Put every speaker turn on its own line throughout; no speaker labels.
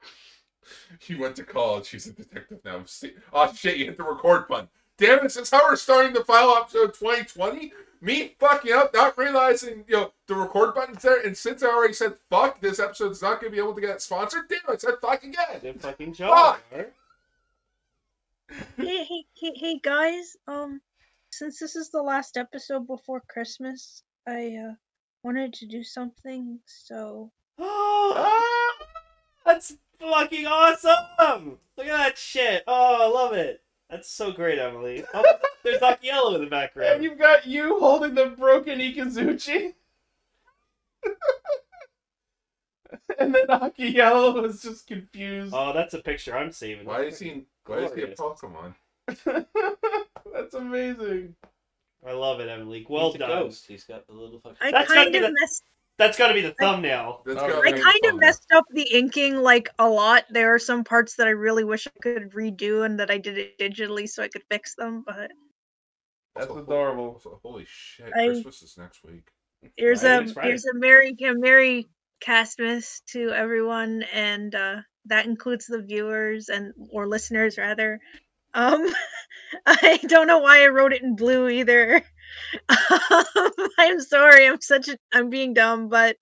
She went to college. She's a detective now. See- Oh shit! You hit the record button. Damn it! Since how we're starting the file episode 2020, me fucking up, not realizing you know the record button's there, and since I already said fuck, this episode's not gonna be able to get sponsored. Damn! I said fuck again.
Good fucking job. alright?
hey, hey, hey, hey, guys. Um, since this is the last episode before Christmas, I uh wanted to do something. So
Oh, that's fucking awesome! Look at that shit. Oh, I love it. That's so great, Emily. Oh, there's Akiello in the
And
background.
you've got you holding the broken Ikazuchi. and then Akiyello was just confused.
Oh, that's a picture I'm saving.
Why is he? Why is he a
Glorious.
Pokemon?
That's amazing.
I love it, Emily. Well
He's a
done.
ghost. He's got the little fucking.
I
That's gotta
kind
be
of
the-
messed.
That's got to be the thumbnail.
That's
Oh,
gotta
I
be a
kind of
Pokemon.
messed up the inking like a lot. There are some parts that I really wish I could redo, and that I did it digitally so I could fix them. But
That's
Also,
adorable.
also, holy shit!
I-
Christmas is next week.
here's
Right,
a
it's
here's a merry a merry Castmas to everyone, and uh, that includes the viewers and or listeners rather. Um, I don't know why I wrote it in blue either. Um, I'm sorry. I'm such a I'm being dumb, but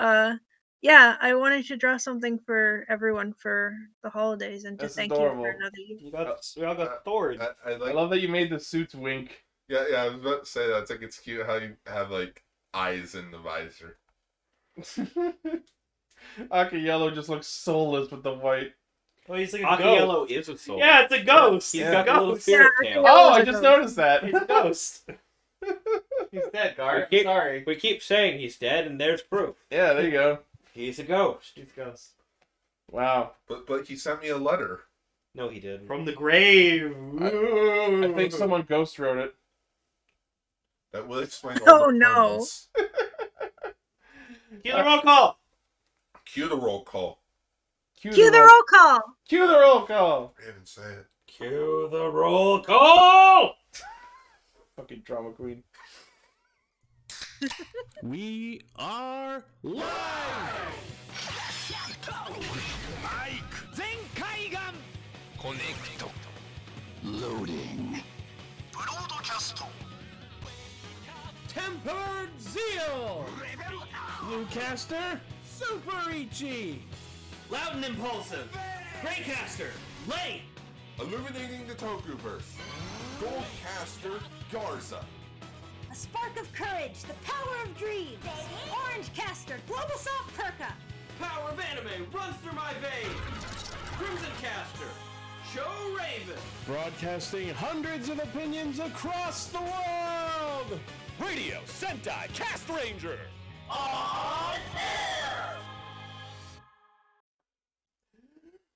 uh, yeah, I wanted to draw something for everyone for the holidays and to
That's
thank you for
adorable.
another year.
You
Oh,
got, we all
uh,
got Thor's.
I, I
I
like.
love that you made the suits wink.
Yeah, yeah. I was about to say that. It's like it's cute how you have like eyes in the visor.
Akiyello just looks soulless with the white.
Oh, he's like a ghost.
Akiello is a soul.
Yeah, it's a ghost.
He's
He's
got
a
the little
ghost.
spirit
Yeah,
tail.
That
Oh,
was
I
a
just
ghost.
noticed that.
He's a ghost. he's dead, Gar.
Okay.
Sorry.
We keep saying he's dead, and there's proof.
yeah, there you go.
He's a ghost.
He's a ghost.
Wow.
But but he sent me a letter.
No, he didn't.
From the grave.
I think someone ghost wrote it.
That will explain.
Oh,
all the
no.
puns.
Cue the roll call.
Cue the roll call.
Cue the roll call.
Cue the roll call.
Raven, say it.
Cue the roll call.
Fucking drama queen.
We are live! 全海岸コネクト Loading ブロードキャスト Tempered Zeal Bluecaster Super Ichi
Loud and impulsive. Greycaster. Late.
Illuminating the Tokuverse. Goldcaster Garza.
A spark of courage, the power of dreams. Orange caster, global soft perka.
Power of anime runs through my veins. Crimson Caster. Show Raven.
Broadcasting hundreds of opinions across the world! Radio Sentai Cast Ranger!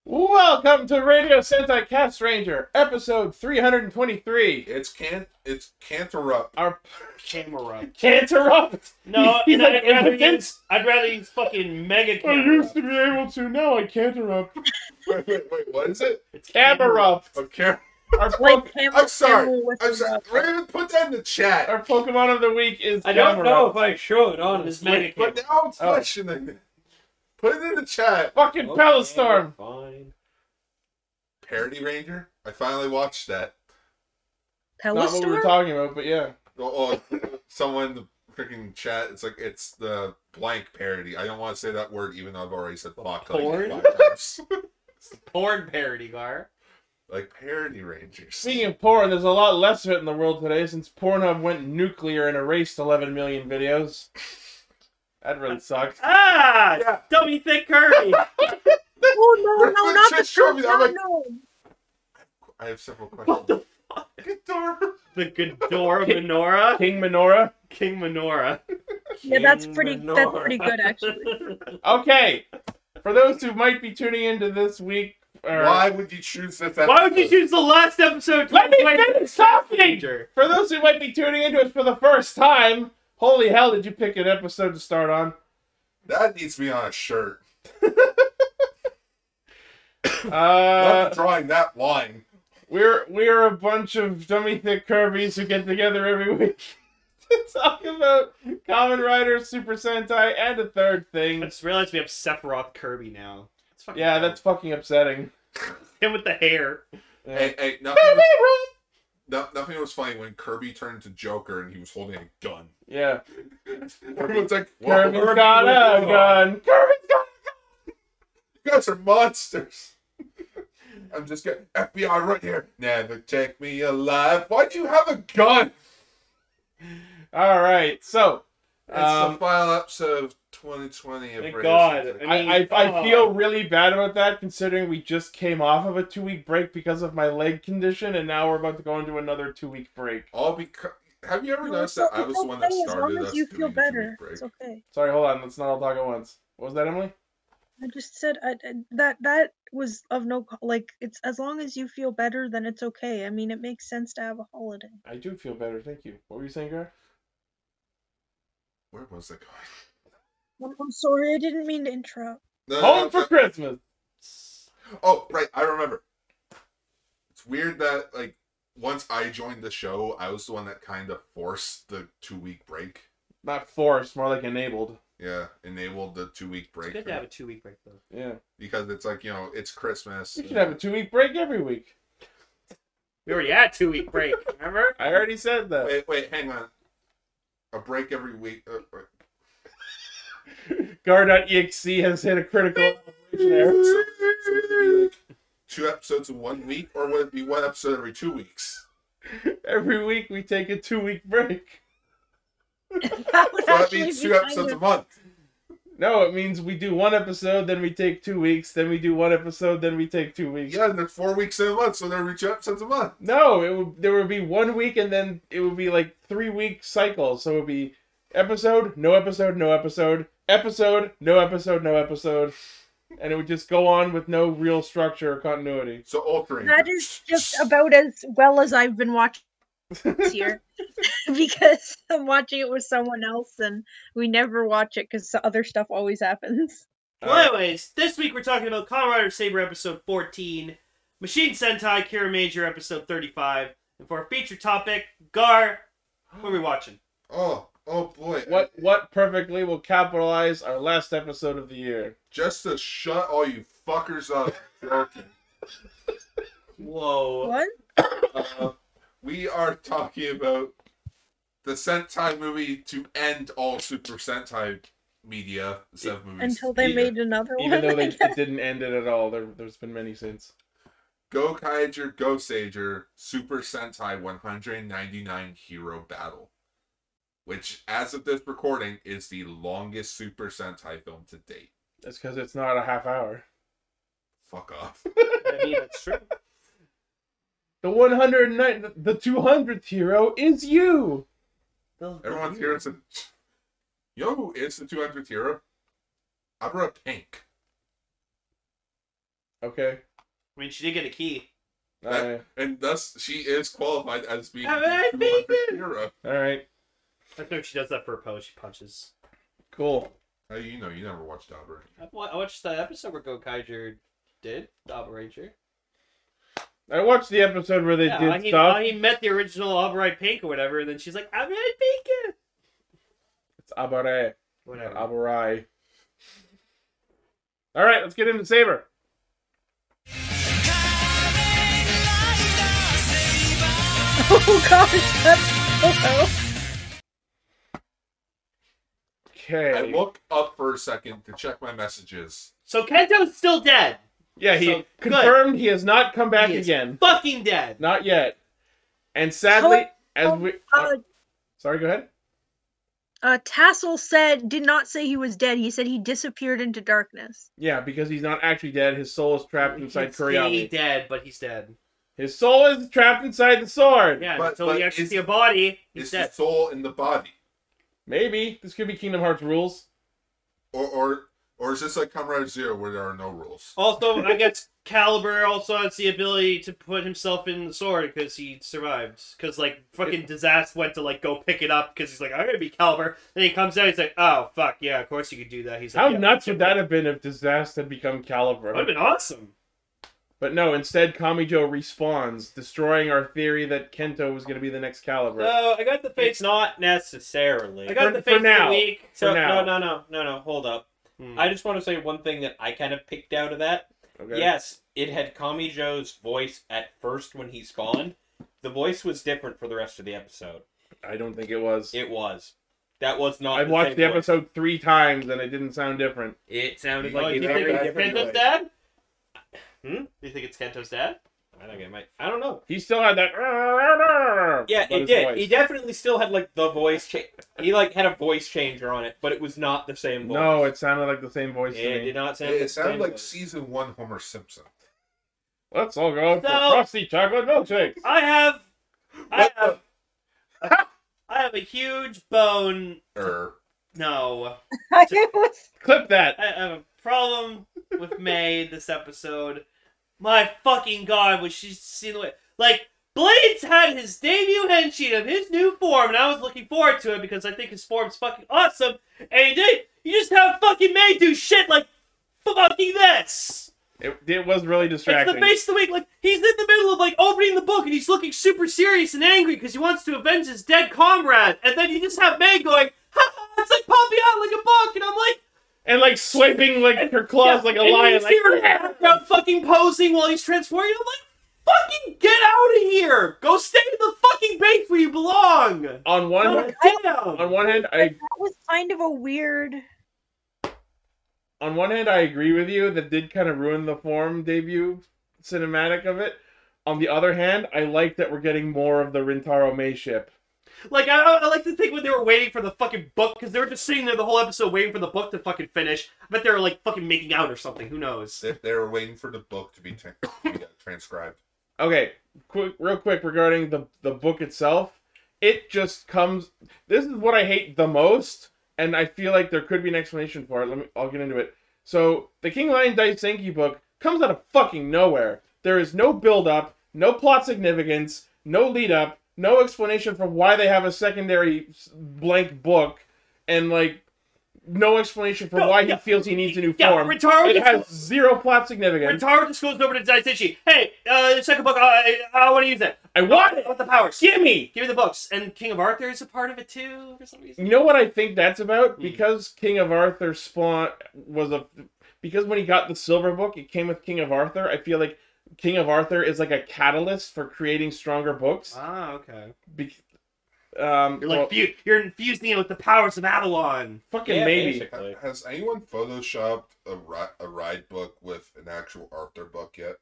Welcome to Radio Sentai Cast Ranger, episode 323.
It's can it's Cantarup.
Our
Camera.
Cantarupt!
No,
He's
and I'd,
like,
rather
"Evidence?
use, I'd rather use fucking mega
I
camera.
used to be able to, now I Cantarupt.
wait, wait, wait. What is it?
It's
Camarupt!
Okay.
Our, po-
Like Pam-
I'm sorry.
Pam with
I'm
the-
sorry. Raven, put that in the chat.
our Pokemon of the week is
I don't
Camerupt.
know if I should,
It's
honestly.
mega camera.
But now I'm questioning. it. Put it in the chat.
Fucking
Okay,
Palistorm!
Fine.
Parody Ranger. I finally watched that.
Not what we were
Pelostor?
talking about, but yeah.
Oh, oh, someone in the freaking chat. It's like it's the blank parody. I don't want to say that word, even though I've already said fuck like
Porn?
five times.
Porn parody, Gar.
like parody rangers.
Speaking of porn, there's a lot less of it in the world today since Pornhub went nuclear and erased 11 million videos. That really sucks.
Ah!
Yeah.
Dummy thick Kirby.
Oh no, no,
Raven
not the
just showed me
truth.
that. I'm
No,
like,
no.
I have several questions. Ghidorah.
the Ghidorah Minora.
King Minora.
King Minora.
Yeah, that's
King
pretty. That's
Ghidorah.
pretty good, actually.
Okay, for those who might be tuning into this week, or
Why would you choose this?
Why would you
episode?
choose the last episode? of
Let me
2020?
finish talking!
Ranger.
for those who might be tuning into it for the first time, holy hell, did you pick an episode to start on?
That needs to be on a shirt. Not
Uh,
drawing that line.
we're we're a bunch of dummy thick Kirby's who get together every week to talk about Common Rider, Super Sentai, and a third
I
thing.
just realized we have Sephiroth Kirby now. It's fucking
Yeah, that's fucking upsetting.
him with the hair.
Yeah.
Hey, hey, nothing was, no, nothing was funny when Kirby turned to Joker and he was holding a gun.
yeah.
Everyone's like, Whoa,
Kirby's
you
got a
with-
gun. Kirby's got
guys are monsters. I'm just going FBI right here. Never take me alive. Why do you have a gun?
All right. So,
It's
um,
the final episode of 2020 of
Thank
Radio
God.
Sensei.
I mean, oh.
I, I, I
come
feel
on.
really bad about that considering we just came off of a two week break because of my leg condition and now we're about to go into another two week break.
All because. Have you ever
No,
noticed
it's
that I was the
okay,
one that
As long
started
as
us
you
doing
feel
the two-week
better,
break?
it's okay.
Sorry, hold on. Let's not all talk at once. What was that, Emily?
I just said I, I- that that was of no co- like it's as long as you feel better, then it's okay. I mean, it makes sense to have a holiday.
I do feel better. Thank you. What were you saying, Gar?
Where was it going?
I'm, I'm sorry, I didn't mean to interrupt.
No, no, no,
Home for
no.
Christmas.
Oh, right. I remember. It's weird that like once I joined the show, I was the one that kind of forced the two week break.
Not forced, more like enabled.
Yeah, enabled the two week break
It's good to have a two week break though.
Yeah.
because it's like you know it's Christmas.
We should have a two week break every week.
We already had two week break. Remember?
I already said that.
Wait, wait, hang on. A break every week. Uh, uh,
Gar.exe E has hit a critical operation
so,
error.
so would it be like two episodes in one week, or would it be one episode every two weeks?
Every week we take a two week break.
That would
So that
actually
means
be
two episodes
kind
a
of-
month.
No, it means we do one episode, then we take two weeks, then we do one episode, then we take two weeks.
Yeah, and there's four weeks in a month, so there'd be two episodes a month.
No, it would there would be one week and then it would be like three week cycles. So it would be episode, no episode, no episode, episode, no episode, no episode, and it would just go on with no real structure or continuity.
So altering.
That is just about as well as I've been watching this year because I'm watching it with someone else, and we never watch it because other stuff always happens.
Well, anyways, this week we're talking about Kamen Rider Saber episode 14, Machine Sentai Kira Major episode 35, and for our feature topic, Gar, what are we watching?
Oh, oh boy.
What what perfectly will capitalize our last episode of the year?
Just to shut all you fuckers up. joking.
Whoa.
What?
Uh, we are talking about the Sentai movie to end all Super Sentai media. Seven movies.
Until they
Even-
made another
Even
one.
though
I
they,
guess.
it didn't end it at all, there there's been many since.
Go Kaiger, Go Sager, Super Sentai 199 Hero Battle. Which, as of this recording, is the longest Super Sentai film to date.
That's because it's not a half hour.
Fuck off.
I mean, that's true.
The 109, the 200th hero is you.
Everyone's here. It's a. Yo, who is the 200th hero? Abra Pink.
Okay.
I mean, she did get a key.
Oh,
All right.
And thus, she is qualified as being the
Abra
200th
Pink!
hero.
All right.
I know if she does that for a pose, she punches.
Cool.
How do Uh, you know? You never watched Abra.
I wa- I watched that episode where Gokaiger did the Ranger.
I watched the episode where they
yeah,
did
how he,
stuff.
how he met the original Albright Pink or whatever, and then she's like, I'm Red Pink!
It's Abare.
Whatever.
Abarai. All right, let's get into Saber.
Oh gosh, that's hello.
I
Okay.
look up for a second to check my messages.
So Kento's still dead.
Yeah, he
So, good.
confirmed he has not come back
He is
again.
Fucking dead.
Not yet. And sadly, as
Oh,
we.
Uh,
sorry, go ahead.
uh, Tassel said did not say he was dead. He said he disappeared into darkness.
Yeah, because he's not actually dead. His soul is trapped inside
He's stay
Kuriyami.
dead, but he's dead.
His soul is trapped inside the sword.
Yeah,
But-
until
but
we actually
is-
see a body, he's
Is
dead.
the soul in the body?
Maybe. This could be Kingdom Hearts rules.
Or or or is this like Kamen Rider Zero where there are no rules?
Also, I guess Caliber also has the ability to put himself in the sword because he survived. Because like fucking disaster went to like go pick it up because he's like I'm gonna be Caliber. Then he comes out, he's like, oh fuck yeah, of course you could do that. He's like,
How
yeah,
nuts would that have been if Disaster had become Calibra?
Would have been awesome.
But no, instead, Kamijo respawns, destroying our theory that Kento was going to be the next Caliber.
No, I got the face.
It's
not necessarily.
I got
For-
the
for
face of
now.
the week.
So-
so,
for now.
No, no, no, no, no. Hold up.
Hmm.
I just want to say one thing that I kind of picked out of that.
Okay.
Yes, it had Kami Joe's voice at first when he spawned. The voice was different for the rest of the episode.
I don't think it was.
It was. That was not.
I've watched
same
the
voice.
episode three times and it didn't sound different.
It sounded
Oh,
like
do
it
you
was
think
very
it's
different.
Kento's
voice.
dad?
Hmm?
Do you think it's Kento's dad?
I think it might. I don't know.
He still had that.
Yeah,
but
it
his
did.
voice.
He definitely still had like the voice change. He like had a voice changer on it, but it was not the same voice.
No, it sounded like the same voice.
it,
to me.
did not sound.
It,
the
it sounded
same
like
voice.
season one Homer Simpson.
Let's all go out for
So-
frosty chocolate milkshakes.
I have, I
What the-
have, I have a huge bone.
Er,
No,
I was
Clip that.
I have a problem with May this episode. My fucking god, was she seen the way? Like Blades had his debut henshin of his new form, and I was looking forward to it because I think his form's fucking awesome. And he did. You just have fucking May do shit like fucking this.
It, it was really
It's
distracting.
the face of the week. Like he's in the middle of like opening the book and he's looking super serious and angry because he wants to avenge his dead comrade, and then you just have May going, ha, ha, "It's like popping out like a book," and I'm like,
and like swiping like her claws
yeah.
like a
and you
lion.
just hear her in the
Like,
background fucking posing while he's transforming. I'm like, "Fucking get out of here! Go stay in the fucking base where you belong."
on one
God
I-
damn.
on one hand, I
that was kind of a weird.
on one hand I agree with you that did kind of ruin the form debut cinematic of it. On the other hand, I like that we're getting more of the Rintaro May ship.
Like I, I like to think when they were waiting for the fucking book because they were just sitting there the whole episode waiting for the book to fucking finish. But they were like fucking making out or something. Who knows?
they, they were waiting for the book to be, tran- to be uh, transcribed.
Okay, quick, real quick regarding the the book itself, it just comes. This is what I hate the most, and I feel like there could be an explanation for it. Let me. I'll get into it. So the King Lion Daisenki book comes out of fucking nowhere. There is no build up, no plot significance, no lead up, no explanation for why they have a secondary s- blank book, and like no explanation for
No,
why he
yeah.
feels he needs a new
Yeah,
form.
Rintaro
it
just-
has zero plot significance.
Rintaro just goes over to Daisuchi. Hey, uh, the second book, uh, I, I want to use that.
I want it.
I want the powers.
Give me.
Give me the books. And King of Arthur is a part of it too, for some reason.
You know what I think that's about?
Hmm.
Because King of Arthur spawn was a because when he got the silver book, it came with King of Arthur. I feel like King of Arthur is like a catalyst for creating stronger books.
Ah, okay.
Be- um,
You're like
well,
fu- you're infusing it with the powers of Avalon.
fucking
Yeah,
maybe.
basic. Like-
Has anyone photoshopped a, ri- a ride book with an actual Arthur book yet?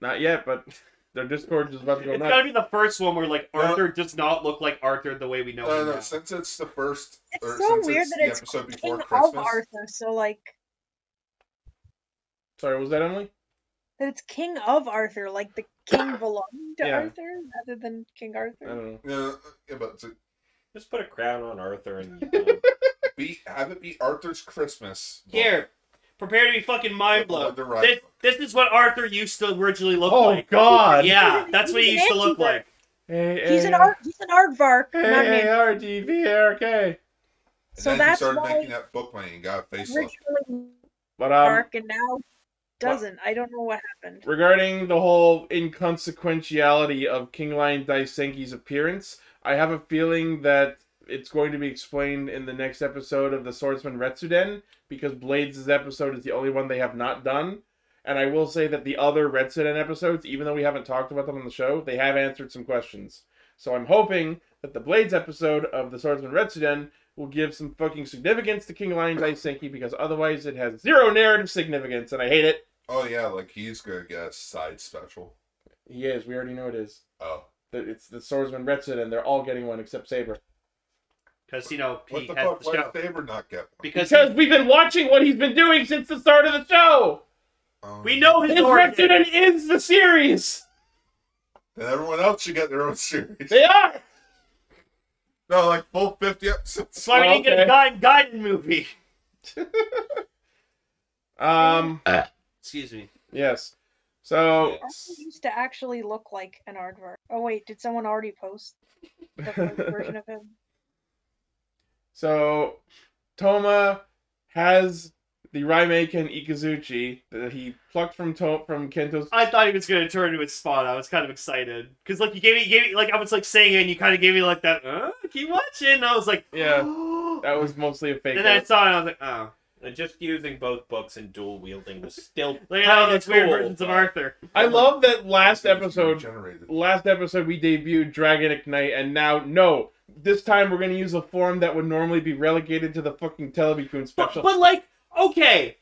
Not yet, but their Discord is about to go
It's
nuts.
gotta be the first one where like
No.
Arthur does not look like Arthur the way we know
No,
him.
no,
now.
Since it's the first,
It's
or
so
since
weird
it's
that
the
it's
episode
King
before
of
Christmas,
Arthur. So like
Sorry, was that Emily?
that it's King of Arthur, like the king belonging to
Yeah.
Arthur rather than King
I
Arthur.
don't know.
no, yeah, but to
Just put a crown on Arthur and
be have it be Arthur's Christmas. book
Here, prepare to be fucking mind blown.
with the ride
This,
book.
this is what Arthur used to originally look
Oh
like.
God!
Yeah, that's what he used to look like.
Hey,
He's
hey,
an art. He's an aardvark.
Hey,
not an
hey, RGVRK.
And
So
then
that's
he started
why-
making that book money and got a facelift.
originally
But um,
dark and now doesn't. I don't know what happened.
Regarding the whole inconsequentiality of King Lion Daisenki's appearance, I have a feeling that it's going to be explained in the next episode of the Swordsman Retsuden because Blades' episode is the only one they have not done. And I will say that the other Retsuden episodes, even though we haven't talked about them on the show, they have answered some questions. So I'm hoping that the Blades episode of the Swordsman Retsuden will give some fucking significance to King Lion Daisenki because otherwise it has zero narrative significance and I hate it.
Oh yeah, like he's gonna get a side special.
He is, we already know it is.
Oh,
the, it's the swordsman wretched and they're all getting one except saber
Because, you know,
what
he
the
has
fuck?
the
Why
show.
did Faber not get one?
Because,
because we've been watching what he's been doing since the start of the show
Um,
we know his
his
origin.
wretched is the series
Then everyone else should get their own series.
they are
No, like full fifty episodes.
That's why we
Well,
didn't get a Guide Guided movie.
um
Excuse me.
yes so
Arthur used to actually look like an aardvark. Oh wait, did someone already post the first version of him?
so toma has the Raimeiken Ikazuchi that he plucked from to- from Kento's.
I thought he was gonna turn into his spawn. I was kind of excited because like you gave me, you gave me like I was like saying it, and you kind of gave me like that. Uh, keep watching. And I was like,
Yeah.
and
That was mostly a fake.
then I
out.
saw it. and I was like, oh,
And Uh, just using both books and dual wielding was still
Like all those weird
cool,
versions of
but-
Arthur.
I love that last
It's
episode.
generated.
Last episode we debuted Dragon Ignite, and now no. This time we're gonna use a form that would normally be relegated to the fucking Televicoon
But,
special.
but, like, okay.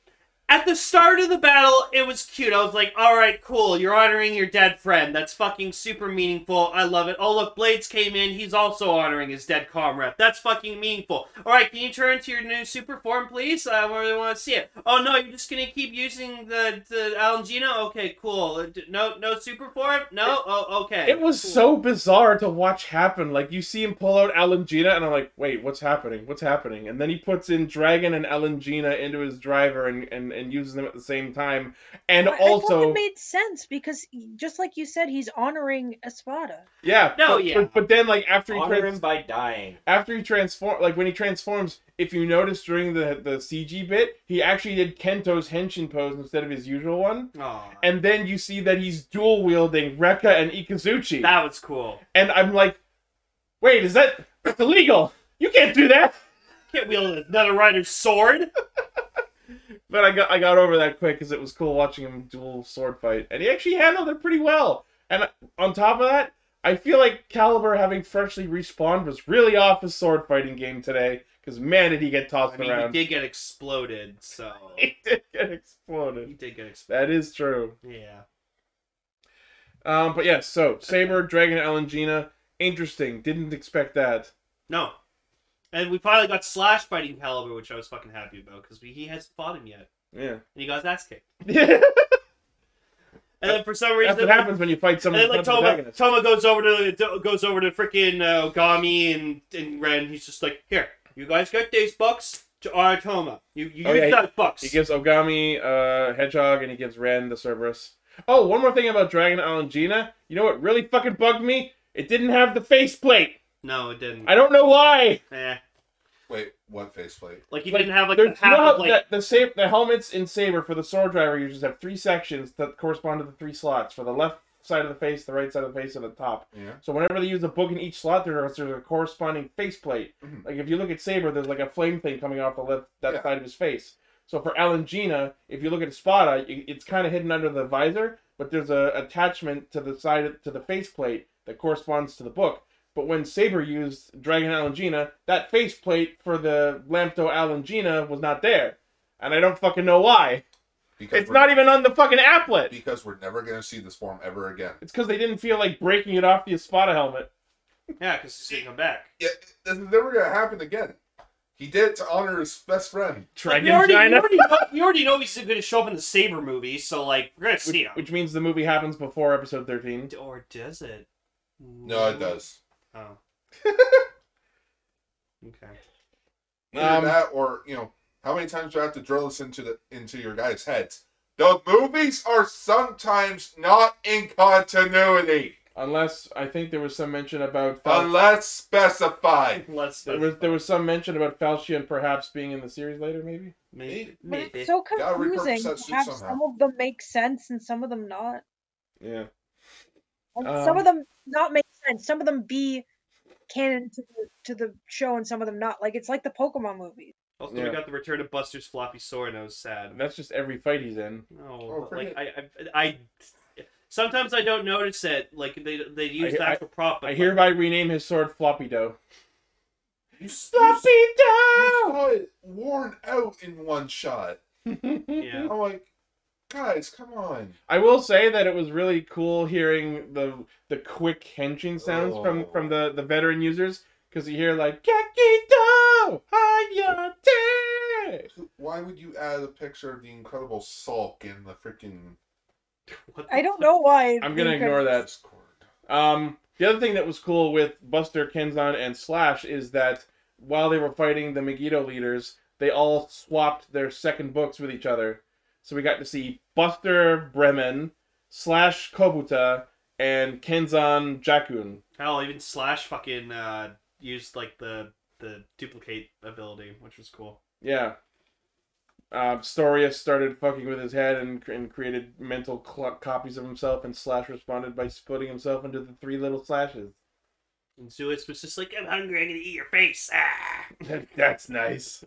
At the start of the battle, it was cute. I was like, all right, cool. You're honoring your dead friend. That's fucking super meaningful. I love it. Oh, look, Blades came in. He's also honoring his dead comrade. That's fucking meaningful. All right, can you turn to your new super form, please? I really want to see it. Oh, no, you're just going to keep using the, the Alangina? Okay, cool. Uh, d- No no super form? No? Oh, okay.
It was
cool.
so bizarre to watch happen. Like you see him pull out Alangina, and I'm like, wait, what's happening? What's happening? And then he puts in Dragon and Alangina into his driver and, and, and uses them at the same time. And
I- I thought
also
it made sense because just like you said, he's honoring Espada.
Yeah.
No,
but,
yeah.
But, but then like after he
honor him
trans-
by dying.
after he transform like when he transforms, if you notice during the the CG bit, he actually did Kento's henshin pose instead of his usual one.
Aw,
And then you see that he's dual wielding Rekka and Ikazuchi.
that was cool.
and I'm like, wait, is that that's illegal? You can't do that.
Can't wield another rider's sword.
But I got I got over that quick because it was cool watching him dual sword fight, and he actually handled it pretty well. And on top of that, I feel like Caliber having freshly respawned was really off his sword fighting game today. Because man, did he get tossed
I mean,
around?
he did get exploded, so
He did get
he
exploded.
did get exploded.
That is true.
Yeah.
Um, but yes, so Saber, Dragon, Alangina, interesting. Didn't expect that.
No. And we finally got Slash fighting Caliber, which I was fucking happy about because he hasn't fought him yet,
Yeah,
and he got his ass kicked.
that's
And then for some reason,
what happens when you fight
And
someone.
then like
who's not the
Toma,
protagonist.
Toma goes over to goes over to freaking uh, Ogami and and Ren. He's just like, here, you guys got these books to our Toma. You you
Oh,
use
yeah, he-
that box.
He gives Ogami uh, Hedgehog and he gives Ren the Cerberus. Oh, one more thing about Dragon Island Gina. You know what really fucking bugged me? It didn't have the faceplate.
no, it didn't.
I don't know why.
Eh.
Wait, what faceplate?
Like he
Like,
didn't have like
There's-
the half
you know how
of like.
the, the, sa- the helmets in Saber for the sword driver users have three sections that correspond to the three slots for the left side of the face, the right side of the face, and the top.
Yeah.
So whenever they use a book in each slot, there's, there's a corresponding faceplate.
Mhm.
Like if you look at Saber, there's like a flame thing coming off the left that
Yeah.
side of his face. So for Alan Gina, if you look at Espada, i- it's kind of hidden under the visor, but there's a attachment to the side to the faceplate that corresponds to the book. But when Saber used Dragon Alan Gina, that faceplate for the Lampto Alan Gina was not there, and I don't fucking know why.
Because
It's
we're-
not even on the fucking applet.
because we're never gonna see this form ever again.
It's because they didn't feel like breaking it off the Espada helmet.
Yeah, because he's gonna come back.
Yeah, this is never gonna happen again. He did it to honor his best friend.
Like,
Dragon
you, already, you,
Gina.
already know, you already know he's going to show up in the Saber movie, so like we're going to see
which,
him.
which means the movie happens before episode 13.
or does it?
No, it does.
Oh. okay.
Either
Um,
that, or you know, how many times do I have to drill this into the into your guys' heads? The movies are sometimes not in continuity
Unless I think there was some mention about Fal-
unless specified.
Let's
there was there was some mention about Falchion perhaps being in the series later, maybe.
maybe,
But it's
maybe.
so
Gotta repurpose
confusing.
that
to
suit
Have
somehow.
some of them make sense and some of them not.
Yeah.
Like, some
Um,
of them not make sense. Some of them be canon to the, to the show, and some of them not. Like it's like the Pokemon movies.
Also,
Yeah.
we got the return of Buster's floppy sword, and I was sad.
And that's just every fight he's in.
No,
Oh,
but, like
forget-
I, I, I, sometimes I don't notice it. Like they, they use
I-
that for prop. But
I
like,
hereby rename his sword Floppy Dough.
You,
Floppy
you
Dough!
saw it worn out in one shot.
yeah.
I'm like, guys, come on.
I will say that it was really cool hearing the the quick henshin sounds from
Oh.
from the the veteran users because you hear like Keki Do Hayate.
Why would you add a picture of the incredible sulk in the freaking
What the
I don't know why.
I'm
they
gonna
could-
ignore that.
Discord?
Um, the other thing that was cool with Buster, Kenzan, and Slash is that while they were fighting the Megiddo leaders, they all swapped their second books with each other. So we got to see Buster Bremen, Slash Kobuta, and Kenzan Jakun.
Hell, even Slash fucking uh, used like the the duplicate ability, which was cool.
Yeah. Uh, Storius started fucking with his head and, and created mental cl- copies of himself, and Slash responded by splitting himself into the three little slashes.
And Zeus was just like, "I'm hungry. I'm gonna eat your face." Ah.
That's nice.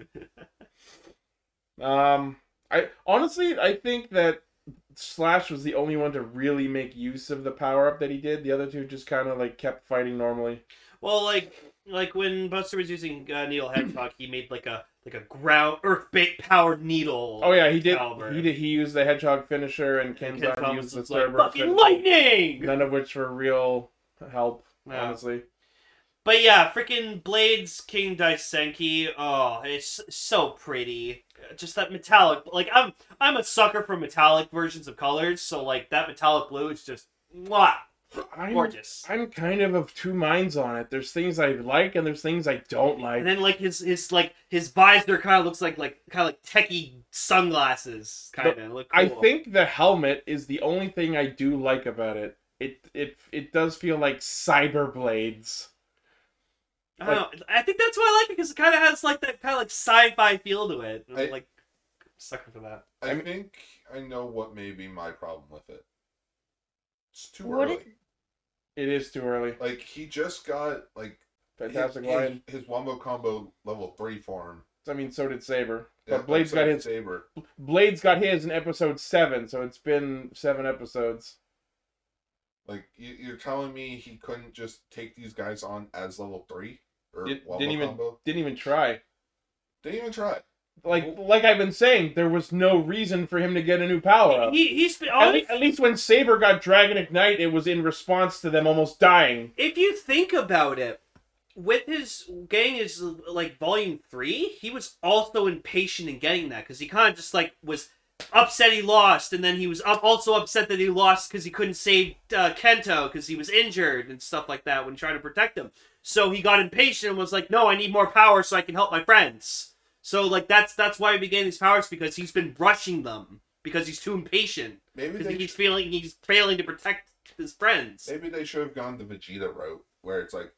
Um, I honestly, I think that Slash was the only one to really make use of the power up that he did. The other two just kind of like kept fighting normally.
Well, like like when Buster was using uh, Needle Hedgehog, he made like a like a ground earth bait powered needle.
Oh yeah, he did.
Caliber.
He did. He used the hedgehog finisher, and Ken
Kid
Zahn
Thomas
used the
was like,
Cerberus.
fucking
fin-
lightning.
None of which were real help,
Yeah.
honestly.
But yeah, freaking Blades King Daisenki. Oh, it's so pretty. Just that metallic. Like I'm, I'm a sucker for metallic versions of colors. So like that metallic blue is just mwah,
I'm,
gorgeous.
I'm kind of of two minds on it. There's things I like, and there's things I don't like.
And then like his his like his visor kind of looks like like kind of like techie sunglasses kind of look.
I
cool.
think the helmet is the only thing I do like about it. It it it does feel like cyber blades.
I, don't know. I think that's why I like it because it kind of has like that kind of like sci-fi feel to it. I'm,
I-
like sucker for that.
I think I know what may be my problem with it. It's too
What
early.
It is too early.
Like he just got like his,
Fantastic
his-
line.
his wombo combo level three form.
I mean, so did Saber.
Yeah,
But Blades
so
got
did
his.
saber.
Blades got his in episode seven, so it's been seven episodes.
Like you, you're telling me he couldn't just take these guys on as level three or
Did-
wombo
didn't even-
Er, combo?
Didn't even try.
Didn't even try.
Like like I've been saying, there was no reason for him to get a new power up.
He, he's been,
At, le- at least when Saber got Dragon Ignite, it was in response to them almost dying.
if you think about it, with his getting his like volume three, he was also impatient in getting that because he kind of just like was upset he lost, and then he was up, also upset that he lost because he couldn't save uh, Kento because he was injured and stuff like that when trying to protect him. So he got impatient and was like, "No, I need more power so I can help my friends." So like that's that's why he began these powers because he's been rushing them because he's too impatient
Maybe
because
they
he's feeling he's failing to protect his friends.
Maybe they should have gone the Vegeta route, where it's like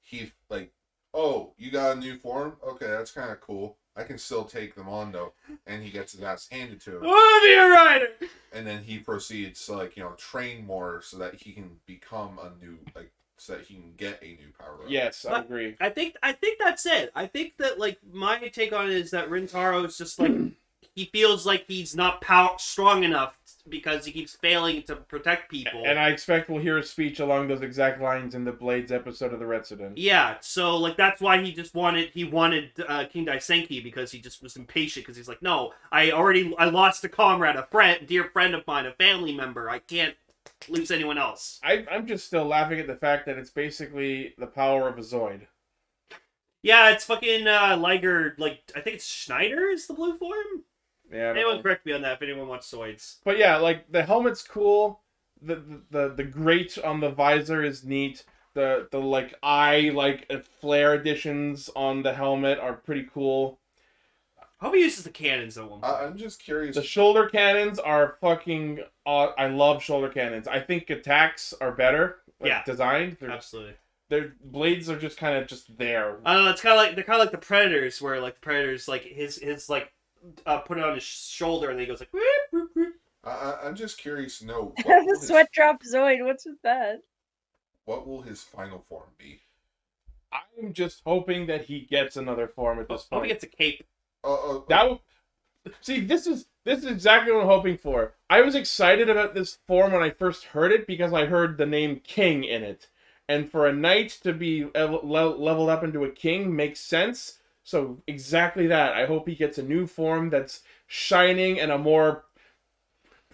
he like, oh, you got a new form? Okay, that's kind of cool. I can still take them on though, and he gets his ass handed to him,
Oh, be a rider.
and then he proceeds to like you know train more so that he can become a new like so that he can get a new power. up.
Yes, I
But-
agree.
I think I think that's it. I think that like my take on it is that Rintaro is just like he feels like he's not pow- strong enough because he keeps failing to protect people.
And I expect we'll hear a speech along those exact lines in the Blades episode of The Resident.
yeah, so like that's why he just wanted he wanted uh, King Daisenki because he just was impatient because he's like, no, I already I lost a comrade, a friend, dear friend of mine, a family member. I can't lose anyone else.
I, I'm just still laughing at the fact that it's basically the power of a Zoid.
Yeah, it's fucking uh, Liger. Like I think it's Schneider is the blue form.
Yeah. I don't
Anyone
know.
correct me on that if anyone wants Zoids.
But yeah, like the helmet's cool. The the the, the grate on the visor is neat. The the like eye like uh, flare additions on the helmet are pretty cool.
Hope he uses the cannons at one point.
I, I'm just curious.
The shoulder cannons are fucking. aw I love shoulder cannons. I think attacks are better. Like,
Yeah.
Designed. They're,
Absolutely.
their blades are just kind of just there.
I don't know. Uh, It's kind of like they're kind of like the predators, where like the predators, like his his like uh, put it on his shoulder, and then he goes like. "Whoop, whoop, whoop."
I, I, I'm just curious to know what will,
the
his,
sweat drop Zoid. What's with that?
what will his final form be?
I'm just hoping that he gets another form at this
Hope he
point.
gets a cape.
Oh, oh,
That would see. This is this is exactly what I'm hoping for. I was excited about this form when I first heard it because I heard the name King in it, and for a knight to be ev- le- leveled up into a king makes sense. So exactly that. I hope he gets a new form that's shining and a more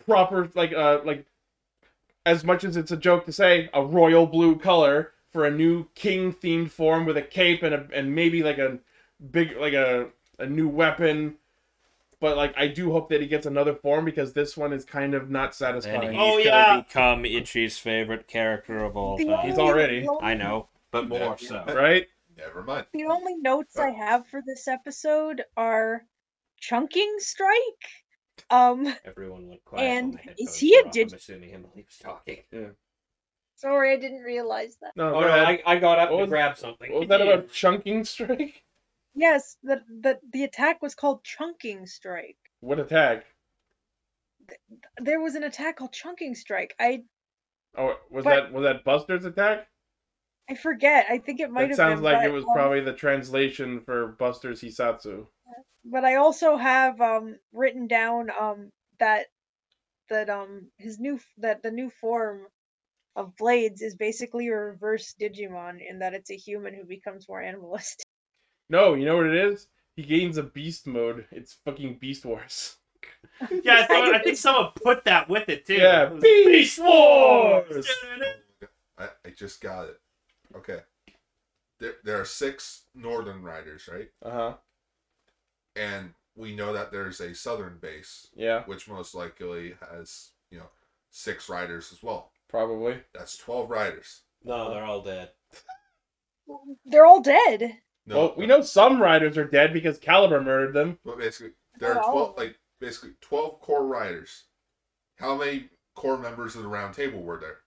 proper like uh like as much as it's a joke to say a royal blue color for a new king themed form with a cape and a and maybe like a big like a a new weapon. But like I do hope that he gets another form because this one is kind of not
And
satisfying.
he
Oh,
could
yeah.
become Itchy's favorite character of all
The
time.
He's
only
already-
note-
I know, but more
Yeah.
so.
Right?
never mind.
The only notes I have for this episode are chunking strike. Um,
Everyone went quiet.
And
when my
is
headphones
he
were
a
off.
dig-
I'm assuming him while he was talking.
sorry, I didn't realize that.
No, go
Oh no,
ahead.
I, I got up
What
to
was-
grab something.
what was that about chunking strike?
Yes, the the the attack was called chunking strike.
What attack?
There was an attack called chunking strike. I
Oh, was
But-
that was that Buster's attack?
I forget. I think it might
That
have
sounds
been,
like it
but,
was
um,
probably the translation for Buster's Hisatsu.
but I also have um written down um that that um his new f- that the new form of blades is basically a reverse Digimon in that it's a human who becomes more animalistic.
No, you know what it is? He gains a beast mode. It's fucking Beast Wars.
Yeah, I, thought, I think someone put that with it too.
Yeah,
It was
Beast
Wars!
Wars!
I, I just got it. Okay. There, there are six northern riders, right?
Uh huh.
And we know that there's a southern base,
Yeah,
which most likely has, you know, six riders as well.
probably.
That's 12 riders.
No, they're all dead.
They're all dead.
No,
well, we know some riders are dead because Caliber murdered them.
But basically, there are
Not all of
12,
them.
like, basically 12 core riders. How many core members of the round table were there?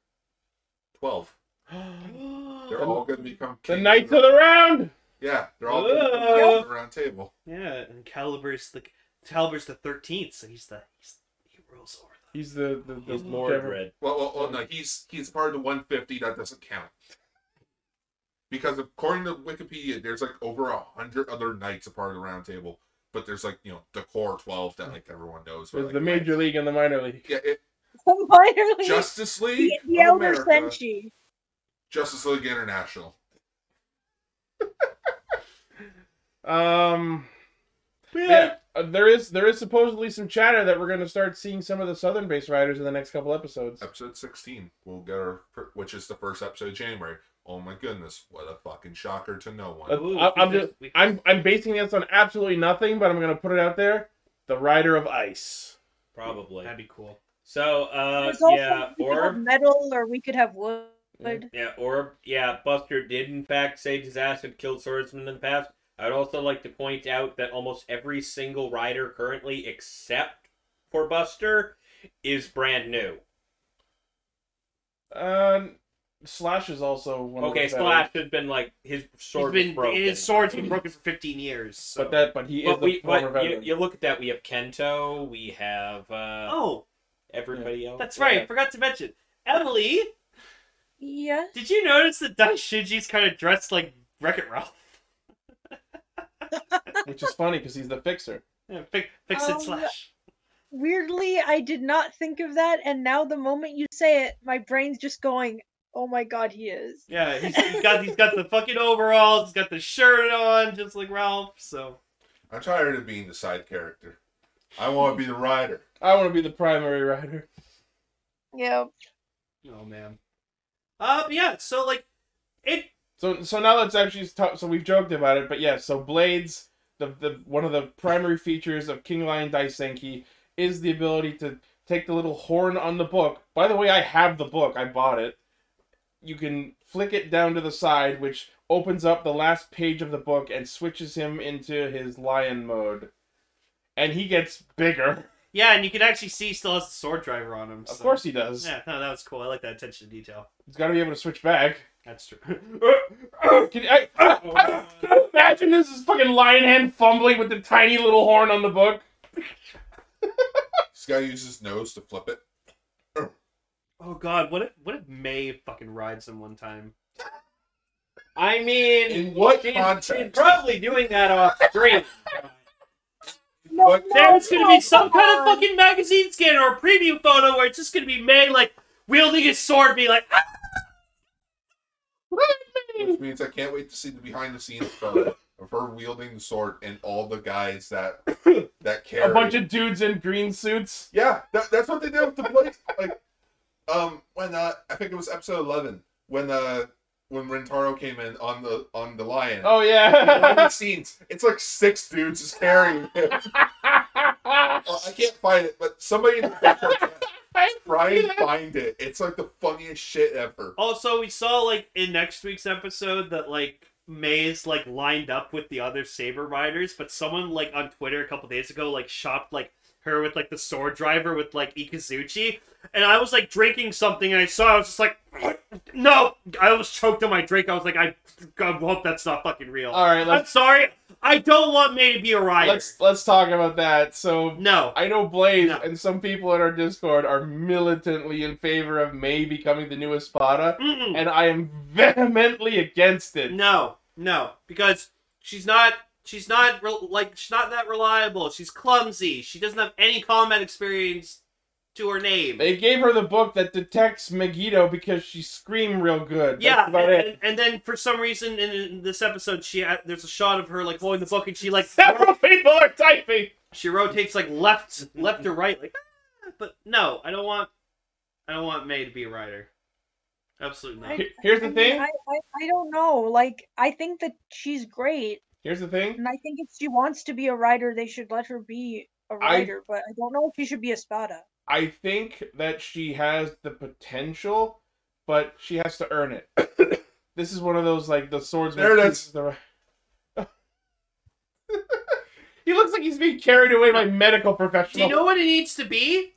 12. They're
The-
all going to become
The
kings
Knights of the Round!
Yeah, they're all gonna become kings of the round table.
Yeah, and Caliber's the Caliber's the thirteenth, so he's the he's, he rules over them.
He's Uh, the, the, the
He's Lord
whichever-
Red.
Well, well, well, no, he's he's part of the 150. That doesn't count because according to Wikipedia, there's like over a hundred other knights a part of the round table, but there's like you know the core 12 that like everyone knows. but,
There's
like,
the Major League and the Minor League.
Yeah, it,
The minor league-
Justice League,
the, the
of
Elder
America,
Senshi.
Justice League International.
Um, yeah, uh, there is there is supposedly some chatter that we're going to start seeing some of the Southern based riders in the next couple episodes.
Episode 16, we'll get our fir- which is the first episode of January. Oh my goodness, what a fucking shocker to no one.
Uh, I, I'm just
we-
I'm I'm basing this on absolutely nothing, but I'm going to put it out there. The Rider of Ice.
Probably.
That'd be cool.
So, uh,
There's also-
yeah,
we could have
Orb.
metal or we could have wood.
Yeah.
Yeah, Orb. Yeah, Buster did, in fact, say disaster killed swordsmen in the past. I'd also like to point out that almost every single rider currently, except for Buster, is brand new.
Um, Slash is also one. of
Okay,
the better-
Slash has been like his
He's
sword was
been
broken.
his sword's been broken for fifteen years. So.
But that, but he is
But
the
we,
former
but you,
veteran.
you look at that. We have Kento. We have uh,
oh,
everybody else.
that's right. I forgot to mention Emily.
Yeah.
Did you notice that Daishiji's kind of dressed like Wreck It Ralph?
which is funny because he's the fixer.
Yeah, fix, fix
Um,
it slash.
Weirdly, I did not think of that, and now the moment you say it, my brain's just going, "Oh my god, he is."
Yeah, he's, he's got he's got the fucking overalls. He's got the shirt on, just like Ralph. So
I'm tired of being the side character. I want to be the rider.
I want to be the primary rider.
Yeah.
oh man. Uh, but yeah. So like, it
So, so now let's actually talk. So we've joked about it, but yeah. So blades, the the one of the primary features of King Lion Daisenki is the ability to take the little horn on the book. By the way, I have the book. I bought it. You can flick it down to the side, which opens up the last page of the book and switches him into his lion mode, and he gets bigger.
yeah, and you can actually see he still has the sword driver on him.
Of
so-
course he does.
Yeah, no, that was cool. I like that attention to detail.
He's got to be able to switch back.
That's true.
Can you, I,
Oh.
I-
Oh.
can you imagine this is fucking lion hand fumbling with the tiny little horn on the book?
This guy uses his nose to flip it.
oh god, what if what if May fucking rides him one time?
I mean,
In what
she's, she's
context?
probably doing that off screen.
What-
There's gonna be some
come
kind of
on.
fucking magazine scan or a preview photo where it's just gonna be May like wielding his sword, be like, "Ah!"
Which means I can't wait to see the behind the scenes photo of her wielding the sword and all the guys that that carry.
A bunch of dudes in green suits.
yeah, that, that's what they did with the place. Like, um, when uh, I think it was episode eleven when uh when Rentaro came in on the on the lion.
Oh
Behind the
yeah.
scenes, it's like six dudes just carrying him. Uh, I can't find it, but somebody in the picture try and find it. It's like the funniest shit ever.
Also, we saw like in next week's episode that like May's like lined up with the other saber riders, but someone like on Twitter a couple days ago like shopped like her with like the sword driver with like Ikazuchi, and I was like drinking something and I saw it, I was just like, no, I was choked on my drink. I was like, I, I hope that's not fucking real.
All right,
I'm
let's
sorry, I don't want May to be a rider.
Uh, let's let's talk about that. So
No,
I know Blaze
No.
and some people in our Discord are militantly in favor of May becoming the new Espada,
Mm-mm.
and I am vehemently against it.
no, no, because she's not. She's not re- like she's not that reliable. She's clumsy. She doesn't have any combat experience to her name.
They gave her the book that detects Megiddo because she screamed real good.
yeah,
That's about
and,
it.
and- and then for some reason in, in this episode, she there's a shot of her like holding the book, and she like
Several people are typing.
she rotates like left left to right like "Ah," but no i don't want i don't want may to be a writer absolutely not
Here- Here's the
I mean,
thing.
I, I, I don't know. Like, I think that she's great,
Here's the thing.
and I think if she wants to be a writer, they should let her be a writer. But I don't know if she should be a spada.
I think that she has the potential, but she has to earn it. this is one of those like the swordsman.
There it is.
The... he looks like he's being carried away by medical
do you
professionals.
know what it needs to be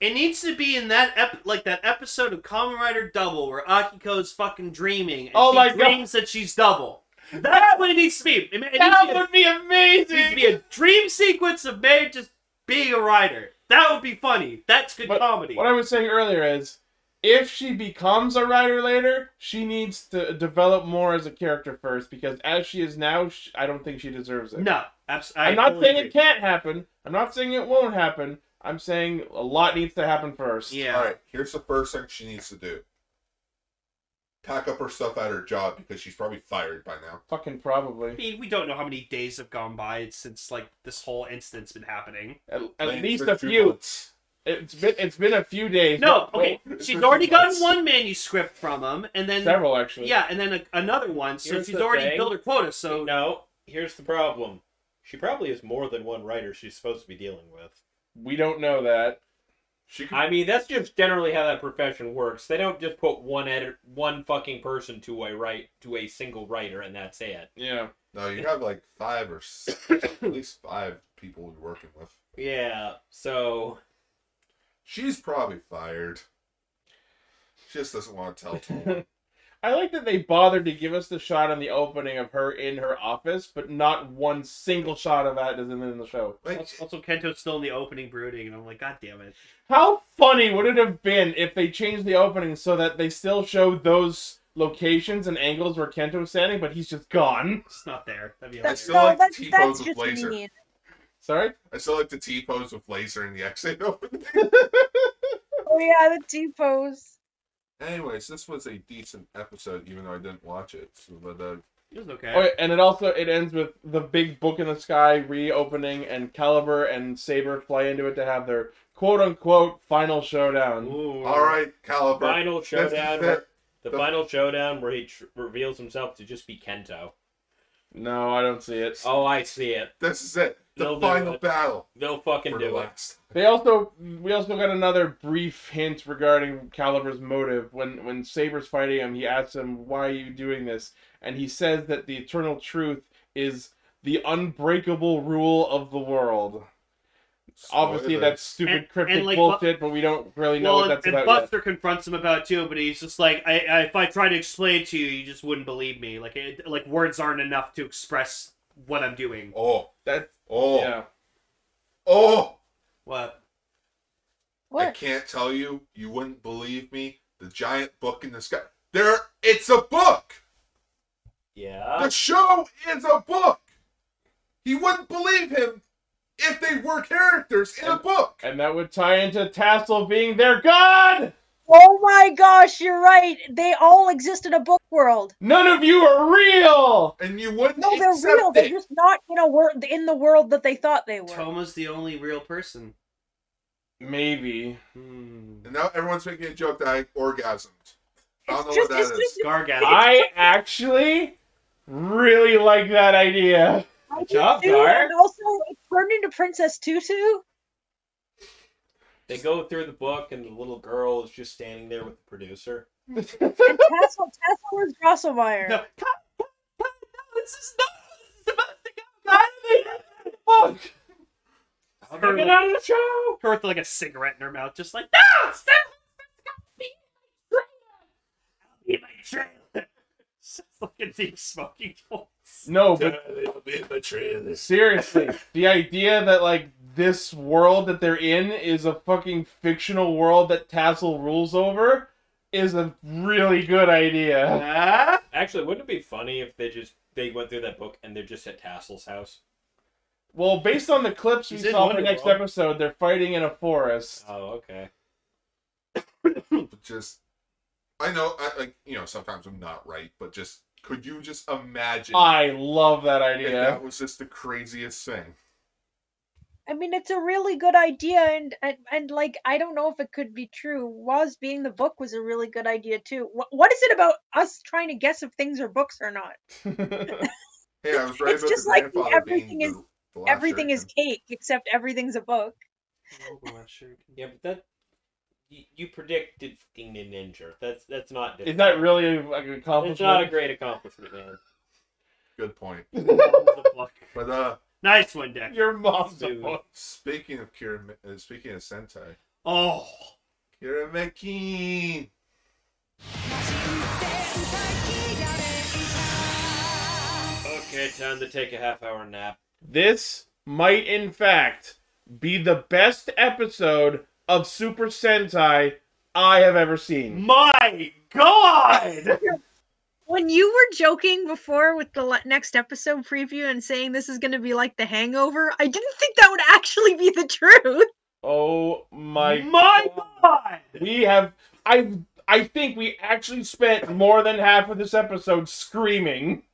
it needs to be in that ep- like that episode of Kamen Rider Double where Akiko's fucking dreaming and
Oh
she
my God.
dreams that she's double. That's what it needs to be. It, it needs,
that
to
would be
be a, it needs to
amazing.
be a dream sequence of May just being a writer. That would be funny. That's good
But
comedy.
What I was saying earlier is, if she becomes a writer later, she needs to develop more as a character first because as she is now, sh I don't think she deserves it.
no, abs- I
I'm not
totally
saying
agree.
it can't happen. I'm not saying it won't happen. I'm saying a lot needs to happen first.
Yeah.
All right, here's the first thing she needs to do. Pack up her stuff at her job because she's probably fired by now.
Fucking
I
probably.
mean, we don't know how many days have gone by since like this whole incident's been happening.
At, at
Like,
least
for
a
two
few.
months.
It's been it's been a few days.
No,
Well,
okay, she's already gotten one manuscript from him, and then
Several actually.
yeah, and then a, another one. So
Here's
she's
the
already
thing.
built her quota. So
no, here's the problem. She probably has more than one writer she's supposed to be dealing with.
We don't know that.
She could,
I mean, that's just generally how that profession works. They don't just put one edit, one fucking person to a right to a single writer, and that's it.
Yeah.
no, you have like five or six, at least five people you're working with.
Yeah. So
She's probably fired. She just doesn't want to tell. Tom.
I like that they bothered to give us the shot on the opening of her in her office, but not one single shot of that is in in the show.
Like,
also, also Kento's still in the opening brooding, and I'm like, God damn it!
How funny would it have been if they changed the opening so that they still show those locations and angles where Kento is standing, but he's just gone?
It's not there. That'd be
I
hilarious.
still like
that's,
T-Pose
that's
with
just
laser.
mean.
Sorry?
I still like the T pose with laser in the exit opening.
Oh yeah, the T pose.
Anyways, this was a decent episode, even though I didn't watch it. So, but uh,
It was okay.
Oh, yeah, and it also it ends with the big book in the sky reopening and Caliber and Saber fly into it to have their quote unquote final showdown.
Ooh.
all right, Caliber.
final
That's- that-
showdown. Where, the
the-
final showdown where he tr- reveals himself to just be Kento.
No, I don't see it.
Oh, I see it.
This is it. The
They'll do
final
it.
battle
They'll fucking
for the
do it.
last.
They also we also got another brief hint regarding Caliber's motive when when Saber's fighting him. He asks him, "Why are you doing this?" And he says that the eternal truth is the unbreakable rule of the world. Obviously,
Spoiler.
that's stupid
And-
cryptic
and, like, Bu-
bullshit, but we don't really know
Well,
what
and,
that's
and
about yet.
Buster confronts him about it too, but he's just like, I, I, "If I try to explain to you, you just wouldn't believe me. Like, it, like words aren't enough to express what I'm doing."
Oh,
That
oh,
yeah.
oh! I
What?
What?
can't tell you. You wouldn't believe me. The giant book in the sky. There, it's a book.
Yeah.
The show is a book. He wouldn't believe him if they were characters in a book.
And that would tie into Tassel being their god!
Oh my gosh, you're right. They all exist in a book world.
None of you are real!
And you wouldn't
No, they're
accept
real. They're
it.
just not in a world in the world that they thought they were.
Toma's the only real person.
Maybe.
Hmm.
And now everyone's making a joke that I orgasmed. I don't know
It's
what
just,
that is.
it's just,
Gargadon.
I actually really like that idea.
I did
job,
too,
Gar.
and also it turned into Princess Tutu.
They go through the book, and the little girl is just standing there with the producer.
And Tassel, Tassel is Drosselmeyer.
No, God, God, God, no, this is not. This is about to go.
Fuck!
God.
Get
Her,
out of the show!
her with like a cigarette in her mouth, just like no, stop. Be in my trailer. Sounds like a deep smoking voice.
No, but
I'll be in my trailer.
seriously, the idea that, like, this world that they're in is a fucking fictional world that Tassel rules over is a really good idea.
Ah,
Actually, wouldn't it be funny if they just they went through that book and they're just at Tassel's house.
Well, based on the clips we
He's in
saw for the
Wonderworld.
next episode, they're fighting in a forest.
Oh, okay.
But just, I know, I like you know, sometimes I'm not right, but just could you just imagine
I love that
if
idea.
that was just the craziest thing?
I mean, it's a really good idea, and, and and like I don't know if it could be true. Woz being the book was a really good idea too. Wh- what is it about us trying to guess if things are books or not?
Hey, I was right
It's
about
just
the
like
grandfather
everything
being
is-
the, the last
Everything is
Shuriken.
cake except everything's a book.
Yeah, but that you, you predicted fucking a ninja. That's that's not.
Is that really a- like, an accomplishment?
It's not a great accomplishment, man.
good point.
The book.
But uh,
Nice one, Deck.
Your mom's a
Dude.
book.
speaking of Kirame, uh, speaking of Sentai,
Oh,
Kirameki.
Okay, time to take a half hour nap.
This might, in fact, be the best episode of Super Sentai I have ever seen.
my God!
When you were joking before with the le- next episode preview and saying this is going to be like The Hangover, I didn't think that would actually be the truth.
Oh my!
my God!
We have I I think we actually spent more than half of this episode screaming.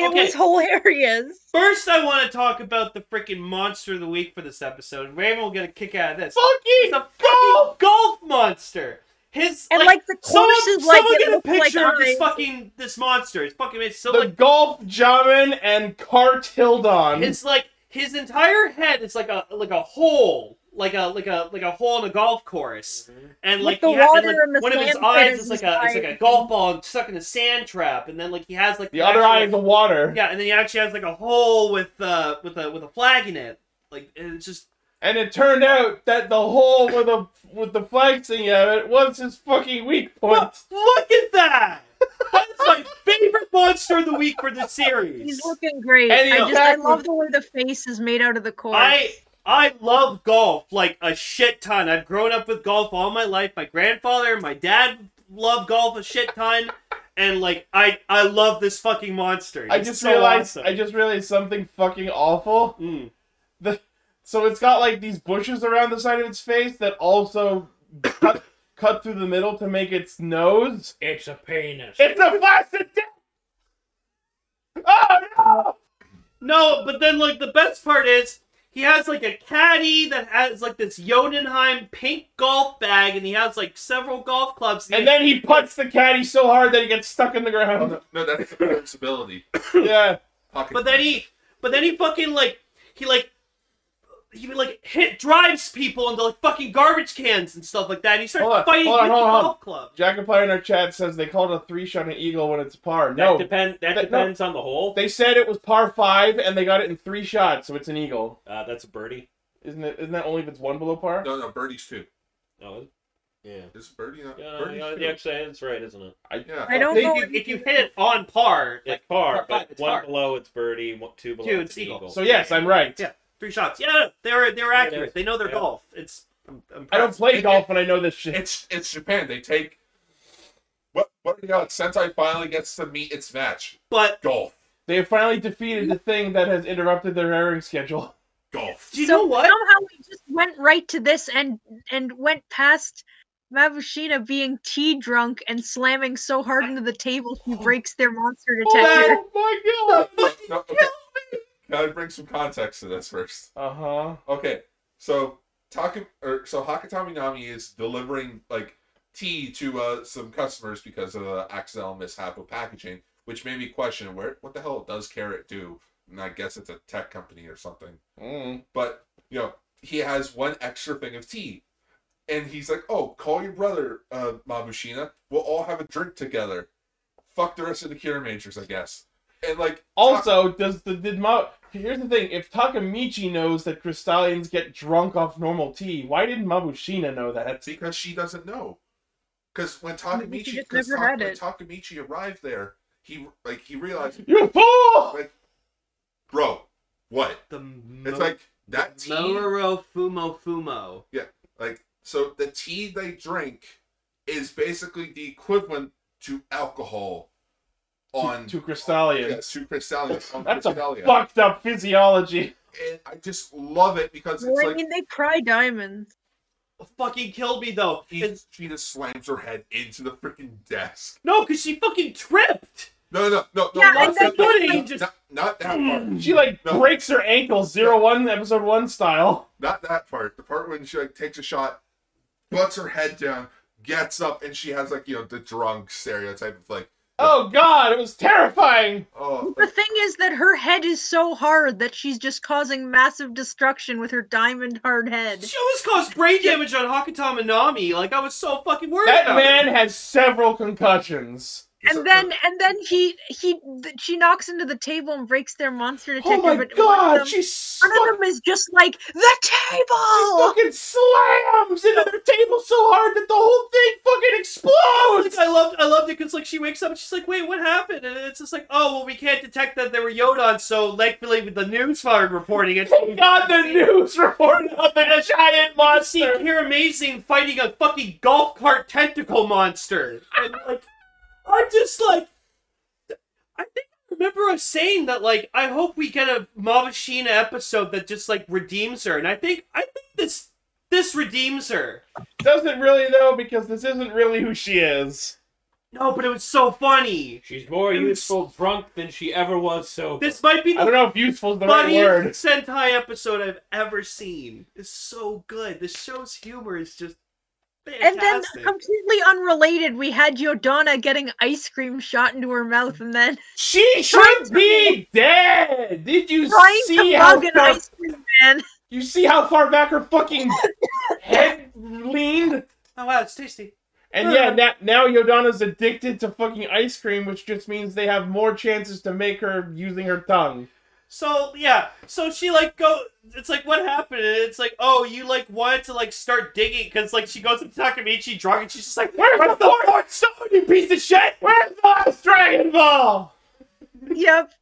It
Okay.
was hilarious.
First, I want to talk about the freaking monster of the week for this episode. Raven will get a kick out of this.
Fucking
It's a fucking golf monster. His
And
like,
like, the
someone,
courses, like
someone
it
get a
looked like
picture of this
eyes.
fucking this monster. It's fucking it's so
the
like
golf jamming and cart Hildon.
It's like his entire head is like a like a hole, like a like a like a hole in a golf course,
Mm-hmm.
and
Like
like,
the
he ha- and,
water
like,
and the
one of his
sand
eyes
pit
is
is
like
his
a is like a
eye.
golf ball stuck in a sand trap, and then like he has like
the other
actual-
eye is the water.
yeah, and then he actually has like a hole with uh with a with a flag in it, like and it's just
And it turned out that the hole with the with the flag thing of it was his fucking weak point.
Look- Look at that! That's my favorite monster of the week for the series.
He's looking great.
And he
I just I
attacked
love
with-
the way the face is made out of the course.
I I love golf like a shit ton. I've grown up with golf all my life. My grandfather and my dad love golf a shit ton, and like I I love this fucking monster.
I
It's
just
so
realized
awesome.
I just realized something fucking awful.
Mm.
So it's got like these bushes around the side of its face that also cut, cut through the middle to make its nose.
It's a penis.
It's a flaccid dick. Oh no!
No, but then like the best part is he has like a caddy that has like this Jotunheim pink golf bag, and he has like several golf clubs.
And then he puts the caddy so hard that he gets stuck in the
Oh,
ground.
no, no, that's the invincibility.
Yeah.
Pocket
But then he, but then he fucking like, he like, he like hit drives people into like fucking garbage cans and stuff like that. And he starts
Hold on,
fighting
hold on,
with
hold
the
on.
golf club.
Jackapire in our chat says they called a three shot an eagle when it's par.
That
No,
depend. That,
That- no.
depends on the hole.
they said it was par five and they got it in three shots, so it's an eagle.
Uh, that's a birdie.
Isn't it? Isn't that only if it's one below par?
no, no, birdies too.
No. Oh, it- Yeah.
Is birdie not?
Yeah,
birdie's
yeah,
too.
yeah, actually, that's right, isn't it?
yeah.
I don't
They
know
do-
if
If you hit it on par,
It's
like
par,
par
but
five, it's
one
par.
below it's birdie, one, two below
Two,
it's
it's
an
eagle.
eagle.
So yes, I'm right.
Yeah. three shots, yeah, they're they're
Yeah,
accurate.
yeah.
They know their
Yeah.
golf. It's I'm, I'm
I don't
proud.
play golf when I know this shit.
It's it's Japan. They take what what are the odds? Sentai finally gets to meet its match.
But
Golf,
They have finally defeated the thing that has interrupted their airing schedule.
golf.
do you
so
know what?
Somehow we just went right to this and and went past Mavushina being tea drunk and slamming so hard into the table he breaks their monster detector.
Oh my god!
No, okay. Gotta bring some context to this first.
Uh huh.
Okay, so Taka or so Hakatami Nami is delivering like tea to uh some customers because of the accidental mishap with packaging, which made me question where what the hell does Carrot do? And I guess it's a tech company or something.
Mm.
but you know he has one extra thing of tea and he's like oh call your brother uh mabushina we'll all have a drink together fuck the rest of the cure majors i guess and like
Also, does the did Ma- Here's the thing: if Takamichi knows that Crystallians get drunk off normal tea, why didn't Mabushina know that?
because she doesn't know because when
Maybe she
takamichi
just
'cause
never
Ta-
had
when
it.
takamichi arrived there he like he realized
You fool!
bro what
The
it's like that tea
Moro Fumo Fumo.
like so the tea they drink is basically the equivalent to alcohol on
to Crystallians.
yeah, to Crystallians. on
That's a
Crystalia.
fucked up physiology.
And I just love it because it's
Well, I
like
mean, they pry diamonds.
Fucking killed me though.
she,
It's-
she just slams her head into the freaking desk.
no, because she fucking tripped.
No, no, no, no,
Yeah,
not,
and
that,
then
no,
Goody
not-
just-
not, not that part.
She like
No.
breaks her ankle, zero one episode one style.
Not that part. The part when she like takes a shot, butts her head down, gets up, and she has like you know the drunk stereotype of like
Oh god, it was terrifying.
oh
The thing is that her head is so hard that she's just causing massive destruction with her diamond hard head.
She almost caused brain damage on Hakutama Nami. Like I was so fucking worried
That
about it.
man has several concussions.
so-
and then and then he he th- she knocks into the table and breaks their monster detector.
Oh my
but one of them,
god, she stuck,
one of them is just like the
she
table.
fucking slams into their table so hard that the whole thing fucking
Like,
explodes.
I loved, I loved it because like she wakes up and she's like, "Wait, what happened?" And it's just like, "Oh, well, we can't detect that there were Yodon, so thankfully with the news started reporting it."
Thank God the news reported on the giant
I see
monster.
here amazing fighting a fucking golf cart tentacle monster, and like, I'm just like, I think I remember us saying that like, I hope we get a Mabashina episode that just like redeems her, and I think, I think this, this redeems her.
Doesn't really though, because this isn't really who she is.
No, but it was so funny.
She's more useful drunk than she ever was sober.
This might be
I
the
don't know if useful is the right
funniest
word.
Sentai episode I've ever seen. It's so good. The show's humor is just
and
fantastic.
then completely unrelated, we had Yodana getting ice cream shot into her mouth and then
She should be dead. Did you
trying
see
to
how
mug an
far,
ice cream man.
you see how far back her fucking head leaned?
oh wow, it's tasty.
And yeah, now, now Yodana's addicted to fucking ice cream, which just means they have more chances to make her using her tongue.
So yeah, so she like go. It's like what happened? And it's like oh, you like wanted to like start digging because like she goes up to Takamichi drunk and she's just like
Where's the fourth stone, you piece of shit? Where's the last Dragon Ball?
yep.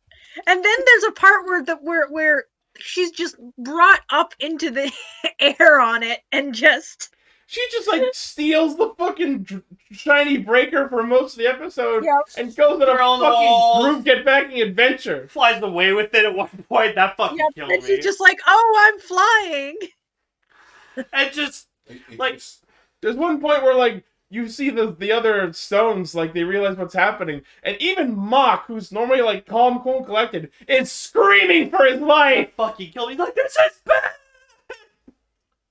And then there's a part where the where where she's just brought up into the air on it and just
She just like steals the fucking dr- shiny breaker for most of the episode
Yep.
and goes on a
Girl on the
fucking
wall.
group get backing adventure.
flies away with it at one point. That fucking
yep,
killed
and
me.
she's just like, "Oh, I'm flying."
and just
it- it
Like-
just-
There's one point where like you see the the other stones like they realize what's happening, and even Mock, who's normally like calm, cool, and collected, is screaming for his life.
fucking killed me. He's like this is bad.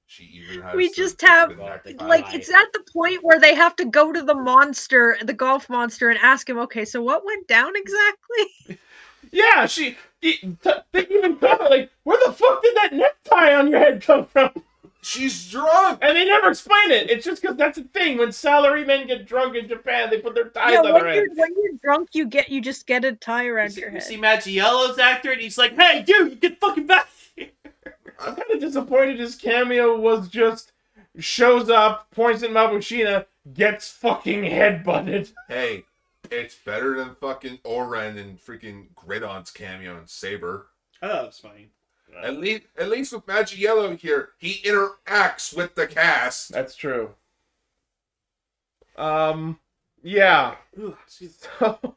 she even has
We
the-
just
the
have,
neck-
Like it's at the point where they have to go to the monster, the golf monster, and ask him, "Okay, so what went down exactly?"
Yeah, she. He, t- they even thought like, where the fuck did that necktie on your head come from?
she's drunk.
And they never explain it. It's just because that's the thing. When salarymen get drunk in Japan, they put their ties
yeah,
on
when
their
you're
head.
when you're drunk, you get you just get a tie
You
around
see,
your
you
head.
see Magiello's actor and he's like, hey you, you get fucking back. Oh, here."
I'm kind of disappointed his cameo was just shows up, points at Mabushina, gets fucking headbutted.
Hey, it's better than fucking Oren and freaking Gridon's cameo and Saber.
Oh, that was funny.
At least, at least with Magiello here, he interacts with the cast.
That's true. Um, yeah.
Ooh, excuse me.
So,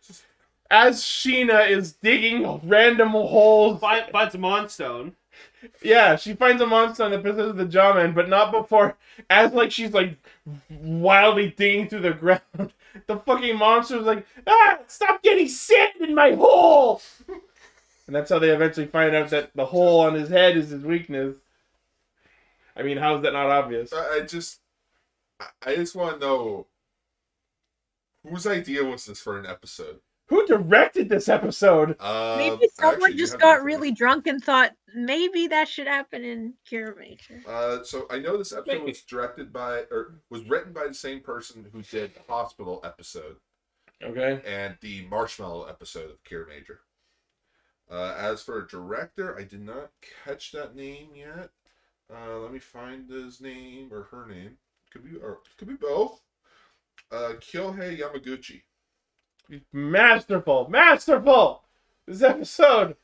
as Sheena is digging random holes,
Find, finds a monstone.
yeah, she finds a monster on the business of the jawman, but not before. As like she's like wildly digging through the ground, the fucking monster's like, ah, stop getting sand in my hole. And that's how they eventually find out that the hole on his head is his weakness. I mean, how is that not obvious?
I, I just, I, I just want to know whose idea was this for an episode?
Who directed this episode?
Um,
Maybe someone
actually, you
just
have
got
the
really
information.
drunk and thought maybe that should happen in Kira Major.
Uh, so I know this episode was directed by, or was written by the same person who did the hospital episode.
Okay.
and the marshmallow episode of Cure Major. Uh, as for director, I did not catch that name yet. Uh, let me find his name or her name. Could be or could be both. Uh, Kyohei Yamaguchi.
Masterful, masterful. This episode.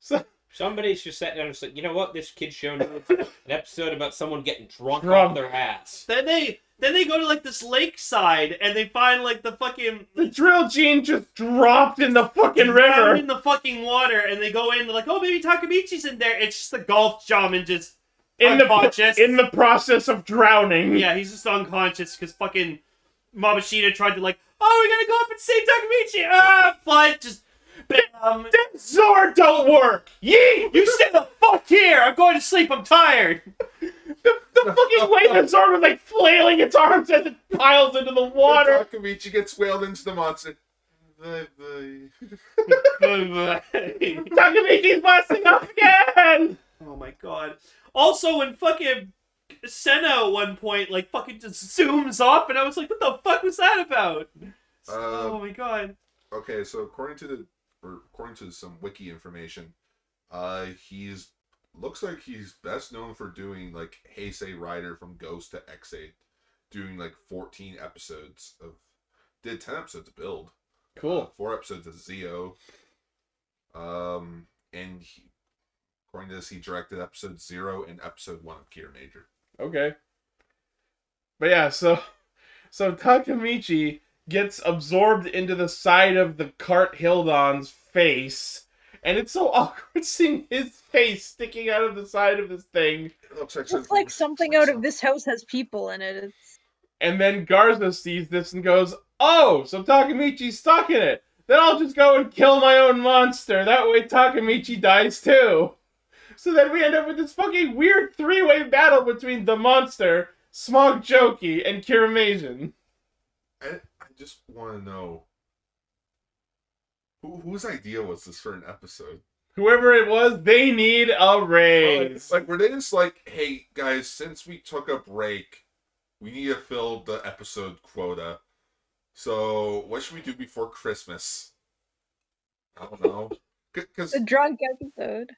So
Somebody's just sat down and said, you know what? This kid's show needs an episode about someone getting drunk,
Drunk.
off their ass.
Then they Then they go to like this lakeside and they find like the fucking
The drill gene just dropped in the fucking
down
river.
in the fucking water and they go in they're like, oh maybe Takamichi's in there. It's just the golf shaman just
In the
unconscious.
in the process of drowning.
yeah, he's just unconscious because fucking Mamashita tried to like, oh we gotta go up and save Takamichi. Ah, but just bam.
That sword don't work. Yee!
You stay the fuck here. I'm going to sleep. I'm tired.
The, the fucking laser sword was like flailing its arms as it piles into the water.
Takamichi gets whaled into the monster. The- the-
oh
Takamichi's busting up again.
my god. Also, when fucking Senna at one point like fucking just zooms off, and I was like, what the fuck was that about? oh
Um,
Uh,
my god.
okay, so according to the or according to some wiki information, uh, he's looks like he's best known for doing like Heisei Rider from Ghost to X8, doing like 14 episodes of did 10 episodes of Build. uh,
Cool.
four episodes of Zio. Um, and he, according to this, he directed episode zero and episode one of Kira Major.
Okay. But yeah, so so Takamichi gets absorbed into the side of the cart Hildon's face, and it's so awkward seeing his face sticking out of the side of this thing.
It looks like,
Looks like something out of this house has people in it. It's
And then Garza sees this and goes, "Oh, so Takamichi's stuck in it. Then I'll just go and kill my own monster. That way Takamichi dies too." So then we end up with this fucking weird three-way battle between the monster, Smog Jokey, and Kirimasian.
I, I just want to know who, whose idea was this for an episode?
Whoever it was, they need a raise.
Like, were they just like, hey guys, since we took a break, we need to fill the episode quota. So what should we do before Christmas? I don't know. Because
a drunk episode.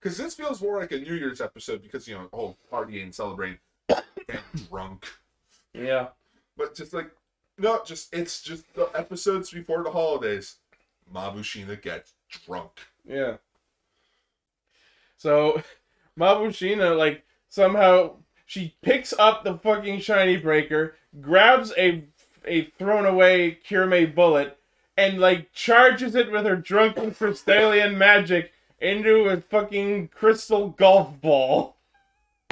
Because this feels more like a New Year's episode because, you know, the whole party and celebrating and drunk.
yeah.
But just like, no, just, it's just the episodes before the holidays. Mabushina gets drunk.
Yeah. So Mabushina, like, somehow she picks up the fucking shiny breaker, grabs a a thrown away Kirame bullet, and like charges it with her drunken Crystalian magic into a fucking crystal golf ball.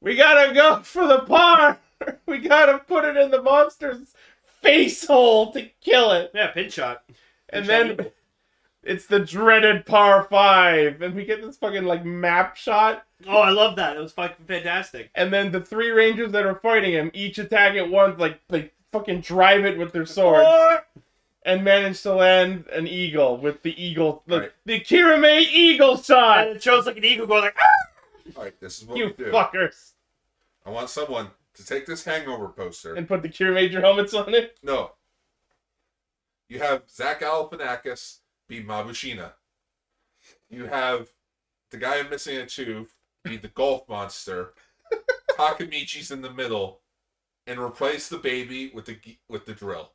we gotta go for the par! we gotta put it in the monster's face hole to kill it.
Yeah, pin shot.
And
Which I
then
mean-
it's the dreaded par five, and we get this fucking like map shot.
Oh, I love that. It was fucking fantastic.
And then the three rangers that are fighting him each attack at once, like like fucking drive it with their swords,
Or-
and manage to land an eagle with the eagle, the,
Right.
the Kirame eagle shot.
And uh, it shows like an eagle going like, ah!
All right, this is what
You
we do.
fuckers!
I want someone to take this hangover poster.
And put the Kirame helmets on it.
No. You have Zach Galifianakis be Mabushina. You have the guy I'm missing a tooth be the golf monster. Takamichi's in the middle, and replace the baby with the gi- with the drill.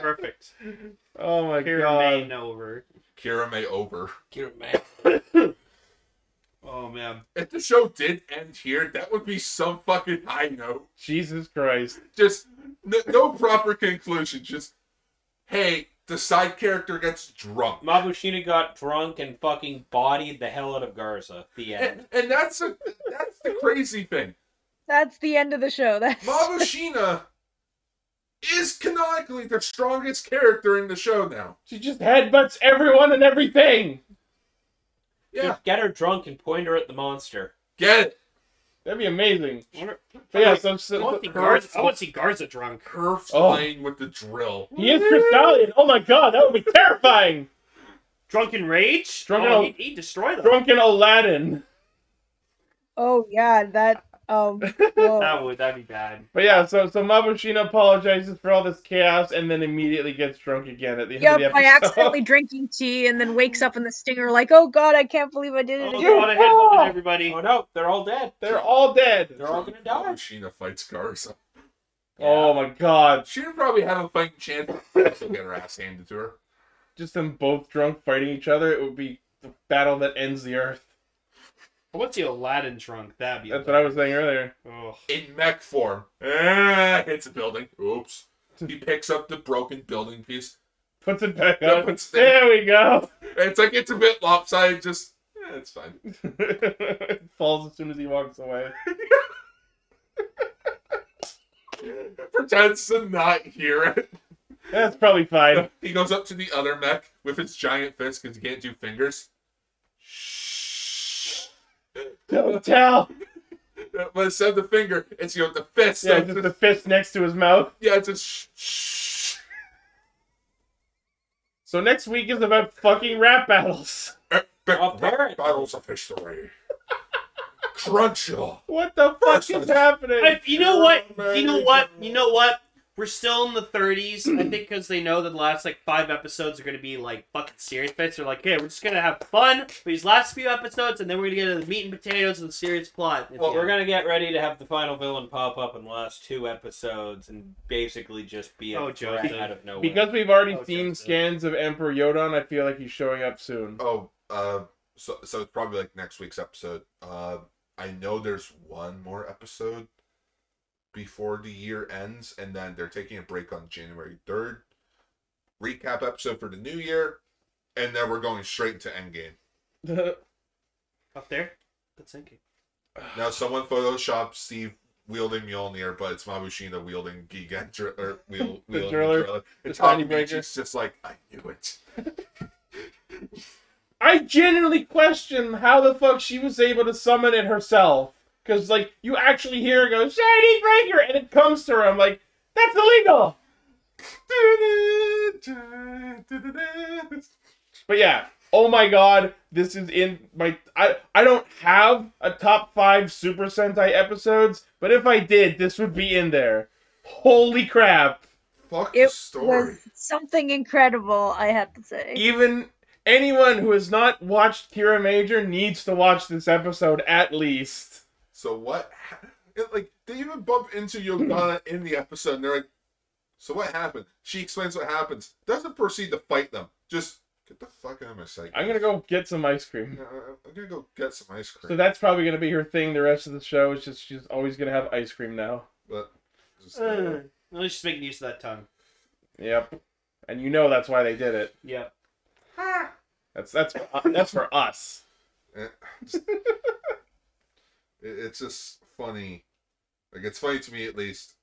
perfect.
Oh my
Here
god!
remain "Ah!" over.
Kirame over.
Oh man.
If the show did end here, that would be some fucking high note.
Jesus Christ!
Just no, no proper conclusion. Just hey, the side character gets drunk.
Mabushina got drunk and fucking bodied the hell out of Garza. The end.
and, and that's a, that's the crazy thing.
That's the end of the show. That's
Mabushina is canonically the strongest character in the show now.
She just headbutts everyone and everything.
Yeah,
Just get her drunk and point her at the monster.
get it.
That'd be amazing.
Wonder-
But yeah, so,
I
so
want to see Garza. I want to see Garza drunk.
Herf's
Oh.
playing with the drill.
He is Crystallian. Oh my god, that would be terrifying.
Drunken rage.
Drunken
Oh,
old-
he, he destroyed them.
Drunken Aladdin.
oh yeah, that um. whoa.
That would that'd be bad.
But yeah, so so Mabushina apologizes for all this chaos and then immediately gets drunk again at the end
Yep,
of the
by
episode.
accidentally drinking tea and then wakes up in the stinger like, oh god, I can't believe I did
Oh
it.
You
god, I headbutted
fall!
everybody.
Oh no, they're all dead.
They're all dead.
They're all gonna die.
Mabushina fights Garza.
Oh my god.
She would probably have a fighting chance. if She'll get her ass handed to her.
Just them both drunk fighting each other, it would be the battle that ends the earth.
What's the Aladdin trunk? That'd be.
That's what I was saying earlier.
Oh,
in mech form. Ah, hits a building. Oops. He picks up the broken building piece.
Puts it back
That
up.
one's there.
There we go.
It's like it's a bit lopsided. Just eh, it's fine.
Falls as soon as he walks away.
Pretends to not hear it.
That's probably fine.
He goes up to the other mech with his giant fist because he can't do fingers.
Don't tell.
But instead of the finger, it's you know the fist.
Yeah,
Yeah,
just the fist next to his mouth.
yeah it's a shh. shh.
So next week is about fucking rap battles.
Apparently.
Battles of history. Crunchyroll.
What the fuck is happening?
I- you know what? You know what? You know what? We're still in the 30s. I think because they know that the last like five episodes are going to be like fucking serious bits. They're like, hey, we're just going to have fun for these last few episodes, and then we're going to get into the meat and potatoes of the serious plot. at the
Well,
end."
We're gonna get ready to have the final villain pop up in the last two episodes and basically just be a
Oh,
threat
Joseph.
out of nowhere.
Because we've already
Oh,
seen
Joseph.
scans of Emperor Yodan, I feel like he's showing up soon.
Oh, uh, so so it's probably like next week's episode. Uh, I know there's one more episode before the year ends, and then they're taking a break on January third. Recap episode for the new year, and then we're going straight to Endgame.
up there. Good thinking.
Now, someone photoshopped Steve wielding Mjolnir, but it's Mabushina wielding Gigan dr- or wheel,
The
wielding
driller,
driller. And
tiny
Tommy
breaker.
Beechey's just like, I knew it.
I genuinely question how the fuck she was able to summon it herself. Cause like you actually hear her go shiny breaker, and it comes to her. I'm like, that's illegal. But yeah, oh my god, this is in my. I I don't have a top five Super Sentai episodes, but if I did, this would be in there. Holy crap!
Fuck
It
the story.
was something incredible, I have to say.
Even anyone who has not watched Kira Major needs to watch this episode at least.
So what? ha- It, like they even bump into Yogana in the episode, and they're like, "So what happened?" She explains what happens. Doesn't proceed to fight them. Just get the fuck out of my sight.
I'm gonna go get some ice cream.
Uh, I'm gonna go get some ice cream.
So that's probably gonna be her thing the rest of the show. Is just she's always gonna have ice cream now.
But just,
Uh, at least she's making use of that tongue.
Yep. And you know that's why they did it.
Yeah.
That's that's for, that's for us.
it- it's just funny. Like it's funny to me at least,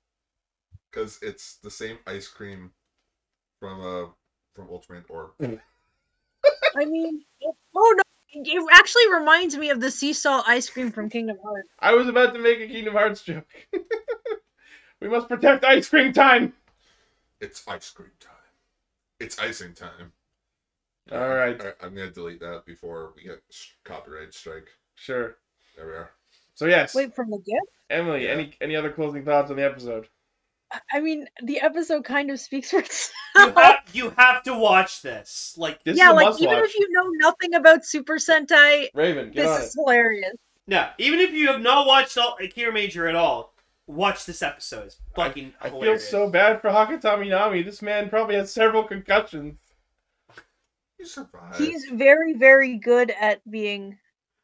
because it's the same ice cream from uh from Ultraman Orb.
I mean, it- oh no, it actually reminds me of the sea salt ice cream from Kingdom Hearts.
I was about to make a Kingdom Hearts joke. we must protect ice cream time.
It's ice cream time. It's icing time.
All right,
Alright, I'm gonna delete that before we get s- copyright strike.
sure.
There we are.
So yes,
Wait, from the gift?
Emily,
Yeah.
any any other closing thoughts on the episode?
I- I mean, the episode kind of speaks for itself.
You have, you have to watch this. Like,
This
yeah,
is a
like
must
even
watch.
if you know nothing about Super Sentai,
Raven, get on
this
it.
is hilarious.
no. Even if you have not watched all, Akira Major at all, watch this episode. It's fucking
I feel
hilarious.
so bad for Hakatami Nami. This man probably has several concussions.
You survived.
He's very, very good at being.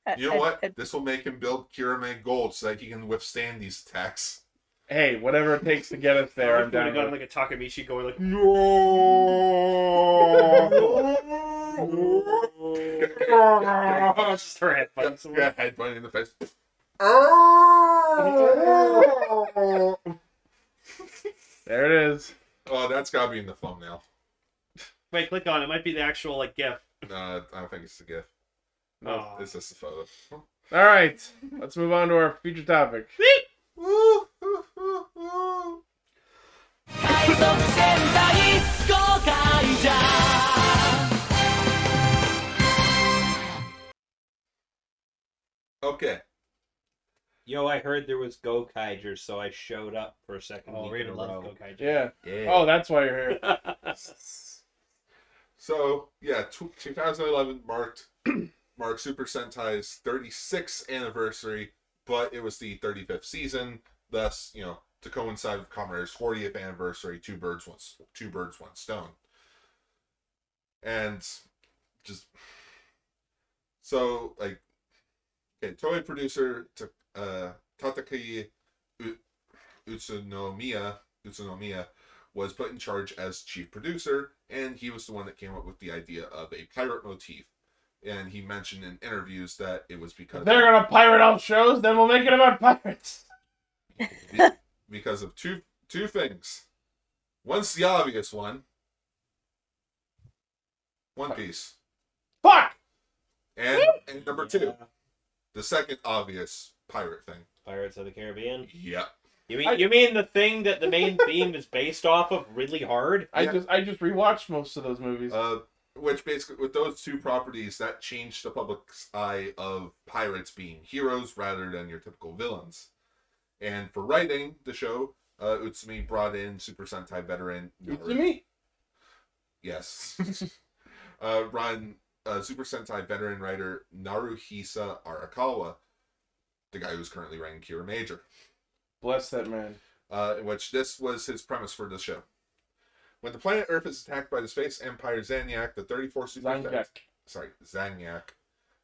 At,
you know
at-
what?
at-
This will make him build Kirame gold so that he can withstand these attacks.
Hey, whatever it takes to get us there, I'm
I've
down.
got
with.
like a Takamichi going like,
yeah,
just her headphones.
yeah, headbutt in the face.
there it is.
Oh, that's gotta be in the thumbnail.
Wait, click on it. Might be the actual like gift.
No, I don't think it's a gift.
Oh.
No.
It's just a photo.
All right, let's move on to our future topic.
Okay.
Yo, I heard there was Gokaiger, so I showed up for a second
Oh,
week
we're
in a
gonna love
row.
Gokaiger.
Yeah.
Yeah.
Oh, that's why you're here.
So yeah, tw 2011 marked marked Super Sentai's 36th anniversary, but it was the 35th season. Thus, you know, to coincide with Commodore's 40th anniversary, two birds one s- two birds one stone. And just so like Okay, Toei producer Ta- uh, Tataki U- Utsunomiya, Utsunomiya was put in charge as chief producer, and he was the one that came up with the idea of a pirate motif. And he mentioned in interviews that it was because
They're gonna pirate all shows, then we'll make it about pirates.
be- because of two two things. One's the obvious one. One Piece.
Fuck!
And, and number two,
Yeah.
the second obvious pirate thing.
Pirates of the Caribbean.
Yep.
You mean
I-
you mean the thing that the main theme is based off of really hard?
I
Yeah.
just I just rewatched most of those movies.
Uh, which basically, with those two properties, that changed the public's eye of pirates being heroes rather than your typical villains. And for writing the show, uh, Utsumi brought in Super Sentai veteran Nori-
Utsumi?
Yes. uh, run uh, Super Sentai veteran writer Naruhisa Arakawa, the guy who's currently writing Kira Major,
Bless that man.
uh, in which this was his premise for the show. When the planet Earth is attacked by the space empire Zanyak, the 34 Super
Zanyak.
Sorry, Zanyak.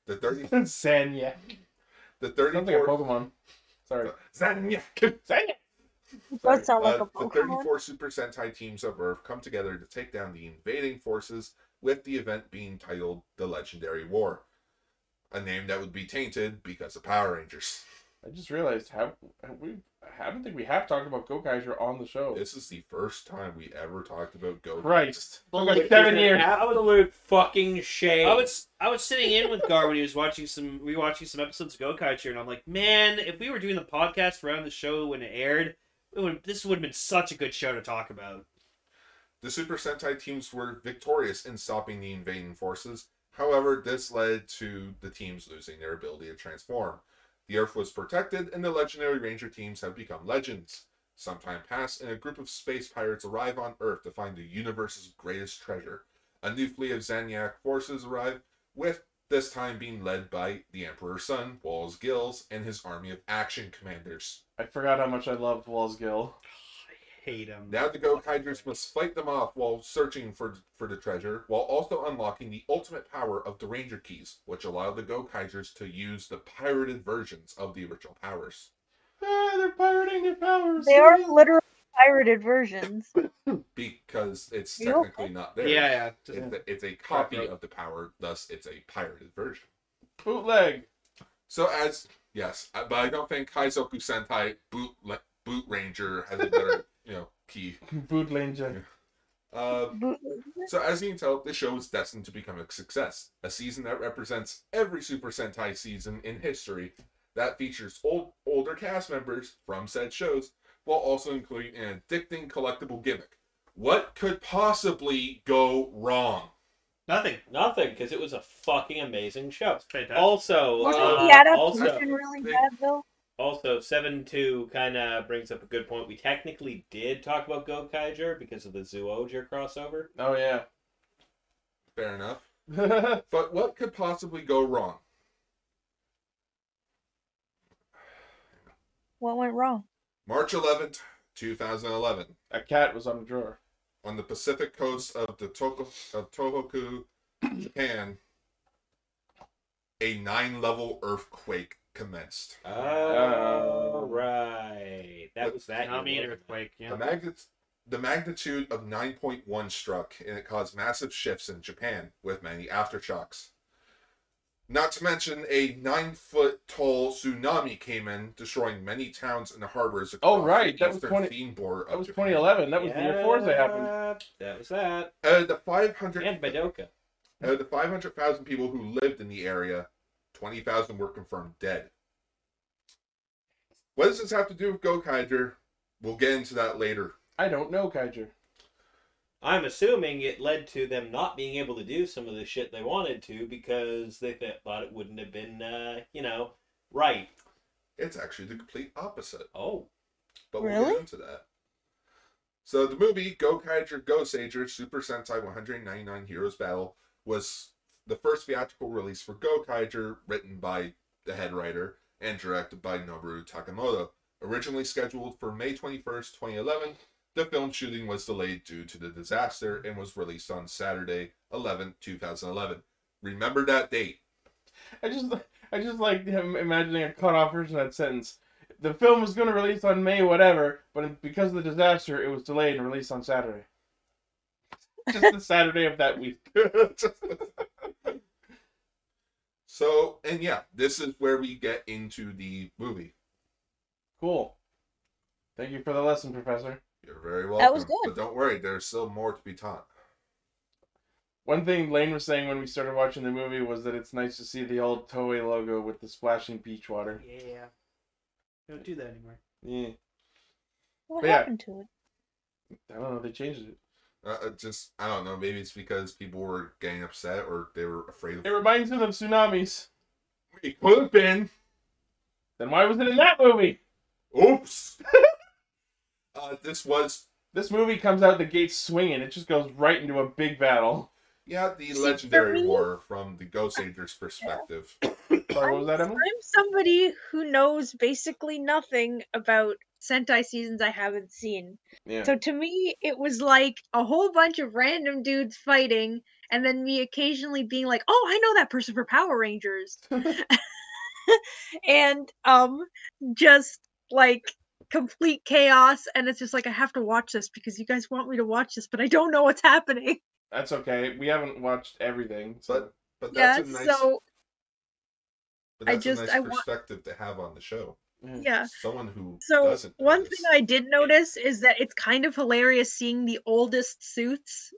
The 30,
Zanyak.
the
Sounds like a
34
Pokemon. Sorry.
Zanyak.
Zanyak.
Sorry.
That sound like
Uh,
a
the
Pokemon.
34 Super Sentai teams of Earth come together to take down the invading forces, with the event being titled the Legendary War, a name that would be tainted because of Power Rangers.
I just realized how how we I don't think we have talked about Gokaiser on the show.
This is the first time we ever talked about Go.
Christ. Took like
It is
seven
an
years.
Absolute fucking shame.
I was I was sitting in with Gar when he was watching some rewatching some episodes of Go Kart and I'm like, man, if we were doing the podcast around the show when it aired, it would, this would have been such a good show to talk about.
The Super Sentai teams were victorious in stopping the invading forces. However, this led to the teams losing their ability to transform. The Earth was protected, and the legendary Ranger teams have become legends. Some time passed, and a group of space pirates arrive on Earth to find the universe's greatest treasure. A new fleet of Zanyak forces arrive, with this time being led by the Emperor's son, Walls Gills, and his army of action commanders.
I forgot how much I loved Walls Gill.
I hate him.
Now the Go Hydras must fight them off while searching for for the treasure, while also unlocking the ultimate power of the Ranger Keys, which allow the Go Hydras to use the pirated versions of the original powers.
Ah, they're pirating their powers.
They are literally pirated versions.
Because it's
You okay?
technically not
yeah,
theirs.
yeah. Just-
It's, a, it's a copy of the power, thus it's a pirated version.
bootleg.
So as yes, I- but I don't think Kaizoku Sentai Boot like, Boot Ranger has a better you know key.
Bootlanger.
Um,
Bo-
So as you can tell, the show is destined to become a success, a season that represents every Super Sentai season in history that features old older cast members from said shows while also including an addicting collectible gimmick. What could possibly go wrong?
Nothing.
Nothing, because it was a fucking amazing show.
It's fantastic.
Also,
Wasn't
uh,
the adaptation
also,
really
they-
bad though?
also, seven two kind of brings up a good point. We technically did talk about Gokaiger because of the Zoojer crossover.
Oh yeah.
Fair enough. But what could possibly go wrong?
What went wrong?
March 11th, 2011,
a cat was on the drawer.
on the Pacific coast of the Toko- of Tohoku, Japan, a nine-level earthquake commenced.
Oh.
All right, that was
Tsunami
that. year,
and
wasn't it?
earthquake. Yeah.
The, magnet- the magnitude of 9.1 struck, and it caused massive shifts in Japan, with many aftershocks. Not to mention, a nine foot tall tsunami came in, destroying many towns and harbors across
Oh, right,
the
that was
eastern
20
seaboard
That
of
was
Japan.
2011. That was the year Forza happened.
Yep, That was that.
Out of the 500
And Madoka.
Out of the 500,000 people who lived in the area, 20,000 were confirmed dead. What does this have to do with Gokaiger? We'll get into that later.
I don't know, Kaiser.
I'm assuming it led to them not being able to do some of the shit they wanted to because they th- thought it wouldn't have been, uh, you know, right.
It's actually the complete opposite,
Oh,
but we'll
Really?
get into that. So the movie Gokaiger Ghost Ager Super Sentai 199 Heroes Battle was the first theatrical release for Gokaiger, written by the head writer and directed by Noboru Takamoto. Originally scheduled for May 21st, 2011, the film shooting was delayed due to the disaster and was released on Saturday, 11, 2011. Remember that date.
I just I just like him imagining a cut off version of that sentence. The film was going to release on May whatever, but because of the disaster, it was delayed and released on Saturday. Just the Saturday of that week.
so, and yeah, this is where we get into the movie.
Cool. Thank you for the lesson, Professor.
You're very welcome.
That was good.
But don't worry, there's still more to be taught.
One thing Lane was saying when we started watching the movie was that it's nice to see the old Toei logo with the splashing beach water.
Yeah. Don't do that anymore.
Yeah.
What
But yeah.
happened to it?
I don't know, they changed it.
Uh, uh, just I don't know. Maybe it's because people were getting upset or they were afraid of.
It reminds me of tsunamis.
It could have been.
Then why was it in that movie?
Oops. uh, this was
This movie comes out the gates swinging. It just goes right into a big battle.
yeah the
See, for
legendary
me-
war from the Ghost Ager's perspective.
Sorry, what was that, Emily?
I'm somebody who knows basically nothing about Sentai seasons I haven't seen.
Yeah.
So to me, it was like a whole bunch of random dudes fighting, and then me occasionally being like, "Oh, I know that person for Power Rangers," and um, just like complete chaos. And it's just like I have to watch this because you guys want me to watch this, but I don't know what's happening.
That's okay. We haven't watched everything, so
But
Yeah.
that's a nice.
so
but
I
that's
just-
a nice
I want-
perspective to have on the show.
yeah.
Someone who
So
doesn't. know
one
this.
thing I did notice is that it's kind of hilarious seeing the oldest suits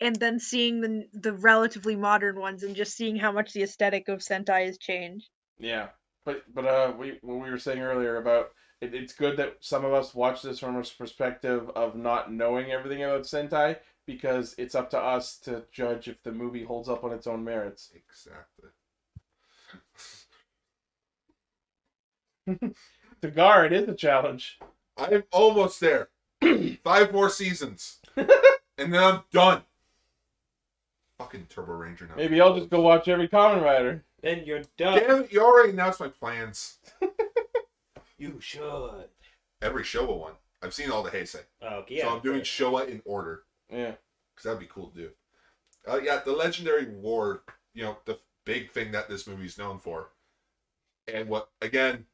and then seeing the n- the relatively modern ones and just seeing how much the aesthetic of Sentai has changed.
yeah. But but uh, we what we were saying earlier about it, it's good that some of us watch this from a perspective of not knowing everything about Sentai because it's up to us to judge if the movie holds up on its own merits.
Exactly.
To Gar, it is a challenge.
I'm almost there. Five more seasons, and then I'm done. Fucking Turbo Ranger. now.
Maybe I'll just go watch every Common Rider.
Then you're done.
Damn it! You already announced my plans.
You should.
Every Showa one. I've seen all the Heisei.
Oh, yeah.
so I'm doing Showa in order.
Yeah.
because that'd be cool to do. Uh, yeah, the legendary war, you know, the big thing that this movie's known for, and what again,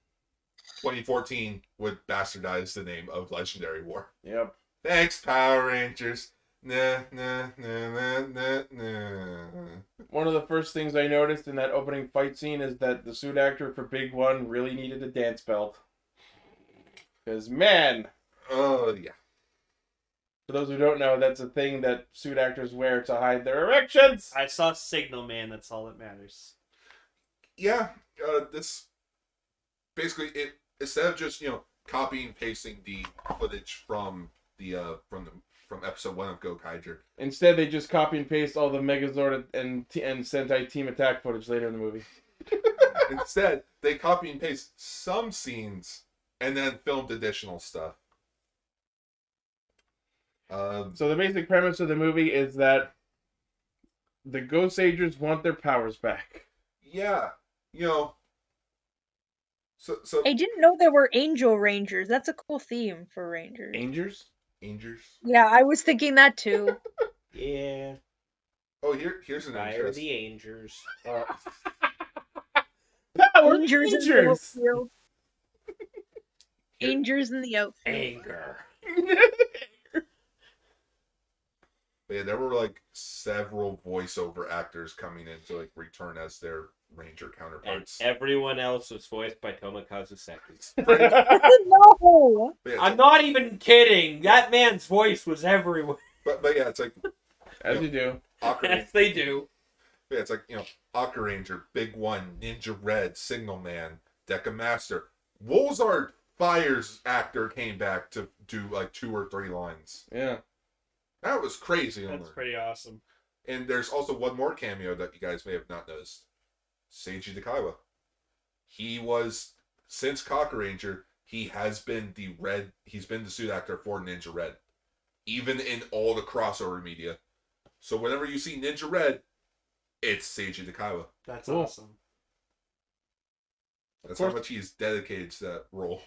2014 would bastardize the name of legendary war.
Yep.
Thanks, Power Rangers. Nah, nah, nah, nah, nah, nah.
One of the first things I noticed in that opening fight scene is that the suit actor for Big One really needed a dance belt. Because, man,
Oh yeah,
for those who don't know, that's a thing that suit actors wear to hide their erections.
I saw Signal Man. That's all that matters.
yeah. Uh, this basically it instead of just you know copying and pasting the footage from the uh from the from episode one of Go Kyger,
Instead, they just copy and paste all the Megazord and, and Sentai team attack footage later in the movie.
Instead, they copy and paste some scenes and then filmed additional stuff. Um,
So, the basic premise of the movie is that the Ghost Agers want their powers back.
yeah, you know. So, so
I didn't know there were Angel Rangers. That's a cool theme for Rangers.
Angers?
Angers.
yeah, I was thinking that too.
Yeah.
Oh, here, here's an
Fire of
interest.
the Angels.
Uh,
Rangers in the
Rangers!
outfield. Rangers in the outfield.
Anger.
But yeah, there were like several voiceover actors coming in to like return as their ranger
And
counterparts.
everyone else was voiced by Tomokazu Seki.
no.
But yeah, it's
I'm
like-
not even kidding. That man's voice was everywhere.
but, but yeah, it's like
As you do.
Aquaman
Yes, they do.
Yeah, it's like, you know, Aqua Ranger, Big One, Ninja Red, Signal Man, Deca Master. Wolzard Fires actor came back to do like two or three lines.
Yeah.
That was crazy. on
That's
there.
pretty awesome.
And there's also one more cameo that you guys may have not noticed Seiji Nakaiwa. He was, since Cocker Ranger, he has been the red, he's been the suit actor for Ninja Red, even in all the crossover media. So whenever you see Ninja Red, it's Seiji Nakaiwa.
That's
Cool.
awesome.
That's
course.
how much he's dedicated to that role.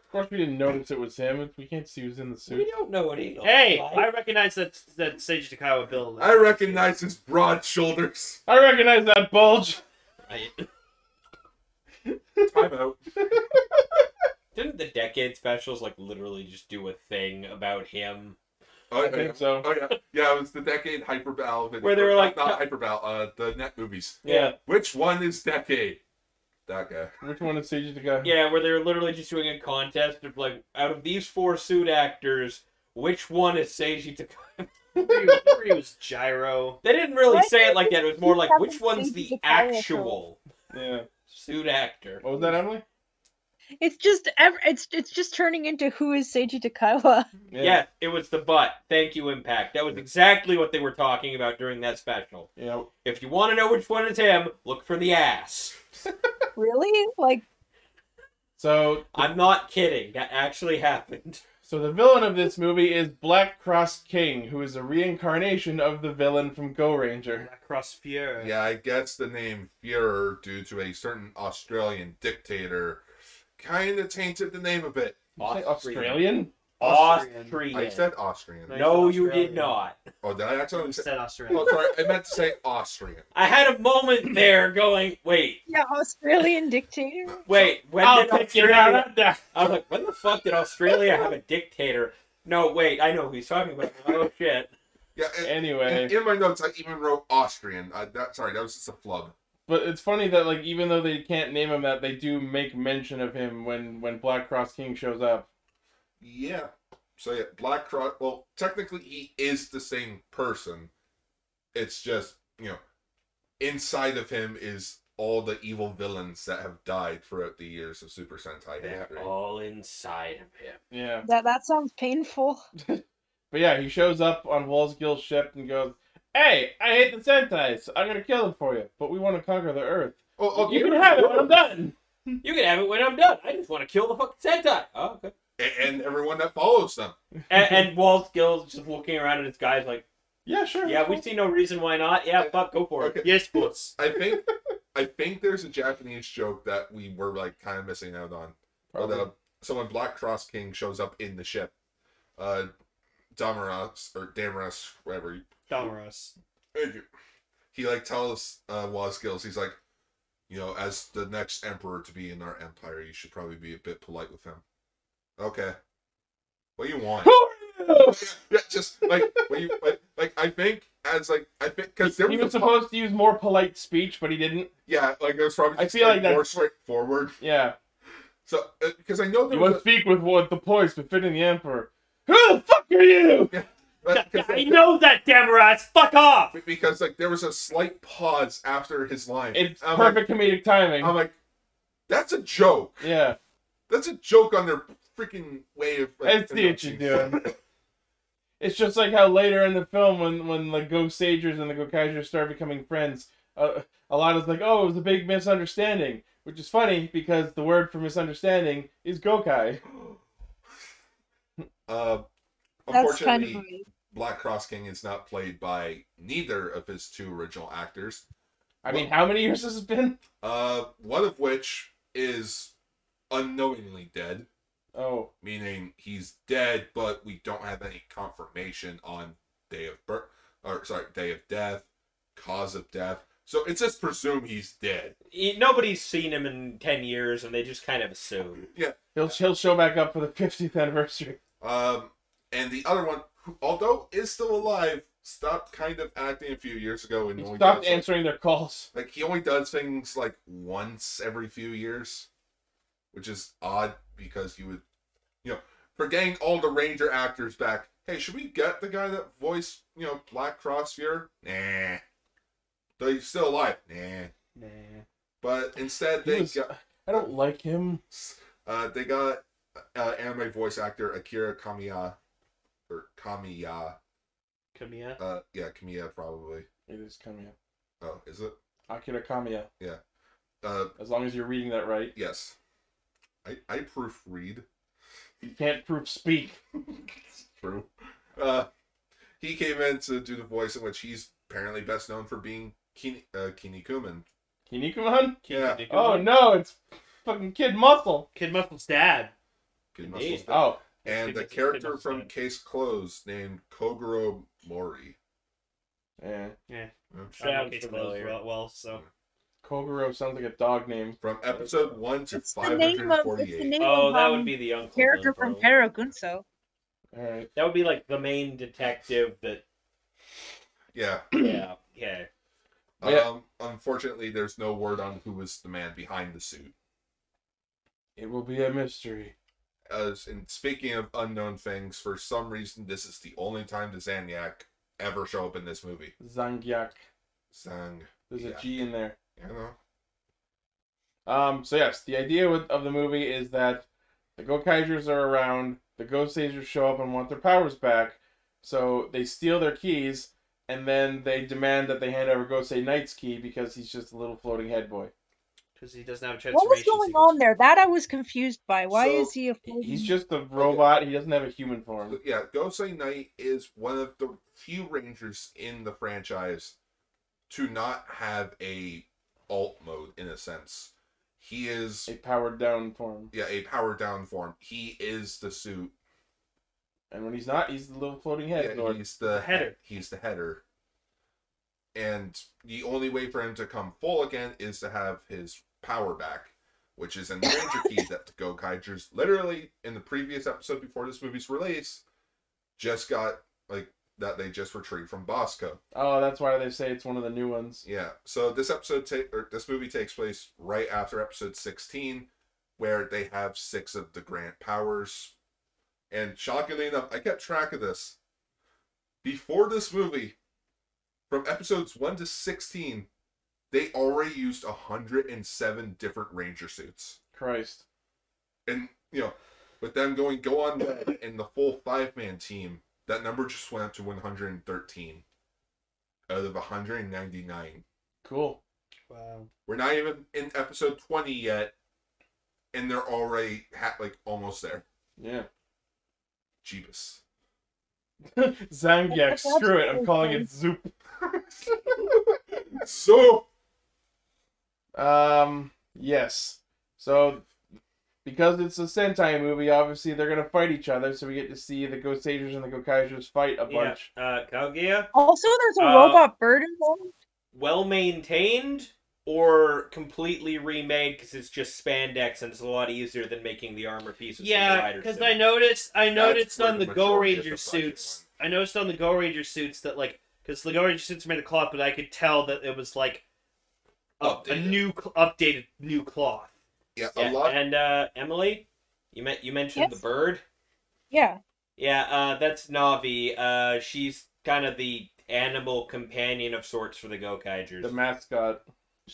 Of course, we didn't notice it was him. We can't see who's in the
We
suit.
don't know what he looks
Hey,
like.
I recognize that that Seiji Takaiwa build.
I recognize his broad shoulders.
I recognize that bulge.
I,
Time out.
didn't the decade specials like literally just do a thing about him?
Oh,
I
yeah.
think so.
Oh yeah, yeah. It was the decade hyperbal.
Where they were like-
not, not hyperbal. Uh, the net movies.
Yeah,
Which one is decade? That guy.
Which one is CG the guy?
yeah, where they were literally just doing a contest of like, out of these four suit actors, which one is Seiji Takagi?
He was gyro.
They didn't really
Why
say it like that. It was more
did
like,
you
which
have
one's
Seiji
the
Takagi
actual
Yeah.
suit actor?
What was Oh, that, Emily?
It's just ev- it's it's just turning into who is Seiji Takawa.
Yeah. it was the butt. Thank you, Impact. That was exactly what they were talking about during that special.
Yeah.
If you want to know which one is him, look for the ass.
Really? Like
So
I'm not kidding. That actually happened.
So the villain of this movie is Black Cross King, who is a reincarnation of the villain from Go Ranger.
Across Fiera.
Yeah, I guess the name Fuhrer due to a certain Australian dictator kind of tainted the name a bit.
Did you say Australian?
Austrian.
I Oh, said Austrian.
Nice.
No,
I said
you did
Australian.
not.
Oh, did I
He
accidentally say?
said
Oh,
Australia.
sorry. I meant to say Austrian.
I had a moment there going, wait,
yeah, Australian dictator.
wait, when
I'll
did
take you down
Australia...
under.
I was like, when the fuck did Australia have a dictator? No, wait, I know who he's talking about. Oh, shit.
Yeah. and-
Anyway,
and in my notes, I even wrote Austrian. I, that sorry, that was just a flub.
but it's funny that like even though they can't name him that, they do make mention of him when when Black Cross King shows up.
Yeah. So yeah, Black Cross. Well, technically, he is the same person. It's just you know, inside of him is all the evil villains that have died throughout the years of Super Sentai
They're
history.
all inside of him.
Yeah.
That that sounds painful.
But yeah, he shows up on Wolfsgill's ship and goes, "Hey, I hate the Sentai, so I'm gonna kill them for you. But we want to conquer the Earth.
Oh, oh,
you can have it when I'm done."
You can have it when I'm done. I just want to kill the fucking Sentai. Oh, okay.
and, and everyone that follows them.
And, and Wall's Gill's just looking around at his guys like,
Yeah, sure.
yeah, we see no reason why not. Yeah, fuck, go for it.
Okay.
Yes, boss.
I think I think there's a Japanese joke that we were like kind of missing out on. Or
Probably.
the so when Black Cross King shows up in the ship, uh, Damaras or Damaras, whatever you
Domoros.
he like tells uh Wazgills, he's like, you know, as the next emperor to be in our empire, you should probably be a bit polite with him. Okay. What do you want? Oh, yeah, yeah, just like what you like, like I think as like I think because there
He
was,
was
a, po-
supposed to use more polite speech, but he didn't.
yeah like it was probably
I
just,
feel like
more
that's-
straightforward.
Yeah.
So because I know there
You
was
must speak with what the poise befitting the emperor. Who the fuck are you?
a, because,
I know that, Demoros. Fuck off.
because like there was a slight pause after his line.
It's
I'm like,
perfect comedic timing.
I'm like, that's a joke.
yeah,
That's a joke on their freaking way of. Like,
that's the what you're
announcing.
doing. it's just like how later in the film, when when the Ghost Sagers and the Gokaiser start becoming friends, uh, a lot is like, oh, it was a big misunderstanding, which is funny because the word for misunderstanding is Gokai.
Uh,
That's kind of
unfortunately,
funny.
Black Cross King is not played by neither of his two original actors.
I mean, how many years has it been?
Uh, one of which is unknowingly dead,
Oh,
meaning he's dead, but we don't have any confirmation on day of birth, or sorry, day of death, cause of death. So it's just presume he's dead.
He- Nobody's seen him in 10 years, and they just kind of assume.
he'll he'll show back up for the 50th anniversary.
Um, and the other one, who, although is still alive, stopped kind of acting a few years ago and
He
only
stopped
does, like-
answering their calls.
Like he only does things like once every few years, which is odd because you would, you know, for getting all the Ranger actors back. Hey, should we get the guy that voiced you know Black Cross here? Nah. Though he's still alive. Nah.
Nah.
But instead
He
they
was-
got
I don't like him.
uh, they got uh, anime voice actor Akira Kamiya or Kamiya.
Come here.
Uh, yeah, Kamiya probably.
It is Kamiya.
Oh, is it?
Akira Kamiya.
Uh,
As long as you're reading that right.
yes. I I proofread.
You can't proof speak.
True. Uh, he came in to do the voice in which he's apparently best known for being Kini, uh, Kinnikuman.
Kinikuman?
Yeah.
Oh no, it's fucking Kid Muscle.
Kid Muscle's dad.
Kid
Indeed.
Muscle's dad.
Oh,
and the
Kid- Kid
character
Muscle's
from
dad.
Case Closed named Kogoro Mori.
yeah.
Yeah.
Yeah.
I don't know
Sounds
Case Closed
familiar.
well, well, so
Kogoro sounds like a dog name.
From episode one to
It's the name of it's the
548.
name
Oh,
of
that
um,
would be the uncle.
character
then,
from
probably.
Pero Gunso.
All right.
That would be like the main detective that.
Yeah.
Yeah. Okay.
Yeah.
Um, unfortunately, there's no word on who was the man behind the suit.
It will be a mystery.
As and speaking of unknown things, for some reason, this is the only time the Zaniac ever show up in this movie.
Zangyak.
Zang,
There's a
Yeah.
G in there.
you know,
Um, so yes, the idea with, of the movie is that the Gokaijers are around, the Ghost Sagers show up and want their powers back, so they steal their keys, and then they demand that they hand over Ghost Sage Knight's key because he's just a little floating head boy.
because he doesn't have a
What
transformation.
was going
sequence.
on there? That I was confused by. Why
So,
is he a
He- He's
floating-
just a robot, he doesn't have a human form.
yeah, Gosei Knight is one of the few Rangers in the franchise to not have a alt mode in a sense. He is
A powered down form.
yeah a powered down form. He is the suit.
And when he's not, he's the little floating head
Yeah,
lord.
he's the
header.
He's the header. And the only way for him to come full again is to have his power back, which is an ranger key that the Gokaijers literally in the previous episode before this movie's release just got like that they just retrieved from Bosco.
Oh, that's why they say it's one of the new ones.
Yeah. So this episode ta- or this movie takes place right after episode 16 where they have six of the grant powers. And shockingly enough, I kept track of this. Before this movie, from episodes 1 to 16, they already used 107 different ranger suits.
Christ.
And, you know, with them going go on Red and the full five man team, that number just went up to 113 out of 199
Cool.
Wow.
we're not even in episode 20 yet and they're already ha- like almost there
Yeah.
jeebus
Zangiak, screw it, I'm calling it Zoop.
so
Um. Yes. So, because it's a Sentai movie, obviously they're gonna fight each other. So we get to see the Ghost Sagers and the Gokaijers fight a
Yeah.
bunch.
Uh, Kaguya,
Also, there's a
Uh,
robot bird involved.
well maintained or completely remade because it's just spandex and it's a lot easier than making the armor pieces. for the
Yeah,
rider
because
suit.
I noticed. I noticed
where
on
the
the Go
majority of the
Ranger
budget
suits. I noticed on the Go Ranger suits that like because the Go Ranger suits are made of cloth, but I could tell that it was like a, a
Updated.
new cl- updated new cloth.
yeah, a
Yeah,
lot
And uh, Emily, you met you mentioned
Yes.
the bird.
Yeah.
Yeah, uh, that's Navi. Uh, she's kind of the animal companion of sorts for the Gokaijers.
The mascot.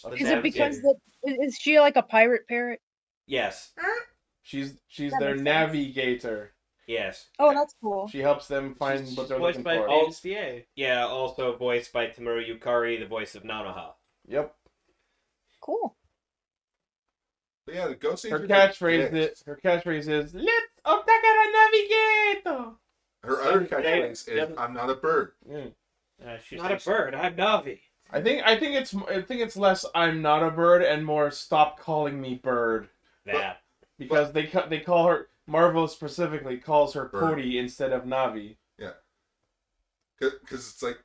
The
Is
Navi.
it because the, is is she like a pirate parrot?
Yes,
She's she's
That
their
makes sense.
navigator.
yes.
Oh, that's cool.
She helps them find
She's
what they're
voiced
looking
by
for.
all-
Davis VA.
Yeah, also voiced by Tamura Yukari, the voice of Nanoha.
Yep.
Cool.
but yeah the ghost
Her
Agents are
catchphrase
dicks.
is her catchphrase is "Let's Otagara navigator."
her other
Doesn't say it.
catchphrase is
Doesn't-
i'm not a bird
Yeah.
Uh, she's
Not a bird. I'm Navi.
I think I think it's I think it's less "I'm not a bird" and more "Stop calling me bird."
That.
because they ca- they call her Marvel specifically calls her
Bird.
Cody instead of Navi.
because it's like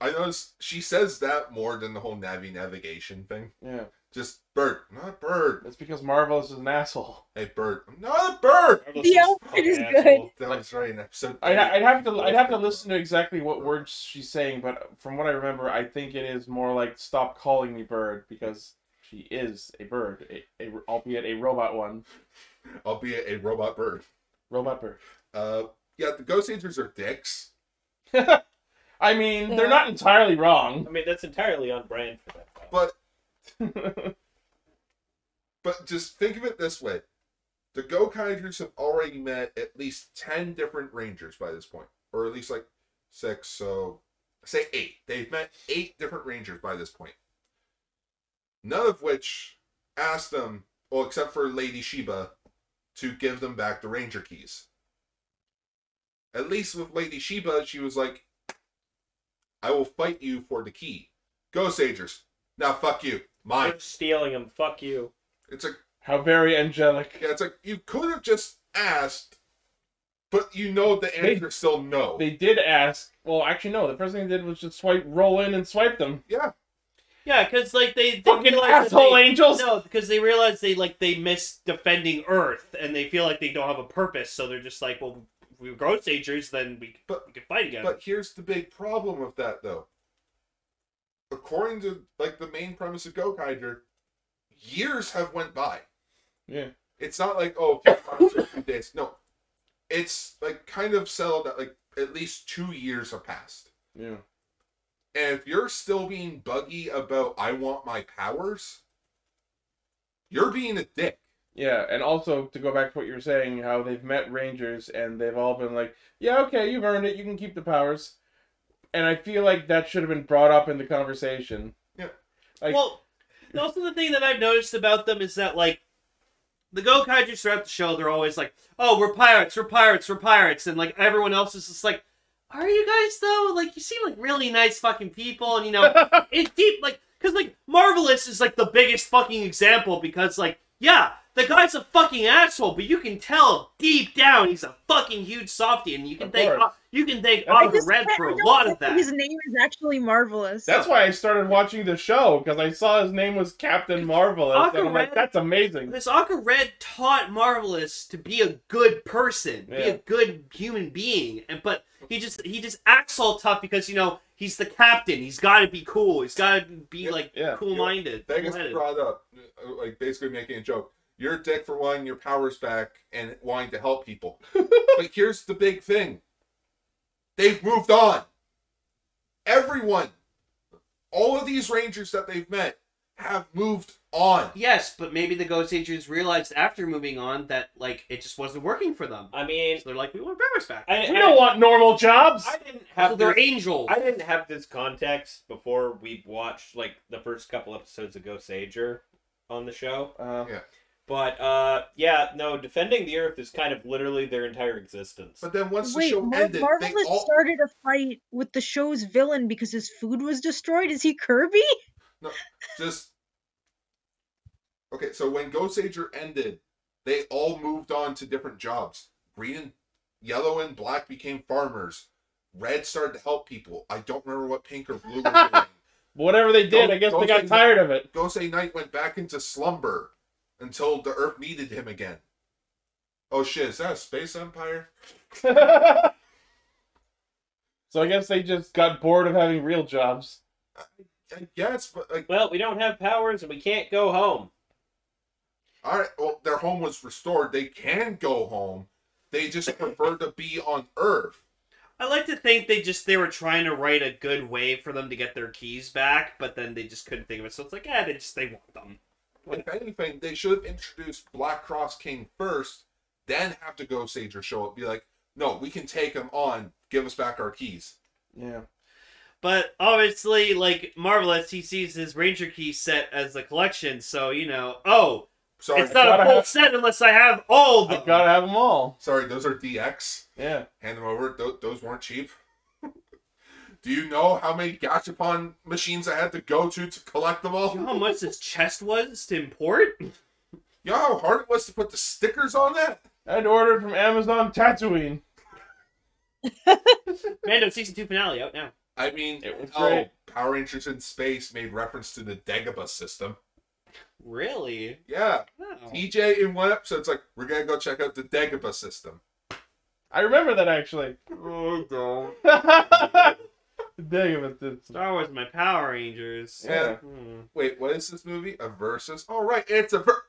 i noticed she says that more than the whole navi navigation thing
Yeah,
just bird I'm not a bird
that's because Marvelous is an asshole.
hey bird i'm not a bird
The outfit is good.
that was right in episode
I'd, ha- I'd have to I'd have to
three.
listen to exactly what words she's saying, but from what I remember, I think it is more like "Stop calling me bird" because she is a bird, a, a, albeit a robot one,
albeit a robot bird
robot bird.
uh yeah the ghost agents are dicks
I mean, they're
Yeah.
not entirely wrong.
I mean, that's entirely on brand for that. Though.
but But just think of it this way. The Gokaijers have already met at least 10 different rangers by this point, or at least like six, so say eight. They've met eight different rangers by this point. None of which asked them, well, except for Lady Sheba, to give them back the ranger keys. At least with Lady Sheba, she was like, I will fight you for the key. Ghost Agers, now fuck you. Mine.
You're stealing them. Fuck you.
It's like,
How very angelic.
yeah, it's like you could have just asked, but you know the
They-
answer still no.
They did ask. Well, actually, no. The first thing they did was just swipe, roll in, and swipe them.
yeah,
Yeah, because like they, they
Fucking
realize that
asshole
they-
angels!
No, because they realize they like they miss defending Earth, and they feel like they don't have a purpose, so they're just like, well, if we were Ghost Agers, then we,
But-
we can fight again.
But here's the big problem with that though. According to like the main premise of Gokaiger, years have went by.
Yeah.
It's not like oh okay, fine, so two days. No. It's like kind of settled that like at least two years have passed.
Yeah.
And if you're still being buggy about I want my powers, you're being a dick.
Yeah, and also to go back to what you were saying, how they've met Rangers and they've all been like, "Yeah, okay, you've earned it. You can keep the powers." And I feel like that should have been brought up in the conversation.
Yeah.
Like,
well, also the thing that I've noticed about them is that like the Gokaijus throughout the show, they're always like, "Oh, we're pirates, we're pirates, we're pirates," and like everyone else is just like, "Are you guys though? Like, you seem like really nice fucking people, and you know, it deep like because like Marvelous is like the biggest fucking example because like yeah." The guy's a fucking asshole, but you can tell deep down he's a fucking huge softie, and you can
Of
thank
course.
you can thank
I
I
Oliver
just
Red
can't-
for
I
a
don't
lot of
think
that.
His name is actually marvelous.
that's why I started watching the show because I saw his name was Captain Marvelous, and I'm like,
Aquaman-
"That's amazing."
Because Aqua Red taught Marvelous to be a good person, be
Yeah.
a good human being, and but he just he just acts all tough because you know he's the captain. He's got to be cool. He's got to be
Yeah,
like
yeah.
cool minded.
That gets brought up, uh, like basically making a joke. You're a dick for wanting your powers back and wanting to help people. but here's the big thing they've moved on. Everyone, all of these Rangers that they've met have moved on.
Yes, but maybe the Ghost Agents realized after moving on that like it just wasn't working for them.
I mean,
So they're like, we want Barris back.
I,
We
I-
don't want normal jobs.
I didn't have
so they're
this-
angels.
I didn't have this context before we watched like the first couple episodes of Ghost Ager on the show.
Uh,
Uh-huh.
But uh yeah, no, defending the earth is kind of literally their entire existence.
But then once the
Wait,
show
Mar-
ended, they
Marvelous
all.
started a fight with the show's villain because his food was destroyed. Is he Kirby?
just okay so when ghost ager ended they all moved on to different jobs green and yellow and black became farmers red started to help people i don't remember what pink or blue were doing
whatever they did,
Don't-
I guess they
don't
got
say-
tired of it.
ghost a knight went back into slumber until the earth needed him again oh shit is that a space empire
so I guess they just got bored of having real jobs.
I guess but like
well, we don't have powers and we can't go home.
all right well their home was restored they can go home they just prefer to be on earth
I like to think they just they were trying to write a good way for them to get their keys back, but then they just couldn't think of it. So it's like, yeah, they just they want them.
If anything, they should have introduced Black Cross King first, then have to go Sager show up. Be like, no, we can take him on. Give us back our keys.
Yeah.
But obviously, like Marvelous, he sees his Ranger Key set as a collection, so you know, oh,
Sorry,
it's not
gotta
a full
have-
set unless I have all of
I
them.
gotta have them all.
sorry, those are DX.
Yeah.
Hand them over. Th- those weren't cheap. Do you know how many Gachapon machines I had to go to to collect them all?
You know how much this chest was to import?
You know how hard it was to put the stickers on that?
I'd ordered from Amazon Tatooine.
Mando season two finale out now.
I mean,
It was
oh,
great.
Power Rangers in Space made reference to the Dagobah system.
Really? Oh.
Yeah,
Wow.
EJ in one episode, it's like, we're going to go check out the Dagobah system.
I remember that actually.
Oh, don't.
Dang it, it's-
Star Wars, my Power Rangers.
Yeah.
Hmm.
Wait, what is this movie? A versus? All right, it's a ver-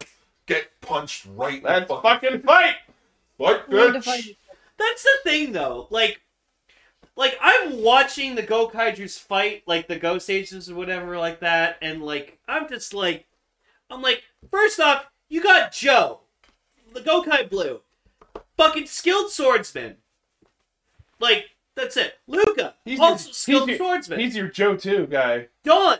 get punched right. in the
That's
fucking-
fucking fight!
What,
We'll define
bitch?
it.
That's the thing, though. Like, like I'm watching the Gokaijus fight, like the Ghost Agents or whatever, like that, and like I'm just like, I'm like, first off, you got Joe, the Gokai Blue, fucking skilled swordsman. Like that's it. Luca,
He's your-
also skilled
he's your-
swordsman.
He's your Joe 2 guy.
Don,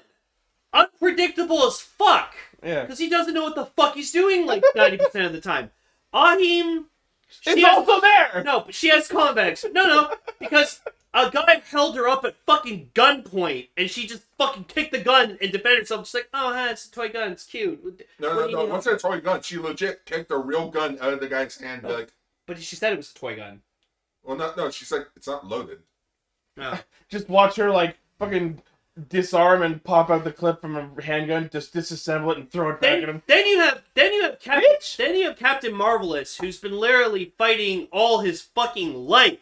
unpredictable as fuck,
Yeah.
because he doesn't know what the fuck he's doing like ninety percent of the time. Ahim,
It's
she has-
also there!
no, but she has convex. No, no, because a guy held her up at fucking gunpoint, and she just fucking kicked the gun and defended herself. She's like, "Oh, huh, it's a toy gun. It's cute."
No,
What
no,
do you
no.
need
Once
help
I toy gun, she legit kicked a real gun out of the guy's hand.
Oh.
Be like,
But she said it was a toy gun.
well, no, no. She's like, it's not loaded.
Oh.
Just watch her, like, fucking disarm and pop out the clip from a handgun, just disassemble it and throw it back at
Then,
him.
then you have then you have Captain then you have Captain Marvelous, who's been literally fighting all his fucking life.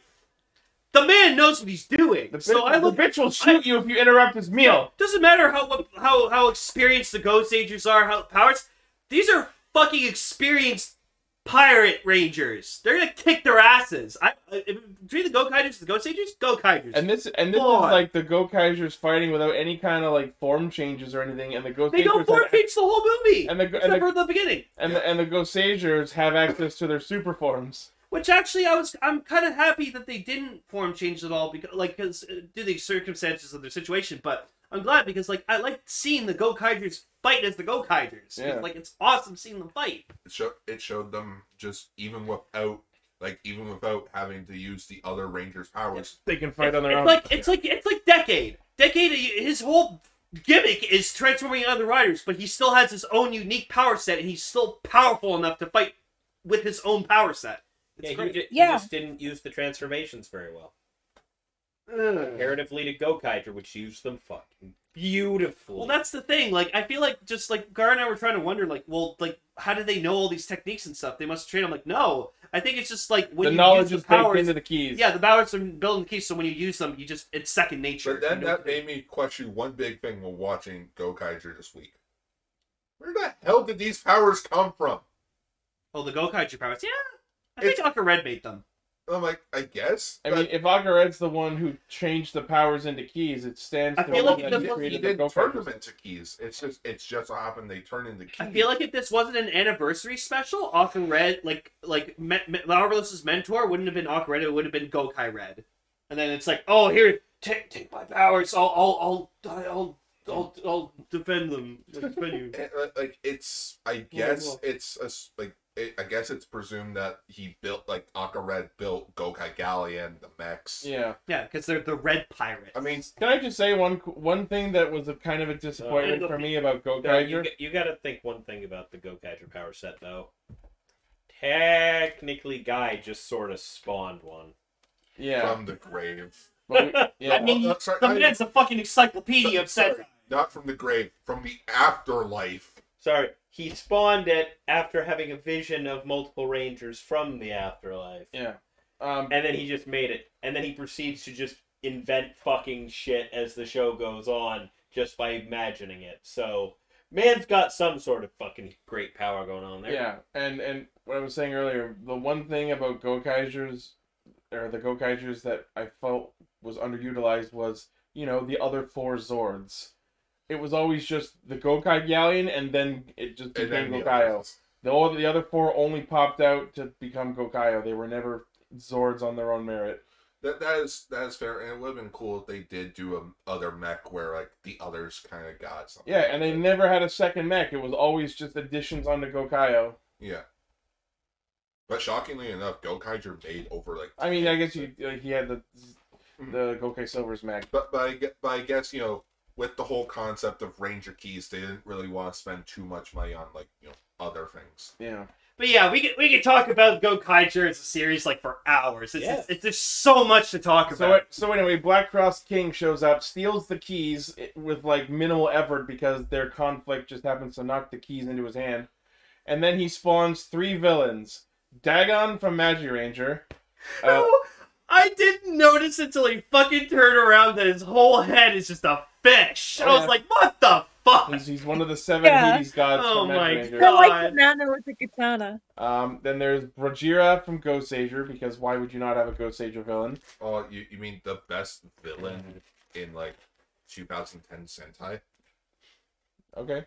The man knows what he's doing.
The bitch,
so I
the
look.
bitch will shoot you if you interrupt his meal.
Doesn't matter how how how experienced the Ghost Rangers are, how powers. These are fucking experienced pirate rangers. They're gonna kick their asses. I, I between the Go Kaijus and the Ghost Rangers, Go Kaijus.
And this and this
Boy.
is like the Go Kaisers fighting without any kind of like form changes or anything, and the Go
they don't
Sagers
form
have-
change the whole movie.
And the- and
except
the-
for the beginning.
and the, and the Go Sagers have access to their super forms.
Which actually, I was I'm kind of happy that they didn't form change at all because like because uh, due to the circumstances of their situation. But I'm glad because like I like seeing the Go Kaijers fight as the Go Kaijers.
Yeah.
Like it's awesome seeing them fight.
It, show, it showed them just even without like even without having to use the other Rangers' powers.
They can fight on their
it's
own.
like it's like it's like decade decade. His whole gimmick is transforming into other riders, but he still has his own unique power set, and he's still powerful enough to fight with his own power set. It's
Yeah, he,
great.
ju- he
Yeah.
just didn't use the transformations very well. Comparatively to Gokaiger, which used them fucking beautifully.
Well, that's the thing. Like, I feel like just like Gar and I were trying to wonder, like, well, like, how do they know all these techniques and stuff? They must train. I'm like, no. I think it's just like when
the
you
knowledge
use
is
the
baked
powers.
into the keys.
yeah, the powers are built in the keys, so when you use them, you just it's second nature.
But then
You know-
that made me question one big thing while watching Go Gokaiger this week. Where the hell did these powers come from?
oh, the Gokaiger powers. Yeah, I think
It's-
Dr. Red made them.
I'm like, I guess.
I
but-
mean, if Agared's the one who changed the powers into keys, it stands
I
to
feel
reason
like
he
that
the-
he
did, he
created the
did
Go
turn
Kaisers.
them into keys. It's just it's just what happened they turned into keys.
I feel like if this wasn't an anniversary special, Aqua Red, like like Me- Me- Marvelous's mentor, wouldn't have been Aqua Red. It would have been Gokai Red. And then it's like, oh, here, take take my powers. I'll I'll I'll I'll I'll, I'll defend them. I'll defend you.
Eh, li- like it's I guess
well.
it's a s like it, I guess it's presumed that he built like Akared built Gokai Galley and the mechs.
Yeah.
Yeah, because they're the Red Pirates.
I mean,
Can I just say one one thing that was a kind of a disappointment
Uh,
for me about Go
No, you,
Geiger?
g- you gotta think one thing about the Gokaiger power set, though. Technically, Guy just sort of spawned one.
Yeah.
from the grave.
But we- yeah.
I mean,
Oh, uh, sorry,
the
I-
man's a fucking encyclopedia of
Sorry,
said.
Not from the grave, from the afterlife.
Sorry, he spawned it after having a vision of multiple Rangers from the afterlife.
Yeah. Um,
And then he just made it. And then he proceeds to just invent fucking shit as the show goes on just by imagining it. So, man's got some sort of fucking great power going on there.
yeah. And and what I was saying earlier, the one thing about Go Kaisers or the Go Kaisers that I felt was underutilized was, you know, the other four Zords. It was always just the Gokai Galleon and then it just
And
became
then the
Gokaio.
others.
The all the other four only popped out to become Gokaio. They were never Zords on their own merit.
That that is that is fair, and it would have been cool if they did do a other mech where like the others kind of got something.
Yeah, and they
But-
never had a second mech. It was always just additions onto Gokaio.
yeah. But shockingly enough, Gokaiger made over like.
I mean, I guess
10%.
you like, he had the
Mm-hmm.
the Gokai Silver's mech.
But but I, gue- but I guess you know with the whole concept of Ranger keys, they didn't really want to spend too much money on like you know other things.
Yeah,
But yeah, we could we could talk about Gokaiger as a series like for hours. It's,
Yeah.
it's, there's so much to talk about.
So it- so anyway, Black Cross King shows up, steals the keys i- with like minimal effort because their conflict just happens to knock the keys into his hand, and then he spawns three villains: Dagon from Magi Ranger. Uh,
No, I didn't notice until he fucking turned around that his whole head is just a fish.
Oh,
I was
yeah.
like, what the fuck?
He's, he's one of the seven
Yeah.
Hades gods
Oh
from Magi
my
Ranger.
I like
God.
banana with the katana.
Um, then there's Brajira from Ghost Sager because why would you not have a Ghost Sager villain?
Oh, you you mean the best villain
Mm-hmm.
in like 2010 Sentai?
Okay.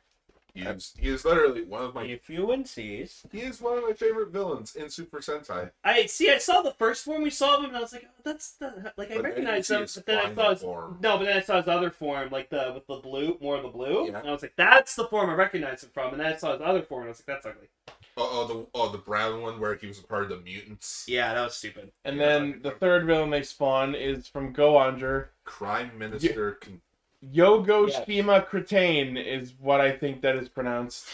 He is, he is literally one of my
If you insist.
he is one of my favorite villains in Super Sentai.
I see. I saw the first one we saw of him, and I was like, oh, that's the like I
But then you
uh,
recognized
see
him.
his
But then I
final
saw his
form.
no, but then I saw his other form, like the with the blue, more of the blue,
Yeah.
and I was like, that's the form I recognize him from. And then I saw his other form, and I was like, that's ugly.
Oh, oh the oh the brown one where he was a part of the mutants.
Yeah, that was stupid.
And
Yeah, that's
then
like-
the third villain they spawn is from Goanger.
Crime Minister. Con-
Yogo
Yes.
Shima Cretane is what I think that is pronounced.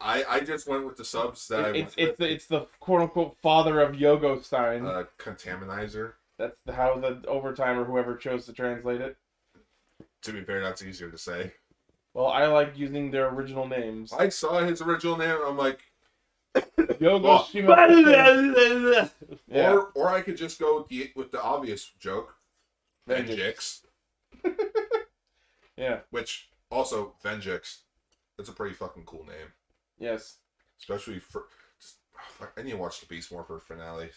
I I just went with the subs that I
It-
went
it's, it's,
with.
the, it's the quote unquote father of Yogo Stein.
uh, Contaminizer.
That's the- how the overtime or whoever chose to translate it.
To be fair, that's easier to say.
Well, I like using their original names.
I saw his original name, and I'm like,
Yogo
Well,
Shima.
uh,
Yeah.
or or I could just go with the, with the obvious joke, Venjix,
Yeah.
which also Venjix. That's a pretty fucking cool name,
Yes.
especially for. Just, oh, fuck, I need to watch the Beast Morpher finale.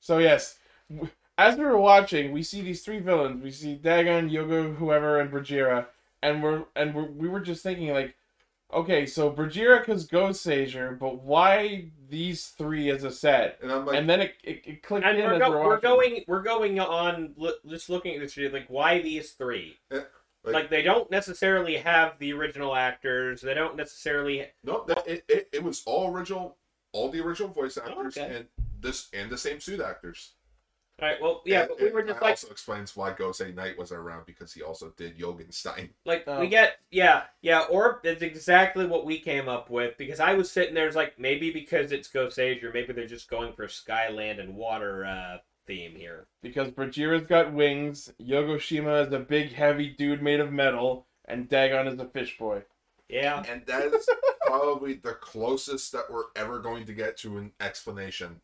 So yes, w- as we were watching, we see these three villains. We see Dagon, Yogo, whoever, and Brigera, and we're and we're, we were just thinking like, okay, so Brigera could go Sager, but why these three as a set?
And I'm like,
and then it, it, it clicked
And
in
we're,
as
go-
we're,
we're
watching.
going we're going on lo- just looking at this video, like why these three?
Yeah,
Like,
like-
they don't necessarily have the original actors. They don't necessarily
nope, that, it, it, it was all original, all the original voice actors,
Oh, okay.
and this and the same suit actors.
All right, well, yeah,
And-
but we
and
were just
that
like
also explains why Gosei Knight was around because he also did Jogenstein.
Like
Oh.
we get, yeah, yeah. Orb. That's exactly what we came up with because I was sitting there, it's like maybe because it's Ghost Age, or maybe they're just going for sky, land, and water uh, theme here.
because Brigera's got wings, Yogoshima is a big heavy dude made of metal, and Dagon is a fish boy.
Yeah,
And that is probably the closest that we're ever going to get to an explanation,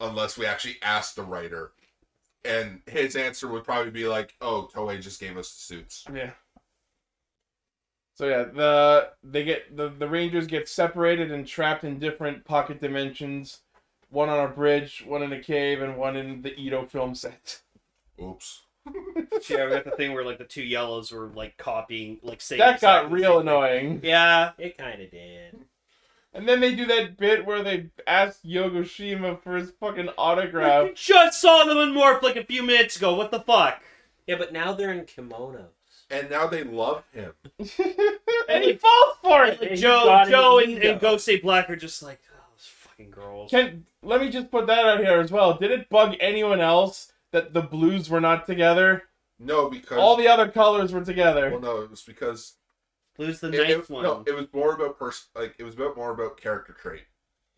unless we actually ask the writer. And his answer would probably be like, "Oh, Toei just gave us the suits."
Yeah. So yeah, the they get the, the Rangers get separated and trapped in different pocket dimensions, one on a bridge, one in a cave, and one in the Edo film set.
Oops.
yeah, we got the thing where like the two yellows were like copying, like saying
That got
exactly the
real
same thing.
annoying.
Yeah,
it kind of did.
And then they do that bit where they ask Yogoshima for his fucking autograph.
We just saw them in Morph like a few minutes ago. What the fuck?
Yeah, but now they're in kimonos.
And now they love him.
and he falls for it.
Hey, you
Joe,
got it,
Joe, and,
Lindo.
and Ghost State Black are just like oh, those fucking girls.
Can let me just put that out here as well. Did it bug anyone else that the blues were not together?
No, because
All the other colors were
well,
together.
no, it was because
Lose the
it, it-
ninth one.
no, it was more about pers- like it was about more about character trait.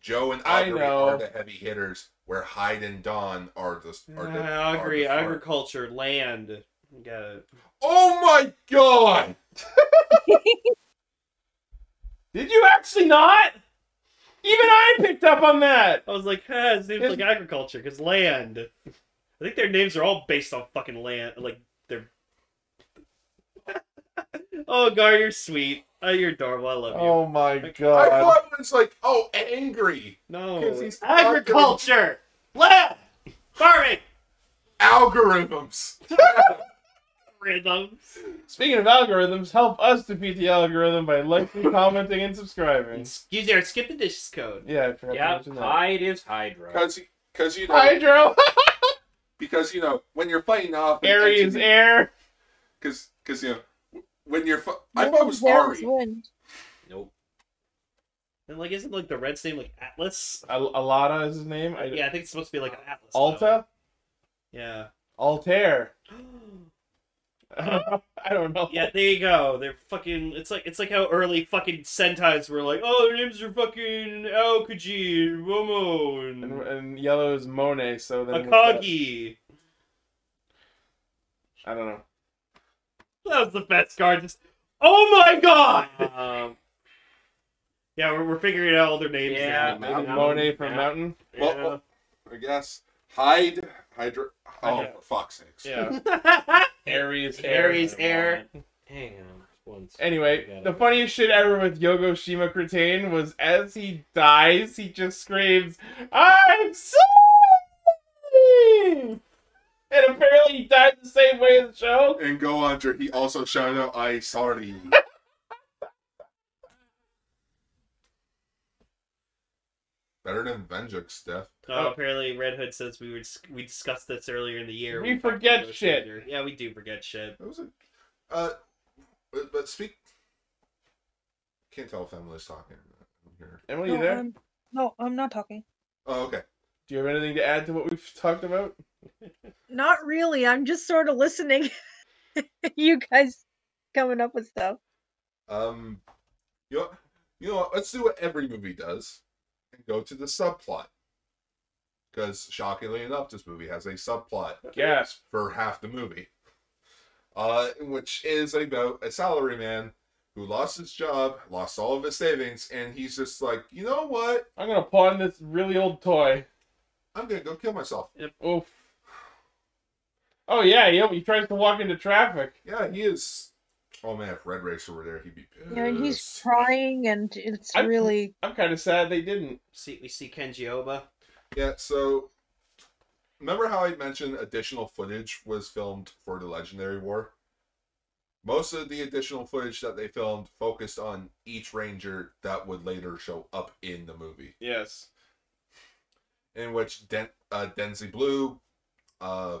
Joe and
I
Augury
know.
are the heavy hitters, where Hyde and Don are the. Are the
I agree.
are the far-
Ah, Agriculture, land. You gotta-
Oh my god!
Did you actually not? Even I picked up on that.
I was like, huh, his name's like agriculture because land. I think their names are all based on fucking land. Like they're. oh, Gar, you're sweet. Oh, you're adorable. I love you.
Oh my
I
god.
thought it was like, oh, angry.
no,
'cause he's
it's agriculture, land, farming,
Algorithms.
rhythms,
Speaking of algorithms, help us defeat the algorithm by liking, commenting, and subscribing.
Use there. Skip the dishes code.
Yeah, I forgot to
Yeah,
mention that.
Hyde is Hydra.
Because, because you know,
Hydro,
because you know, when you're fighting off,
Aries, is air.
Because, because you know, when you're, fu- I thought it was Ari.
Wind.
Nope.
And like, isn't like the red's name like Atlas?
Al- Alada is his name. I-
Yeah, I think it's supposed to be like an Atlas. though.
Alta,
Yeah.
Altair. I don't know.
Yeah, there you go. They're fucking. It's like it's like how early fucking Sentai's were like, oh, their names are fucking Aokiji, and
And,
Momon,
and yellow is Monet, so then what's that?
Akagi.
I don't know.
That was the best card. Just, oh my god.
Um,
Yeah, we're, we're figuring out all their names.
Yeah.
now.
Maybe
Mountain.
Monet from
Yeah.
Mountain.
Well,
yeah.
well, I guess Hyde, Hydra. Oh,
Hydra.
for fuck's sakes!
Yeah.
Aries,
Aries, air.
Hang on, one second.
Anyway, the funniest shit ever with Yogo Shima Kretane was as he dies, he just screams, I'm sorry! And apparently he died the same way in the show.
And go under. He also shouted out, "I sorry." Better than Venjix death.
Oh, apparently Red Hood says we were dis- we discussed this earlier in the year.
We
talked
forget
about
shit.
Ghost Rider. Yeah, we do forget shit.
That was a. Uh, but, but speak. Can't tell if Emily's talking here.
Emily,
No,
you there?
I'm, no, I'm not talking.
Oh, okay.
Do you have anything to add to what we've talked about?
Not really. I'm just sort of listening. you guys coming up with stuff.
Um, you know, you know what? Let's do what every movie does and go to the subplot. Because shockingly enough, this movie has a subplot
Gasp.
for half the movie. uh, which is about a salaryman who lost his job, lost all of his savings, and he's just like, you know what?
I'm gonna pawn this really old toy.
I'm gonna go kill myself.
Oof. Oh yeah, he, he tries to walk into traffic.
Yeah, he is. Oh man, if Red Racer were there, he'd be pissed.
Yeah, and he's trying, and it's
I'm-
really
I'm kind of sad they didn't.
See, we see Kenji Oba.
Yeah, so remember how I mentioned additional footage was filmed for the Legendary War? Most of the additional footage that they filmed focused on each ranger that would later show up in the movie,
Yes.
in which Den- uh, Denzi Blue, uh,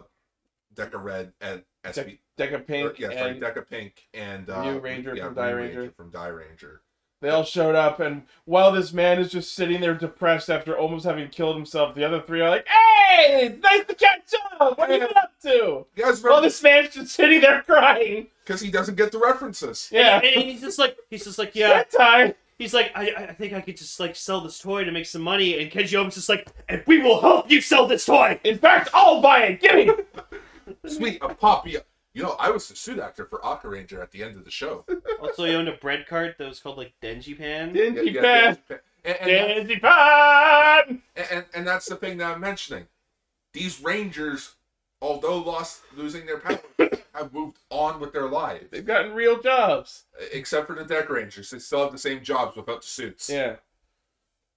Deca Red, and SB.
Deck of
or,
pink.
yeah, sorry,
and
Deca Pink, and uh,
New Ranger
yeah,
from Die
New
Ranger.
from Die Ranger.
They all showed up, and while this man is just sitting there depressed after almost having killed himself, the other three are like, "Hey, it's nice to catch up. What are you up to?"
You guys
While
remember
this man's just sitting there crying.
because he doesn't get the references.
Yeah.
And, and he's just like, he's just like, yeah.
That time.
He's like, I, I- I think I could just like sell this toy to make some money. And Kenji Oba's just like, and we will help you sell this toy.
In fact, I'll buy it. Give me.
Sweet, a pop. yeah. You know, I was the suit actor for Aqua Ranger at the end of the show.
Also, he owned a bread cart that was called like Denji Pan.
Yeah,
Dingy
yeah,
pan.
yeah. And, and,
Dingy pan.
that- and, and that's the thing that I'm mentioning. These Rangers, although lost losing their power, have moved on with their lives.
They've gotten real jobs.
Except for the Deck Rangers, they still have the same jobs without the suits.
Yeah.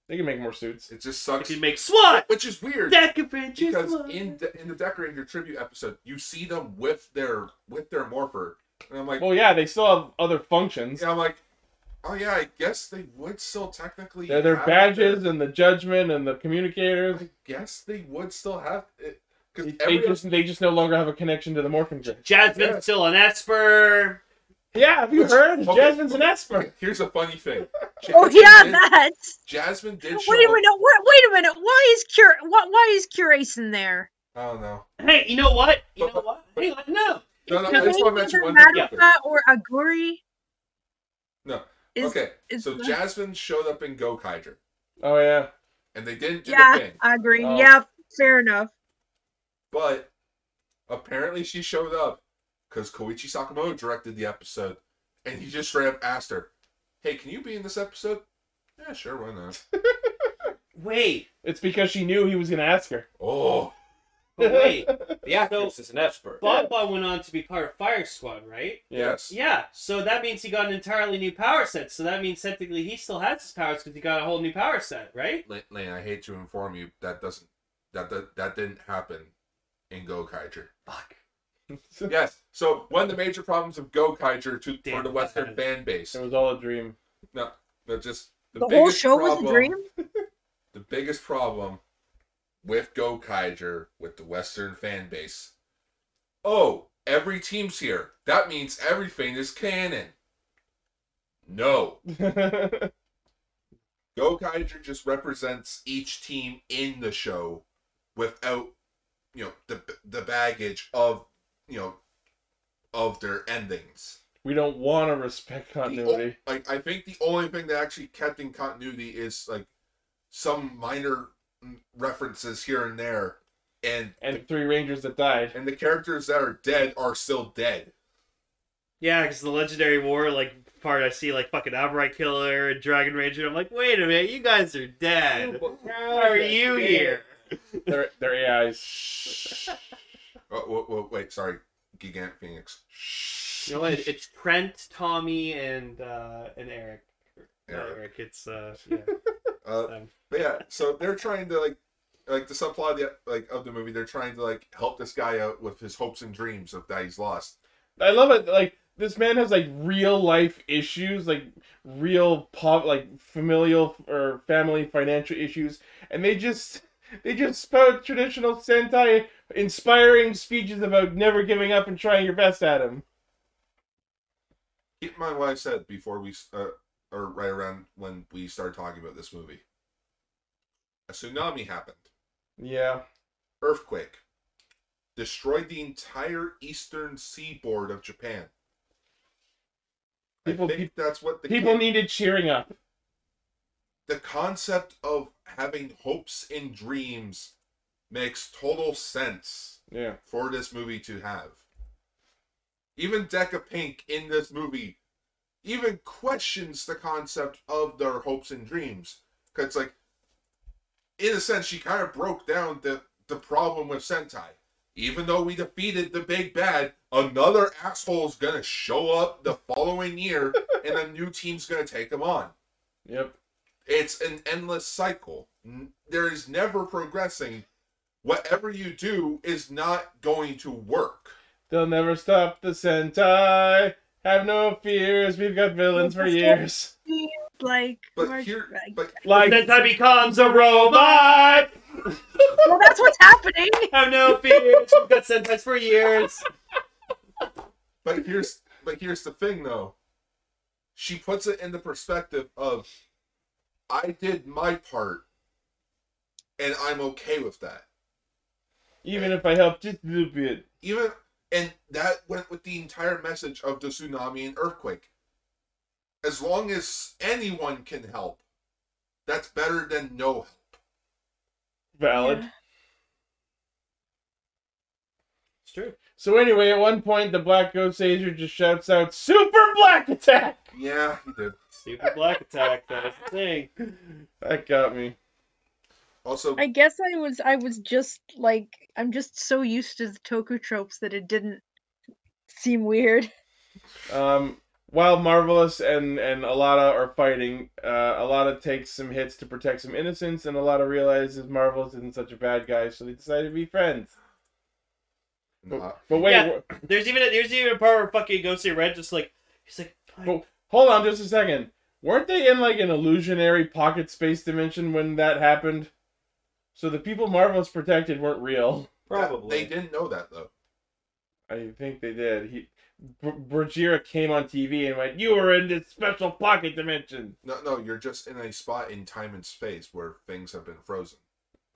They can make more suits.
It just
If
sucks.
you make SWAT,
Which is weird.
that could be just
because
SWAT.
in the, in the Deck Ranger tribute episode, you see them with their with their morpher, and I'm like,
Well, yeah, they still have other functions.
yeah, I'm like, oh yeah, I guess they would still technically.
They're their
have
badges and the judgment and the communicators.
Guess they would still have it because
They-
every
they just they just no longer have a connection to the Morphin Grid.
Jasmine's
Yeah.
still an Esper.
Yeah, have you heard?
Okay.
Jasmine's an expert.
Here's a funny thing.
Oh yeah,
did-
that.
Jasmine did show.
Wait a minute. What, wait a minute. Why is cure? What? Why is curation there?
I don't know.
Hey, you know what? You
But-
know what? Hang on, no.
No, no, I
Does
just want to
anything
mention one
matter
thing. real quick.
about or Aguri?
No.
Is-
okay,
is
so
that-
Jasmine showed up in Go Kyger,
Oh yeah.
and they didn't do the
Yeah,
thing, Uh,
I agree.
Oh.
Yeah, fair enough.
but apparently she showed up because Koichi Sakamoto directed the episode, and he just straight up asked her, "Hey, can you be in this episode?" Yeah, sure, why not?
Wait,
It's because she knew he was gonna ask her.
Oh,
but wait.
The actress is an expert.
Bomba went on to be part of Fire Squad, right?
yes.
Yeah, so that means he got an entirely new power set. So that means technically he still has his powers because he got a whole new power set, right?
Lane, Lane, I hate to inform you that doesn't that that, that didn't happen in Go Kyger.
Fuck.
Yes. So one of the major problems of Go Kyger to for
Damn,
the Western
God.
fan base,
It was all a dream.
no, no, just the,
The whole
biggest
show
problem,
was a dream.
The biggest problem with Go Kyger with the Western fan base. Oh, every team's here. That means everything is canon. No,
yeah.
Go Kyger just represents each team in the show without you know the the baggage of you know of their endings.
We don't want to respect continuity.
The o- like I think the only thing that actually kept in continuity is like some minor mm, references here and there and
And the three rangers that died.
and the characters that are dead are still dead.
Yeah, because the Legendary War, like, part I see, like, fucking Outright Killer and Dragon Ranger. I'm like, wait a minute, you guys are dead. How are you here?
Their their AIs.
Oh, wait, wait, wait, sorry. Gigant Phoenix.
You know what? It's Trent, Tommy, and uh, and Eric. Not
Eric.
Eric, it's, uh, yeah.
Uh,
Um,
But yeah, so they're trying to like, like the subplot of the, like of the movie, they're trying to like help this guy out with his hopes and dreams of that he's lost.
I love it. Like this man has like real life issues, like real pop, like familial or family financial issues, and they just they just spout traditional Sentai inspiring speeches about never giving up and trying your best at him.
Keep in mind what I said before we, uh, or right around when we started talking about this movie. A tsunami happened,
Yeah.
earthquake, destroyed the entire eastern seaboard of Japan.
People-
I think that's what the
People needed cheering up.
the concept of having hopes and dreams makes total sense.
Yeah.
for this movie to have. even Deca Pink in this movie even questions the concept of their hopes and dreams. Because, like, in a sense, she kind of broke down the, the problem with Sentai. Even though we defeated the big bad, another asshole's going to show up the following year and a new team's going to take them on.
Yep.
It's an endless cycle. N- There is never progressing. Whatever you do is not going to work.
They'll never stop the Sentai. Have no fears. We've got villains for years.
Like,
But
Marge-
here,
like-
but
Like
Then I becomes a robot.
well, that's what's happening.
Have no fears. We've got Sentais for years.
but here's but here's the thing though. She puts it in the perspective of I did my part and I'm okay with that.
even if I help just a little bit.
Even and that went with the entire message of the tsunami and earthquake. As long as anyone can help, that's better than no help.
Valid.
Yeah.
It's true.
So anyway, at one point the black ghost Azure just shouts out Super Black Attack!
Yeah, he did.
Super Black Attack. That's the thing.
That got me.
Also
I guess I was I was just like I'm just so used to the toku tropes that it didn't seem weird.
Um while Marvelous and, and Alada are fighting, uh, Alada takes some hits to protect some innocence, and Alada realizes Marvelous isn't such a bad guy, so they decide to be friends.
nah.
But wait,
Yeah.
wha-
There's even a, there's even a part where fucking Ghosty Red just like he's like
But hold on just a second. Weren't they in like an illusionary pocket space dimension when that happened? So the people Marvelous protected weren't real.
Probably.
They didn't know that though.
I think they did. He Br- Bergira came on TV and went, "You were in this special pocket dimension."
No no, you're just in a spot in time and space where things have been frozen.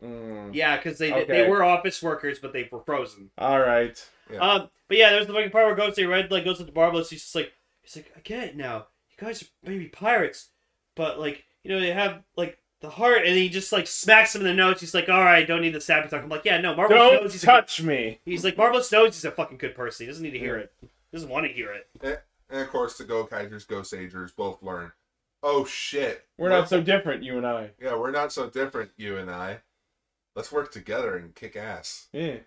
Mm.
yeah, because they
Okay.
they were office workers, but they were frozen.
All right.
Yeah.
Um, but yeah, there's the fucking part where Ghosty Red like goes to the barbless. He's just like he's like I get it now. You guys are maybe pirates, but like you know they have like the heart, and he just like smacks him in the nose. He's like, all right, don't need the sappy talk. I'm like, yeah, no, Marvelous knows
Don't
he's a,
touch me.
he's like Marvelous knows he's a fucking good person. He doesn't need to hear it. He doesn't want to hear it.
And of course, the Go Kaisers, Go Sagers both learn. Oh shit!
We're not so different, you and I.
yeah, we're not so different, you and I. Let's work together and kick ass.
Yeah.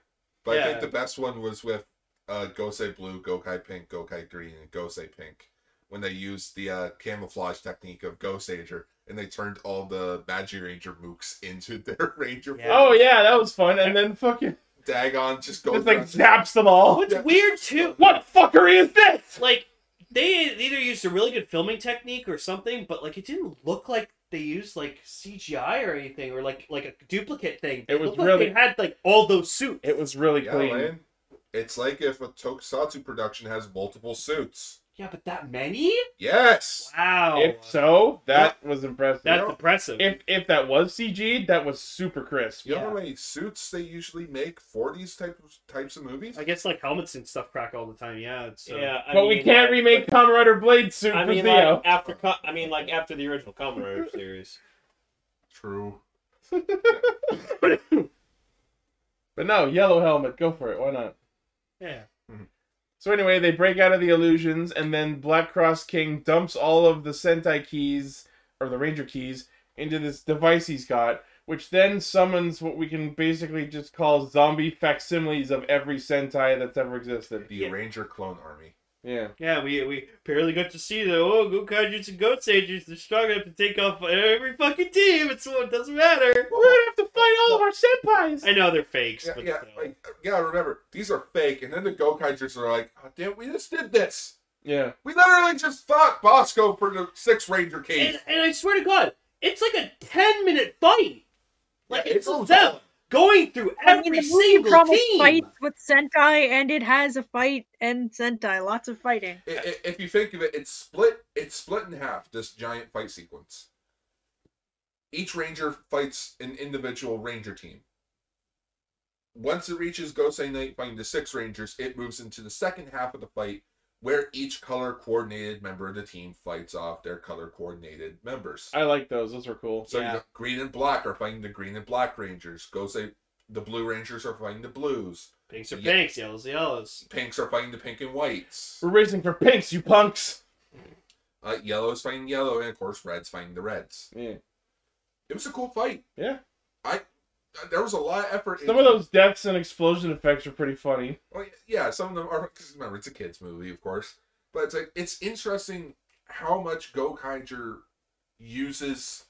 But I
Yeah.
think the best one was with uh, Gosei Blue, Gokai Pink, Gokai Green, and Gosei Pink when they used the uh, camouflage technique of Go Sager and they turned all the Magi Ranger mooks into their Ranger.
Yeah.
Oh yeah, that was fun. And then fucking
Dagon just goes
just like
around-
zaps them all.
What's weird too,
What fuckery is this?
like they either used a really good filming technique or something, but like it didn't look like they used like CGI or anything or like like a duplicate thing.
It was
looked like
really-
they had like all those suits.
It was really
Yeah,
clean.
man. It's like if a tokusatsu production has multiple suits.
Yeah, but that many?
Yes.
Wow,
If so, that was impressive.
Oh. that's impressive.
if if that was CG, that was super crisp.
You know
Yeah.
how many suits they usually make for these type of, types of movies?
I guess like helmets and stuff crack all the time. Yeah, it's, uh,
yeah, I
but we
mean,
can't remake Kamen Rider Blade suit
I
for
mean,
Theo.
like, after co- I mean, like after the original Kamen Rider series.
True.
But no, yellow helmet, go for it. Why not?
yeah.
So anyway, they break out of the illusions, and then Black Cross King dumps all of the Sentai keys or the Ranger keys into this device he's got, which then summons what we can basically just call zombie facsimiles of every Sentai that's ever existed.
The
Yeah.
Ranger Clone Army.
Yeah.
Yeah, we we barely got to see the oh go Kaijus and Goat Sagers. They're strong enough to take off every fucking team. It's so it doesn't matter.
We're gonna have to fight all of our senpais.
I know they're fakes,
Yeah,
but
yeah,
still.
like, yeah, remember, these are fake. And then the Gokaijers are like, oh, damn, we just did this.
Yeah.
We literally just fought Bosco for the six Ranger keys.
And, and I swear to God, it's like a ten minute fight. Like
Yeah, it
it's
goes
them
on.
going through every
the movie
single
promised
team.
fights with Sentai, and it has a fight and Sentai, lots of fighting.
I- I- if you think of it, it's split. It's split in half. This giant fight sequence. Each ranger fights an individual ranger team. Once it reaches Gosei Knight fighting the six rangers, it moves into the second half of the fight, where each color coordinated member of the team fights off their color coordinated members.
I like those. Those were cool.
So you
Yeah.
got green and black are fighting the green and black rangers. Gosei The Blue Rangers are fighting the Blues.
Pinks are
Yeah.
pinks, yellows are yellows.
Pinks are fighting the Pink and Whites.
We're racing for pinks, you punks.
Uh, yellows fighting yellow, and of course, Reds fighting the Reds.
Yeah.
It was a cool fight.
Yeah.
Uh, There was a lot of effort.
Some of those deaths and explosion effects are pretty funny.
Well, yeah, some of them are. Cause remember, it's a kids' movie, of course, but it's like it's interesting how much Go Gokaiger uses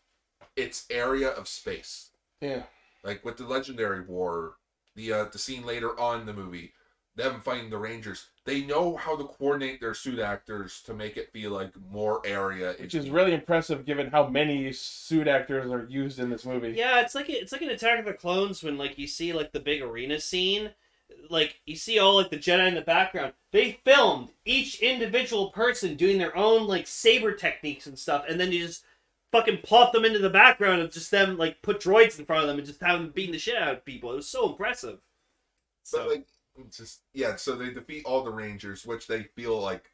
its area of space.
Yeah.
like with the legendary war the uh the scene later on in the movie them fighting the rangers they know how to coordinate their suit actors to make it feel like more area
Which is really impressive given how many suit actors are used in this movie.
Yeah, it's like it's like an Attack of the Clones when like you see like the big arena scene, like you see all like the Jedi in the background. They filmed each individual person doing their own like saber techniques and stuff, and then you just fucking plop them into the background and just them like put droids in front of them and just have them beating the shit out of people. It was so impressive.
but
So
like it's just yeah so they defeat all the rangers which they feel like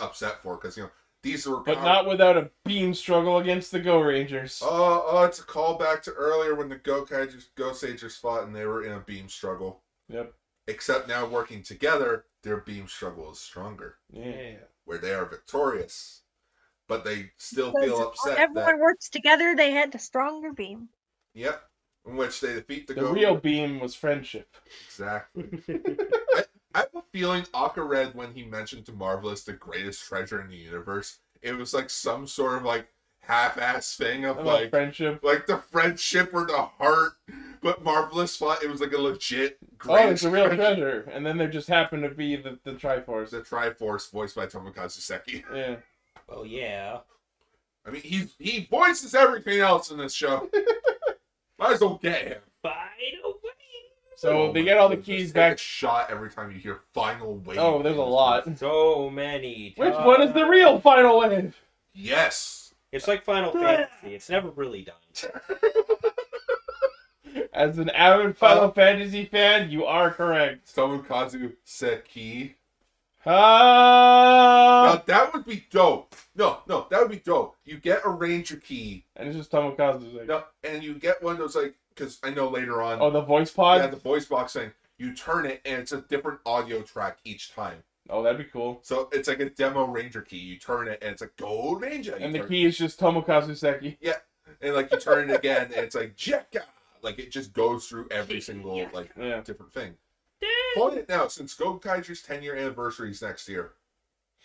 upset for because you know these were
But not without a beam struggle against the Go Rangers.
oh oh it's a callback to earlier when the go Kaijers, go sagers fought and they were in a beam struggle
Yep.
except now working together their beam struggle is stronger
Yeah.
where they are victorious but they still
Because
feel upset that
everyone works together. They had the stronger beam.
Yep. In which they defeat the,
The
Go-
real beam was friendship.
Exactly. I, I have a feeling Akka read when he mentioned to Marvelous the greatest treasure in the universe. It was like some sort of like half-ass thing of
About
like
friendship.
like the friendship or the heart, but Marvelous thought it was like a legit
Oh, it's
greatest
a real
treasure.
treasure. And then there just happened to be the, the Triforce.
The Triforce voiced by Tomokazu Seki.
Yeah.
Well, oh, yeah.
I mean, he he voices everything else in this show. Might as well get him.
by the way,
So
Oh
they
my
get all the
goodness.
keys
They get
back.
Shot every time you hear final wave.
Oh, there's a lot.
So many.
Which one is the real final wave?
Yes.
It's like Final Fantasy. It's never really done.
As an avid Final Fantasy fan, you are correct.
Tomokazu Seki.
Ah!
now that would be dope. No, no, that would be dope. You get a ranger key,
and it's just Tomokazu. Like,
no, and you get one of those like because I know later on
Oh, the voice
I
pod?
had the voice box thing. You turn it and it's a different audio track each time.
Oh, that'd be cool.
So it's like a demo ranger key. You turn it and it's like gold ranger. You
And the
turn-
key is just Tomokazu Seki.
and like you turn it again and it's like Jekka. Like it just goes through every single like
Yeah.
different thing. Point it now since Go Kaiser's 10 year anniversary is next year.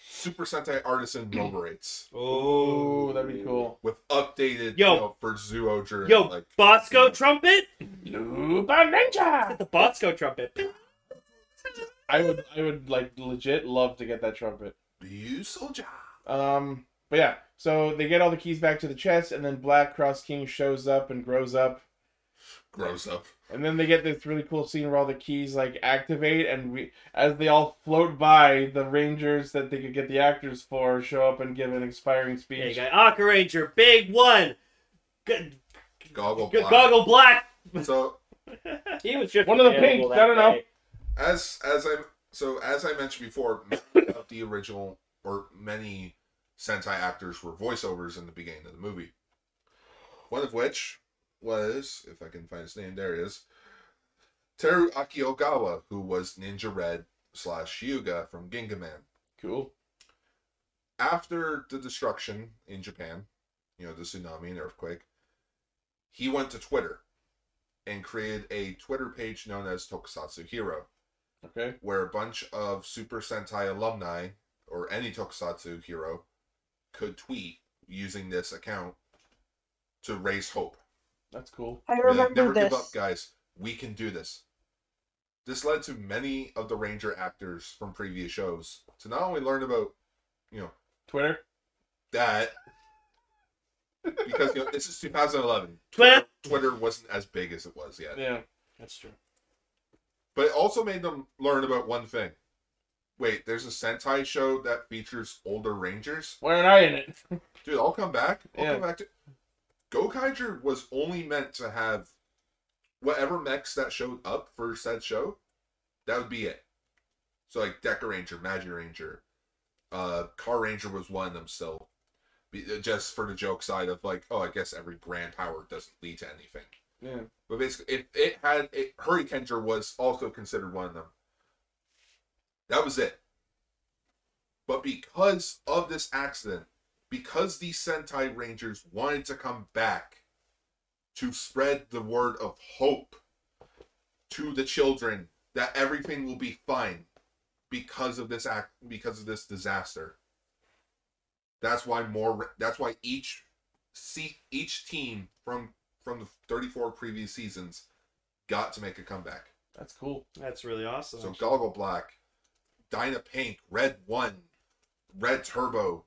Super Sentai Artisan mobile rates.
Oh.
Ooh, that'd be cool.
with updated
Yo.
you know, for Zuo Journey.
yo,
like
Bosco trumpet,
Luba Ninja!
the Bosco trumpet.
I would, I would like legit love to get that trumpet.
you soldier.
Um, but yeah, so they get all the keys back to the chest, and then Black Cross King shows up and grows up,
Grows up.
and then they get this really cool scene where all the keys like activate, and we, as they all float by, the Rangers that they could get the actors for show up and give an inspiring
Yeah, you
speech.
got Aqua Ranger, Big One, Good
Goggle
Good
block.
Goggle Black.
So
He was just
One of the
available
pinks,
that
I don't know.
day.
as as I so as I mentioned before, many of the original or many Sentai actors were voiceovers in the beginning of the movie. One of which was, if I can find his name, there he is, Teru Akiogawa, who was Ninja Red slash Yuga from Gingaman.
Cool.
after the destruction in Japan, you know, the tsunami and earthquake, he went to Twitter and created a Twitter page known as Tokusatsu Hero,
Okay.
where a bunch of Super Sentai alumni or any Tokusatsu hero could tweet using this account to raise hope.
That's cool.
I
Be like,
remember
Never
this.
give up, guys. We can do this. This led to many of the Ranger actors from previous shows to not only learn about, you know,
Twitter.
that because you know, this is 2011.
Twitter.
Twitter wasn't as big as it was yet,
Yeah.
That's true.
but it also made them learn about one thing. Wait, there's a Sentai show that features older Rangers.
Why aren't I in it?
Dude, I'll come back. I'll
Yeah.
come back to. Gokaiger was only meant to have whatever mechs that showed up for said show. That would be it. So like Deca Ranger, Magic Ranger, uh, Car Ranger was one of them still. Be- uh, Just for the joke side of like, oh, I guess every brand power doesn't lead to anything.
Yeah.
But basically, it, it had it, Hurricaneer was also considered one of them. That was it. But because of this accident, because the Sentai Rangers wanted to come back to spread the word of hope to the children that everything will be fine because of this act because of this disaster. That's why more that's why each see each team from from the 34 previous seasons got to make a comeback.
That's cool.
That's really awesome.
So Goggle Black, Dinah Pink, Red One, Red Turbo,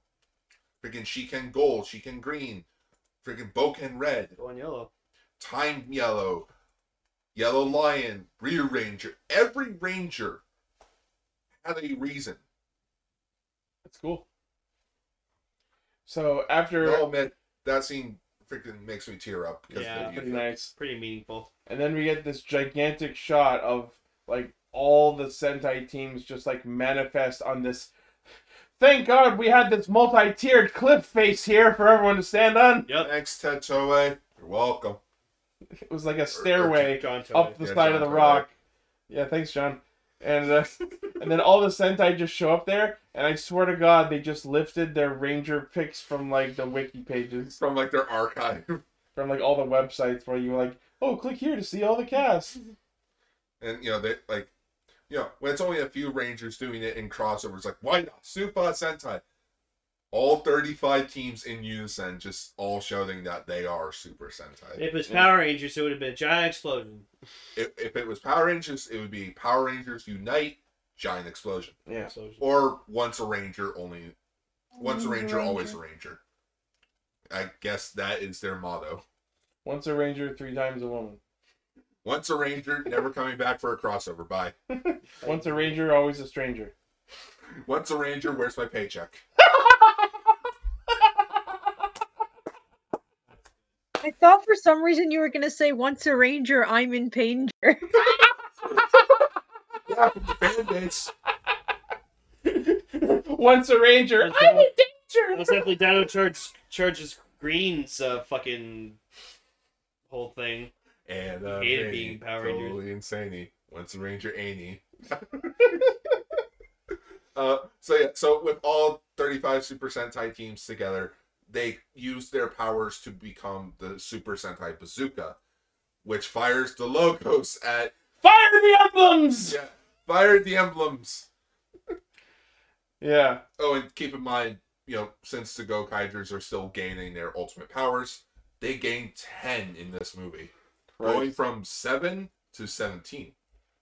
freaking She Can Gold, She Can Green, freaking Boken Red,
Go on yellow.
Time Yellow, Yellow Lion, Rear Ranger. Every Ranger had a reason.
That's cool. So after
Oh man, that scene freaking makes me tear up. 'cause
Yeah.
of you.
pretty nice.
Pretty meaningful.
And then we get this gigantic shot of like all the Sentai teams just like manifest on this. Thank God we had this multi-tiered cliff face here for everyone to stand on.
Yep.
Thanks, Tetsuo. You're welcome.
It was like a stairway
John Toy.
up the
Yeah,
side
John
of the
Toy.
rock. Yeah, thanks, John. And uh, and then all the Sentai just show up there, and I swear to God, they just lifted their ranger pics from like the wiki pages.
From like their archive.
from like all the websites where you were like, oh, click here to see all the cast.
And you know, they like you know, when it's only a few Rangers doing it in crossovers, like why not? Super Sentai. All thirty five teams in unison just all shouting that they are Super Sentai.
If it was Power Rangers, it would have been a giant explosion.
if, if it was Power Rangers, it would be Power Rangers Unite, Giant Explosion,
Yeah.
Explosion.
or Once a Ranger, only Once a
Only a
Ranger, always a
Ranger.
Ranger. I guess that is their motto.
Once a ranger, three times a woman.
Once a Ranger, never coming back for a crossover. Bye.
Once a ranger, always a stranger.
Once a Ranger, where's my paycheck?
I thought for some reason you were gonna say once a ranger, I'm in pain.
Yeah, from the fan base.
Once a ranger, I'm in
That was
danger.
definitely Dino Charge Charge's Green's uh, fucking whole thing.
And uh,
Hated
Rainy,
being Power Rangers.
totally insane. Once a Ranger, Annie. uh, so yeah, so with all 35 Super Sentai teams together, they use their powers to become the Super Sentai Bazooka, which fires the logos at
Fire the emblems.
yeah, fired the emblems.
Yeah.
Oh, and keep in mind, you know, since the Gokaiders are still gaining their ultimate powers, they gain 10 in this movie, going
Right.
from 7 to 17.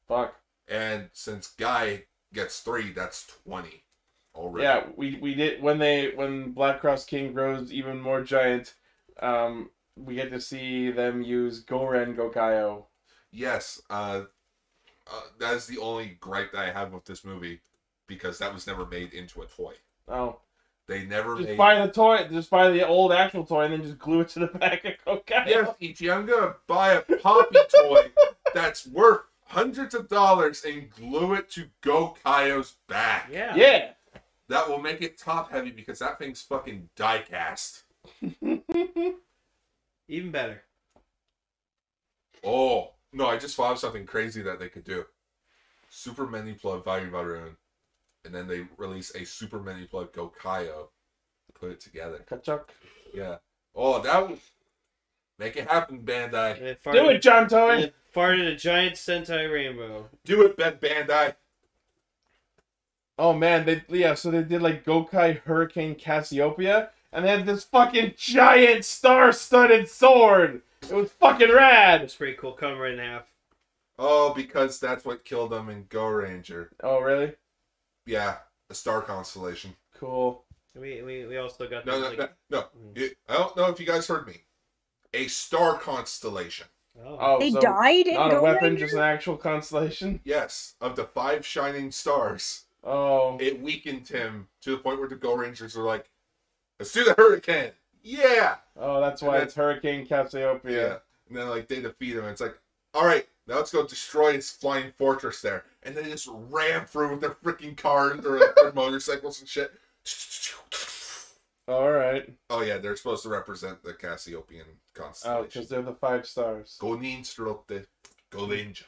Fuck.
And since Guy gets 3, that's 20 already.
Yeah, we we did when they when Black Cross King grows even more giant. Um, we get to see them use Goren Gokaio.
Yes, uh, uh, that is the only gripe that I have with this movie because that was never made into a toy.
Oh,
They never
just
made.
buy the toy, just buy the old actual toy, and then just glue it to the back of Gokaio.
Yes, Ichi, I'm gonna buy a poppy toy that's worth hundreds of dollars and glue it to Gokaio's back.
Yeah.
Yeah.
That will make it top heavy because that thing's fucking diecast.
Even better.
Oh no! I just thought of something crazy that they could do. Super many plug value Varoon, and then they release a super many plug Gokaio. Put it together.
Kachuk.
Yeah. Oh, that would make it happen, Bandai.
And it
Do it,
farted,
John Toy.
and it farted a giant Sentai rainbow.
Do it, Ben Bandai.
Oh man, they yeah, so they did like Gokai Hurricane Cassiopeia, and they had this fucking giant star-studded sword. It was fucking rad.
That's pretty cool. Cut him right in half.
Oh, because that's what killed them in Go Ranger.
Oh really?
Yeah, a star constellation.
Cool.
We, we, we also got
No,
the,
no,
like,
no, no. You- I don't know if you guys heard me. A star constellation.
Oh.
Oh,
They
so
died in
not a
Go
weapon,
Ranger?
just an actual constellation.
Yes, of the five shining stars.
Oh,
it weakened him to the point where the Go Rangers were like, "Let's do the Hurricane!" Yeah,
oh, that's why it's Hurricane Cassiopeia.
And then like they defeat him. And it's like, all right, now let's go destroy his flying fortress there. And they just ram through with their freaking cars or like, their motorcycles and shit.
All right.
Oh yeah, they're supposed to represent the Cassiopean
Oh, because
constellation.
they're the five stars.
Go Ninstrote, Go
Mm.
Ninja.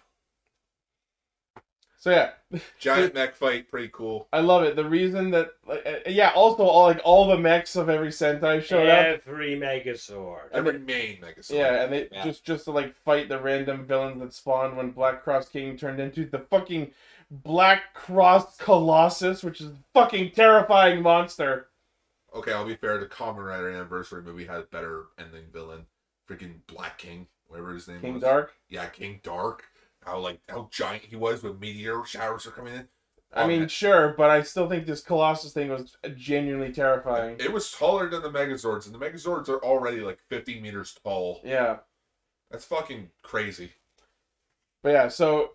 So yeah,
Giant mech fight, pretty cool.
I love it. The reason that, like, uh, yeah, also all like all the mechs of every Sentai showed up.
Every Megazord.
Every main Megazord.
Yeah, and they
Yeah.
just just to like fight the random villains that spawned when Black Cross King turned into the fucking Black Cross Colossus, which is a fucking terrifying monster.
Okay, I'll be fair. The Common Rider Anniversary movie had a better ending villain. Freaking Black King, whatever his name
King
was.
Dark.
Yeah, King Dark. How like how giant he was when meteor showers are coming in.
I mean, sure, but I still think this Colossus thing was genuinely terrifying.
it was taller than the Megazords, and the Megazords are already like 50 meters tall.
Yeah.
That's fucking crazy.
But yeah, so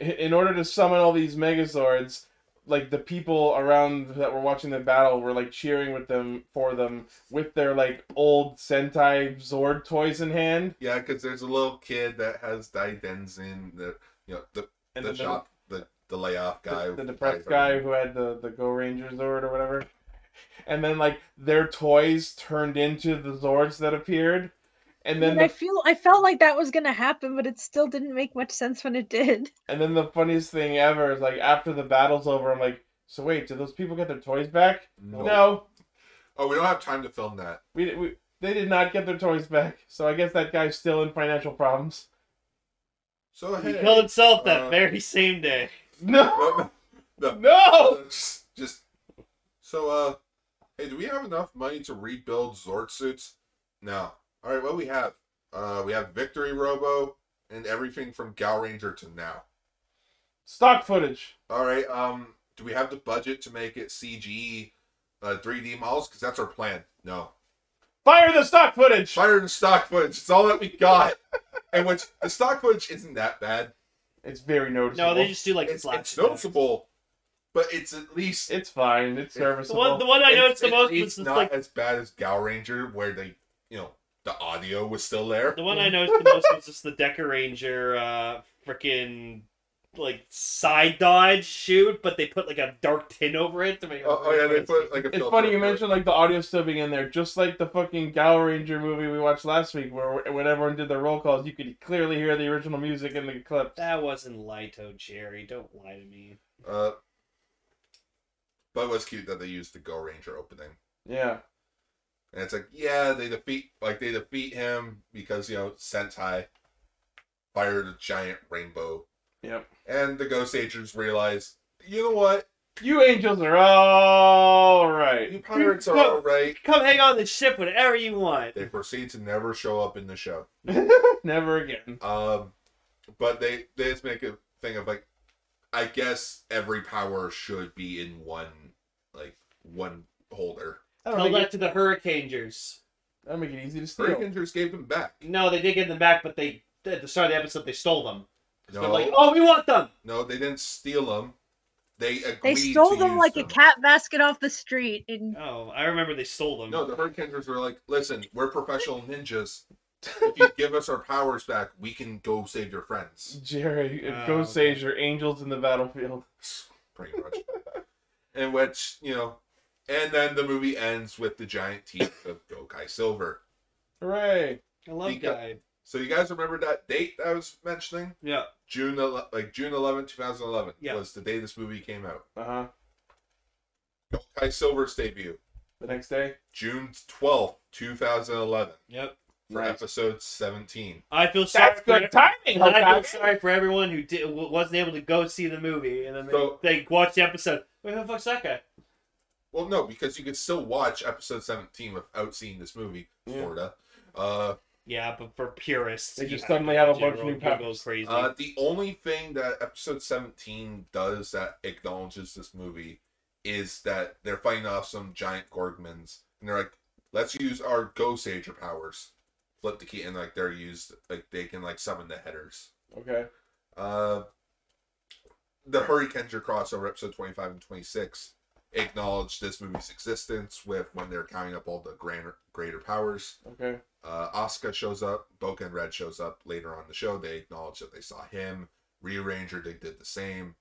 i- in order to summon all these Megazords, like the people around that were watching the battle were like cheering with them for them with their like old Sentai Zord toys in hand.
Yeah, because there's a little kid that has Daidenzen, the you know the
And
the
then the-
shop the the layoff
the-
guy,
the, depressed guy who had the the Go Ranger Zord or whatever. And then like their toys turned into the Zords that appeared, and then
And I
the,
feel I felt like that was gonna happen, but it still didn't make much sense when it did.
and then the funniest thing ever is like after the battle's over, I'm like, so wait, did those people get their toys back?
No.
no.
Oh, we don't have time to film that.
We, we they did not get their toys back, so I guess that guy's still in financial problems.
So
He
hey,
killed himself that
uh,
very same day.
No,
no, no,
no.
Just, just so uh, hey, do we have enough money to rebuild Zord suits? No. All right, what we have? Uh, we have Victory Robo and everything from Gal Ranger to now.
Stock footage.
All right. Um, do we have the budget to make it CG, uh, 3D models? Because that's our plan. No,
Fire the stock footage.
fire and stock footage. It's all that we got. and which the stock footage isn't that bad.
It's very noticeable.
No, they just do like
It's,
flash
it's
attacks.
noticeable, but it's at least
It's fine. It's
The
The
serviceable.
one, the one I noticed the
it-
most was
It's
just
not
like
as bad as Gal Ranger, where they, you know, the audio was still there.
the one I noticed the most was just the Decker Ranger, uh, freaking like side dodge shoot, but they put like a dark tin over it to make. it
Oh, oh, yeah, they put like a.
it's
filter
funny you
over it.
mentioned like the audio still being in there, just like the fucking Gal Ranger movie we watched last week, where when everyone did their roll calls, you could clearly hear the original music in the clips.
That wasn't Lito, Jerry. Don't lie to me.
Uh, but it was cute that they used the Gal Ranger opening.
Yeah,
And it's like, yeah, they defeat like they defeat him because you know Sentai fired a giant rainbow.
Yep.
And the Ghost Agents realize, you know what?
you angels are all right.
You pirates are all right.
Come hang on the ship whenever you want.
They proceed to never show up in the show.
Never again.
Um, but they they just make a thing of like, I guess every power should be in one like one holder.
That'll
Tell
make, it,
that to the Hurricangers.
that'll make it easy to steal.
Hurricane just gave them back.
No, they did get them back, but they at the start of the episode they stole them.
No,
They're like, oh, we want them.
no, they didn't steal them. They agreed.
They stole
to
them
use
like
them.
a cat basket off the street. And
Oh, I remember they stole them.
No, the Hurricanes were like, listen, we're professional ninjas. If you give us our powers back, we can go save your friends.
Jerry, and
Oh,
Ghost
okay.
Age are angels in the battlefield.
Pretty much. In which, you know, and then the movie ends with the giant teeth of Gokai Silver.
Hooray!
I love
Because-
guy.
So you guys remember that date that I was mentioning?
Yeah.
June ele- like June 11, 2011
Yeah.
was the day this movie came out.
Uh huh.
Gokai Silver's debut,
The next day.
June 12, 2011
Yep.
for
Nice.
episode 17.
I feel sorry.
That's
for
good
And
timing.
I feel
Hokage.
sorry for everyone who did, w- wasn't able to go see the movie, and then they,
So-
they watched the episode. Wait, who the fuck's that guy?
Well, no, because you could still watch episode 17 without seeing this movie,
Yeah.
Florida. Uh,
Yeah, but for purists,
They
you
just
have
suddenly
to
have a bunch of
general
new powers.
Google's crazy.
uh, the only thing that episode 17 does that acknowledges this movie is that they're fighting off some giant Gorgmans, and they're like, let's use our Ghost Ager powers. Flip the key, and like they're used, like they can like summon the headers.
Okay.
Uh, the Hurricanes are crossover episode 25 and 26 acknowledge this movie's existence with when they're counting up all the grander, greater powers.
Okay.
Uh, Asuka shows up. Boca and Red shows up later on the show. They acknowledge that they saw him. Rearranger, they did the same.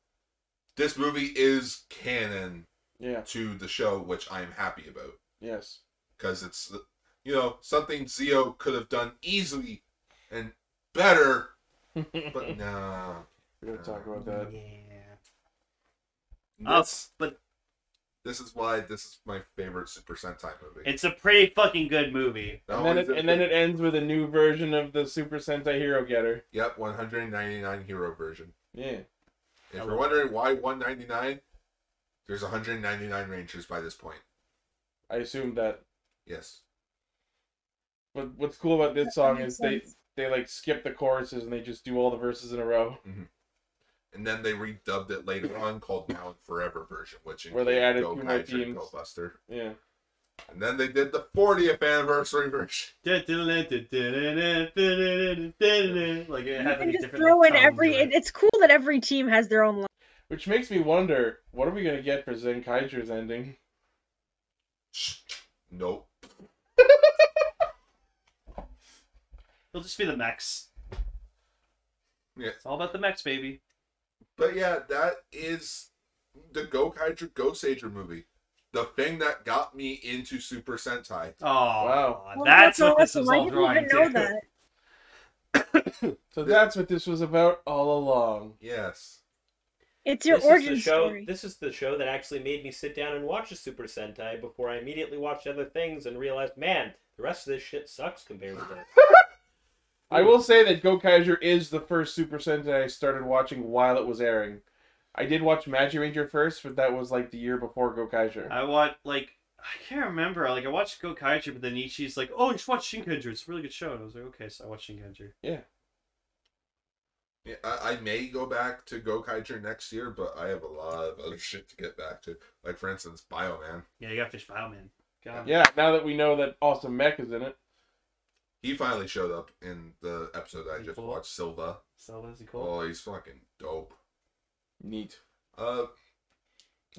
This movie is canon
Yeah.
to the show, which I am happy about.
Yes.
because it's you know something Zio could have done easily and better, but nah.
We don't talk
Oh,
about that. Uh,
Up,
This,
but
this is why this is my favorite Super Sentai movie.
it's a pretty fucking good movie.
Not
And then,
only
it,
is
and then it ends with a new version of the Super Sentai Hero Getter.
yep, 199 hero version.
Yeah.
If you're wondering why 199, there's 199 Rangers by this point.
I assumed that.
Yes.
But what's cool about this
That
song
makes
is they
sense.
they like skip the choruses and they just do all the verses in a row,
And then they redubbed it later on called Now and Forever version, which
Where they
included
added
Go
two more
Kaiser and
themes.
Go Buster.
yeah,
And then they did the 40th anniversary version.
Like it
You
had
can
like
just
different.
throw
like,
in
tones
every.
to it.
It, it's cool that every team has their own line.
which makes me wonder what are we gonna get for Zen Kaiser's ending?
Nope.
It'll just be the mechs.
Yeah.
It's all about the mechs, baby.
But yeah, that is the Go Kaiju Go Sager movie. The thing that got me into Super Sentai.
Oh,
Wow.
Well,
that's what this
awesome.
is
I
all
didn't
drawing
even know
to.
that.
So that's what this was about all along.
Yes.
It's your
this
origin
is the show,
story.
This is the show that actually made me sit down and watch a Super Sentai before I immediately watched other things and realized, man, the rest of this shit sucks compared to this.
I will say that Go Kaiser is the first Super Sentai I started watching while it was airing. I did watch Magic Ranger first, but that was like the year before Go Kaiser.
I want like I can't remember. Like I watched Go Kaiju, but then Ichi's like, "Oh, just watch Shinkenger. It's a really good show." And I was like, "Okay, so I watched Shinkenger."
Yeah, I, I may go back to Go Kaiju next year, but I have a lot of other shit to get back to. Like, for instance, Bioman.
Yeah, you got Fish Bioman. God.
Yeah, now that we know that Awesome Mech is in it.
He finally showed up in the episode I just
Cool.
watched, Silva.
So was he cool?
Oh, he's fucking dope.
Neat.
Uh,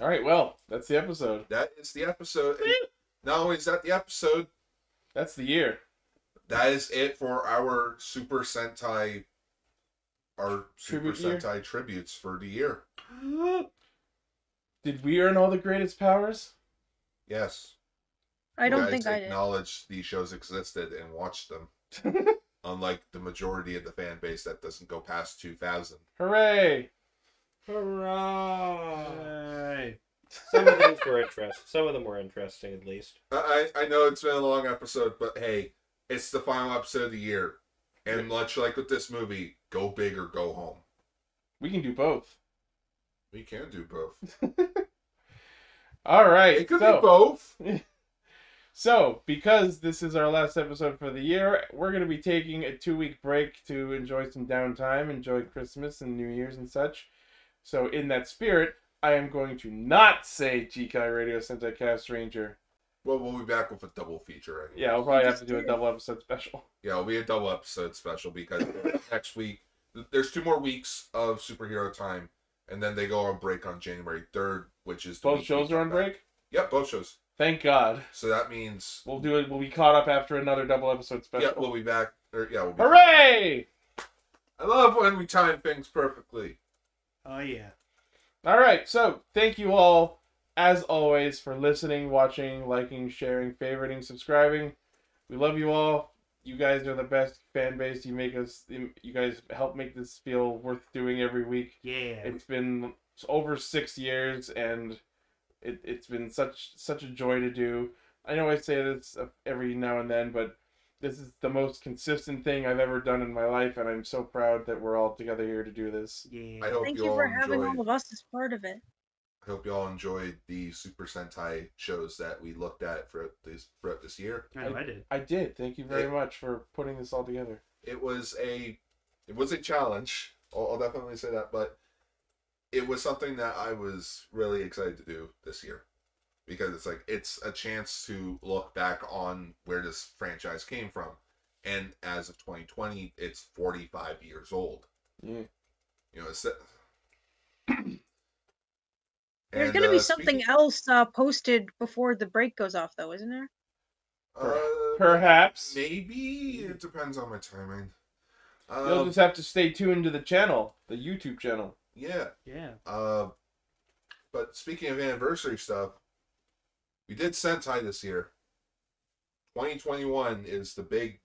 All right, well, that's the episode.
that is the episode. And not only is that the episode,
That's the year.
that is it for our Super Sentai, our Super
Tribute year?
Sentai tributes for the year.
Oh. Did we earn all the greatest powers?
Yes,
I don't
guys
think I did.
acknowledged these shows existed and watched them. Unlike the majority of the fan base that doesn't go past two thousand.
Hooray!
Yay.
Some of these were interesting. Some of them were interesting, at least.
I I I know it's been a long episode, but hey, it's the final episode of the year, and much like with this movie, go big or go home.
We can do both.
We can do both.
All right.
It could
so,
be both.
so, because this is our last episode for the year, we're going to be taking a two week break to enjoy some downtime, enjoy Christmas and New Year's and such. So, in that spirit, I am going to not say GKI Radio Sentai Cast Ranger.
Well, we'll be back with a double feature. I-
Yeah, I'll probably have to do a double episode special.
Yeah, it'll be a double episode special because next week there's two more weeks of superhero time, and then they go on break on January third, which is the
Both
week
shows
we
are
come
on
back.
break?
Yep, both shows.
Thank God.
So that means
We'll do it. We'll be caught up after another double episode special.
yeah, we'll be back. Or yeah, we'll be
Hooray!
I love when we time things perfectly.
Oh yeah.
All right, so thank you all, as always, for listening, watching, liking, sharing, favoriting, subscribing. We love you all. You guys are the best fan base. You make us. You guys help make this feel worth doing every week.
Yeah.
It's been over six years, and it, it's been such such a joy to do. I know I say this every now and then, but this is the most consistent thing I've ever done in my life, and I'm so proud that we're all together here to do this.
Yeah.
I hope
Thank
you,
you
all
for having
enjoyed.
all of us as part of it.
I hope you all enjoyed the Super Sentai shows that we looked at for this throughout this year.
I know I did.
I did. Thank you very
Yeah.
much for putting this all together.
It was a it was a challenge. I'll, I'll definitely say that, but it was something that I was really excited to do this year because it's like it's a chance to look back on where this franchise came from, and as of 2020, it's 45 years old.
Yeah.
You know, it's that.
There's
And,
going to be
uh,
something
speaking-
else uh, posted before the break goes off, though, isn't there?
Uh,
Perhaps
Maybe it depends on my timing.
you'll
Um,
just have to stay tuned to the channel, the YouTube channel.
yeah.
Yeah.
Uh, but speaking of anniversary stuff, we did Sentai this year. 2021 is the big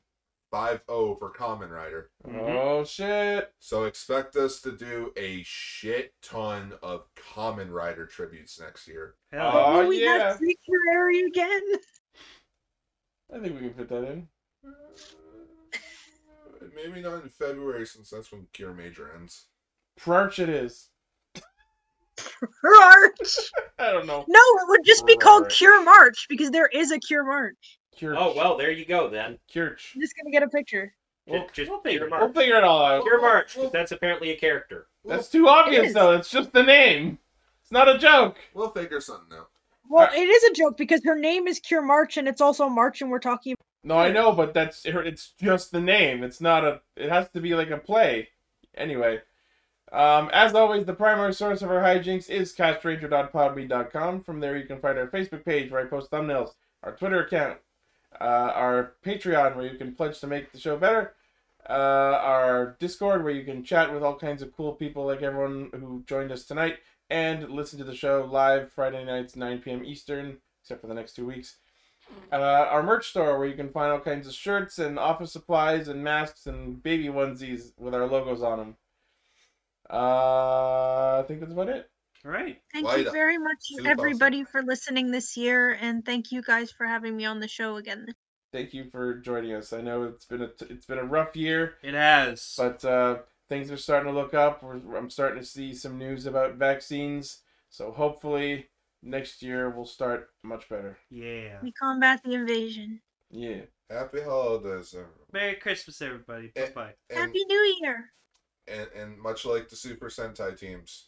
5 0 for Common Rider.
Mhm.
Oh shit!
So expect us to do a shit ton of Common Rider tributes next year.
Hell,
Oh,
Will we
yeah.
have Securary again?
I think we can fit that in.
Maybe not in February since that's when Cure Major ends.
Prarch it is.
March.
I don't know.
No, it would just be called
Right.
Cure March because there is a Cure March.
Kirch.
Oh well, there you go then.
Kirch.
I'm just gonna get a picture.
Well,
Just, just
we'll figure
your
it
We'll
march.
figure it all out.
Your march, 'cause that's apparently a character.
That's too obvious though. It's just the name. It's not a joke.
We'll figure something out.
Well,
Uh,
it is a joke because her name is Cure March and it's also March, and we're talking.
No, I know, but that's it's just the name. It's not a. It has to be like a play. Anyway, um, as always, the primary source of our hijinks is castranger.podbean.com. From there, you can find our Facebook page where I post thumbnails, our Twitter account, uh, our Patreon where you can pledge to make the show better, uh, our Discord where you can chat with all kinds of cool people like everyone who joined us tonight, and listen to the show live Friday nights 9 p.m. Eastern, except for the next two weeks uh, our merch store where you can find all kinds of shirts and office supplies and masks and baby onesies with our logos on them. Uh, I think that's about it.
all right.
Thank
Why
you
the-
very much,
Super awesome.
everybody, for listening this year, and thank you guys for having me on the show again.
Thank you for joining us. I know it's been a it's been a rough year,
It has.
but uh, things are starting to look up. We're, I'm starting to see some news about vaccines, so hopefully next year we'll start much better.
yeah.
We combat the invasion.
Yeah.
Happy holidays, everyone.
Merry Christmas, everybody.
Eh.
Bye bye.
And,
Happy New Year.
and, and much like the Super Sentai teams,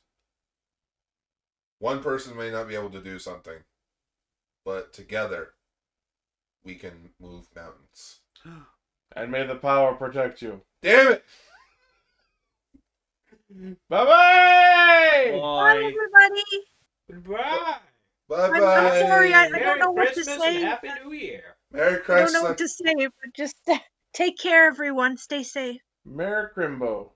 one person may not be able to do something, but together we can move mountains.
And may the power protect you.
Damn it!
Bye
Bye,
bye.
Bye.
everybody.
Bye.
Bye
I'm- I'm
bye.
sorry, I- I don't
Merry
know what to
Christmas
say.
and Happy New Year.
Merry
I don't
Christmas.
know what to say, but just take care, everyone. Stay safe.
Merry Crimbo.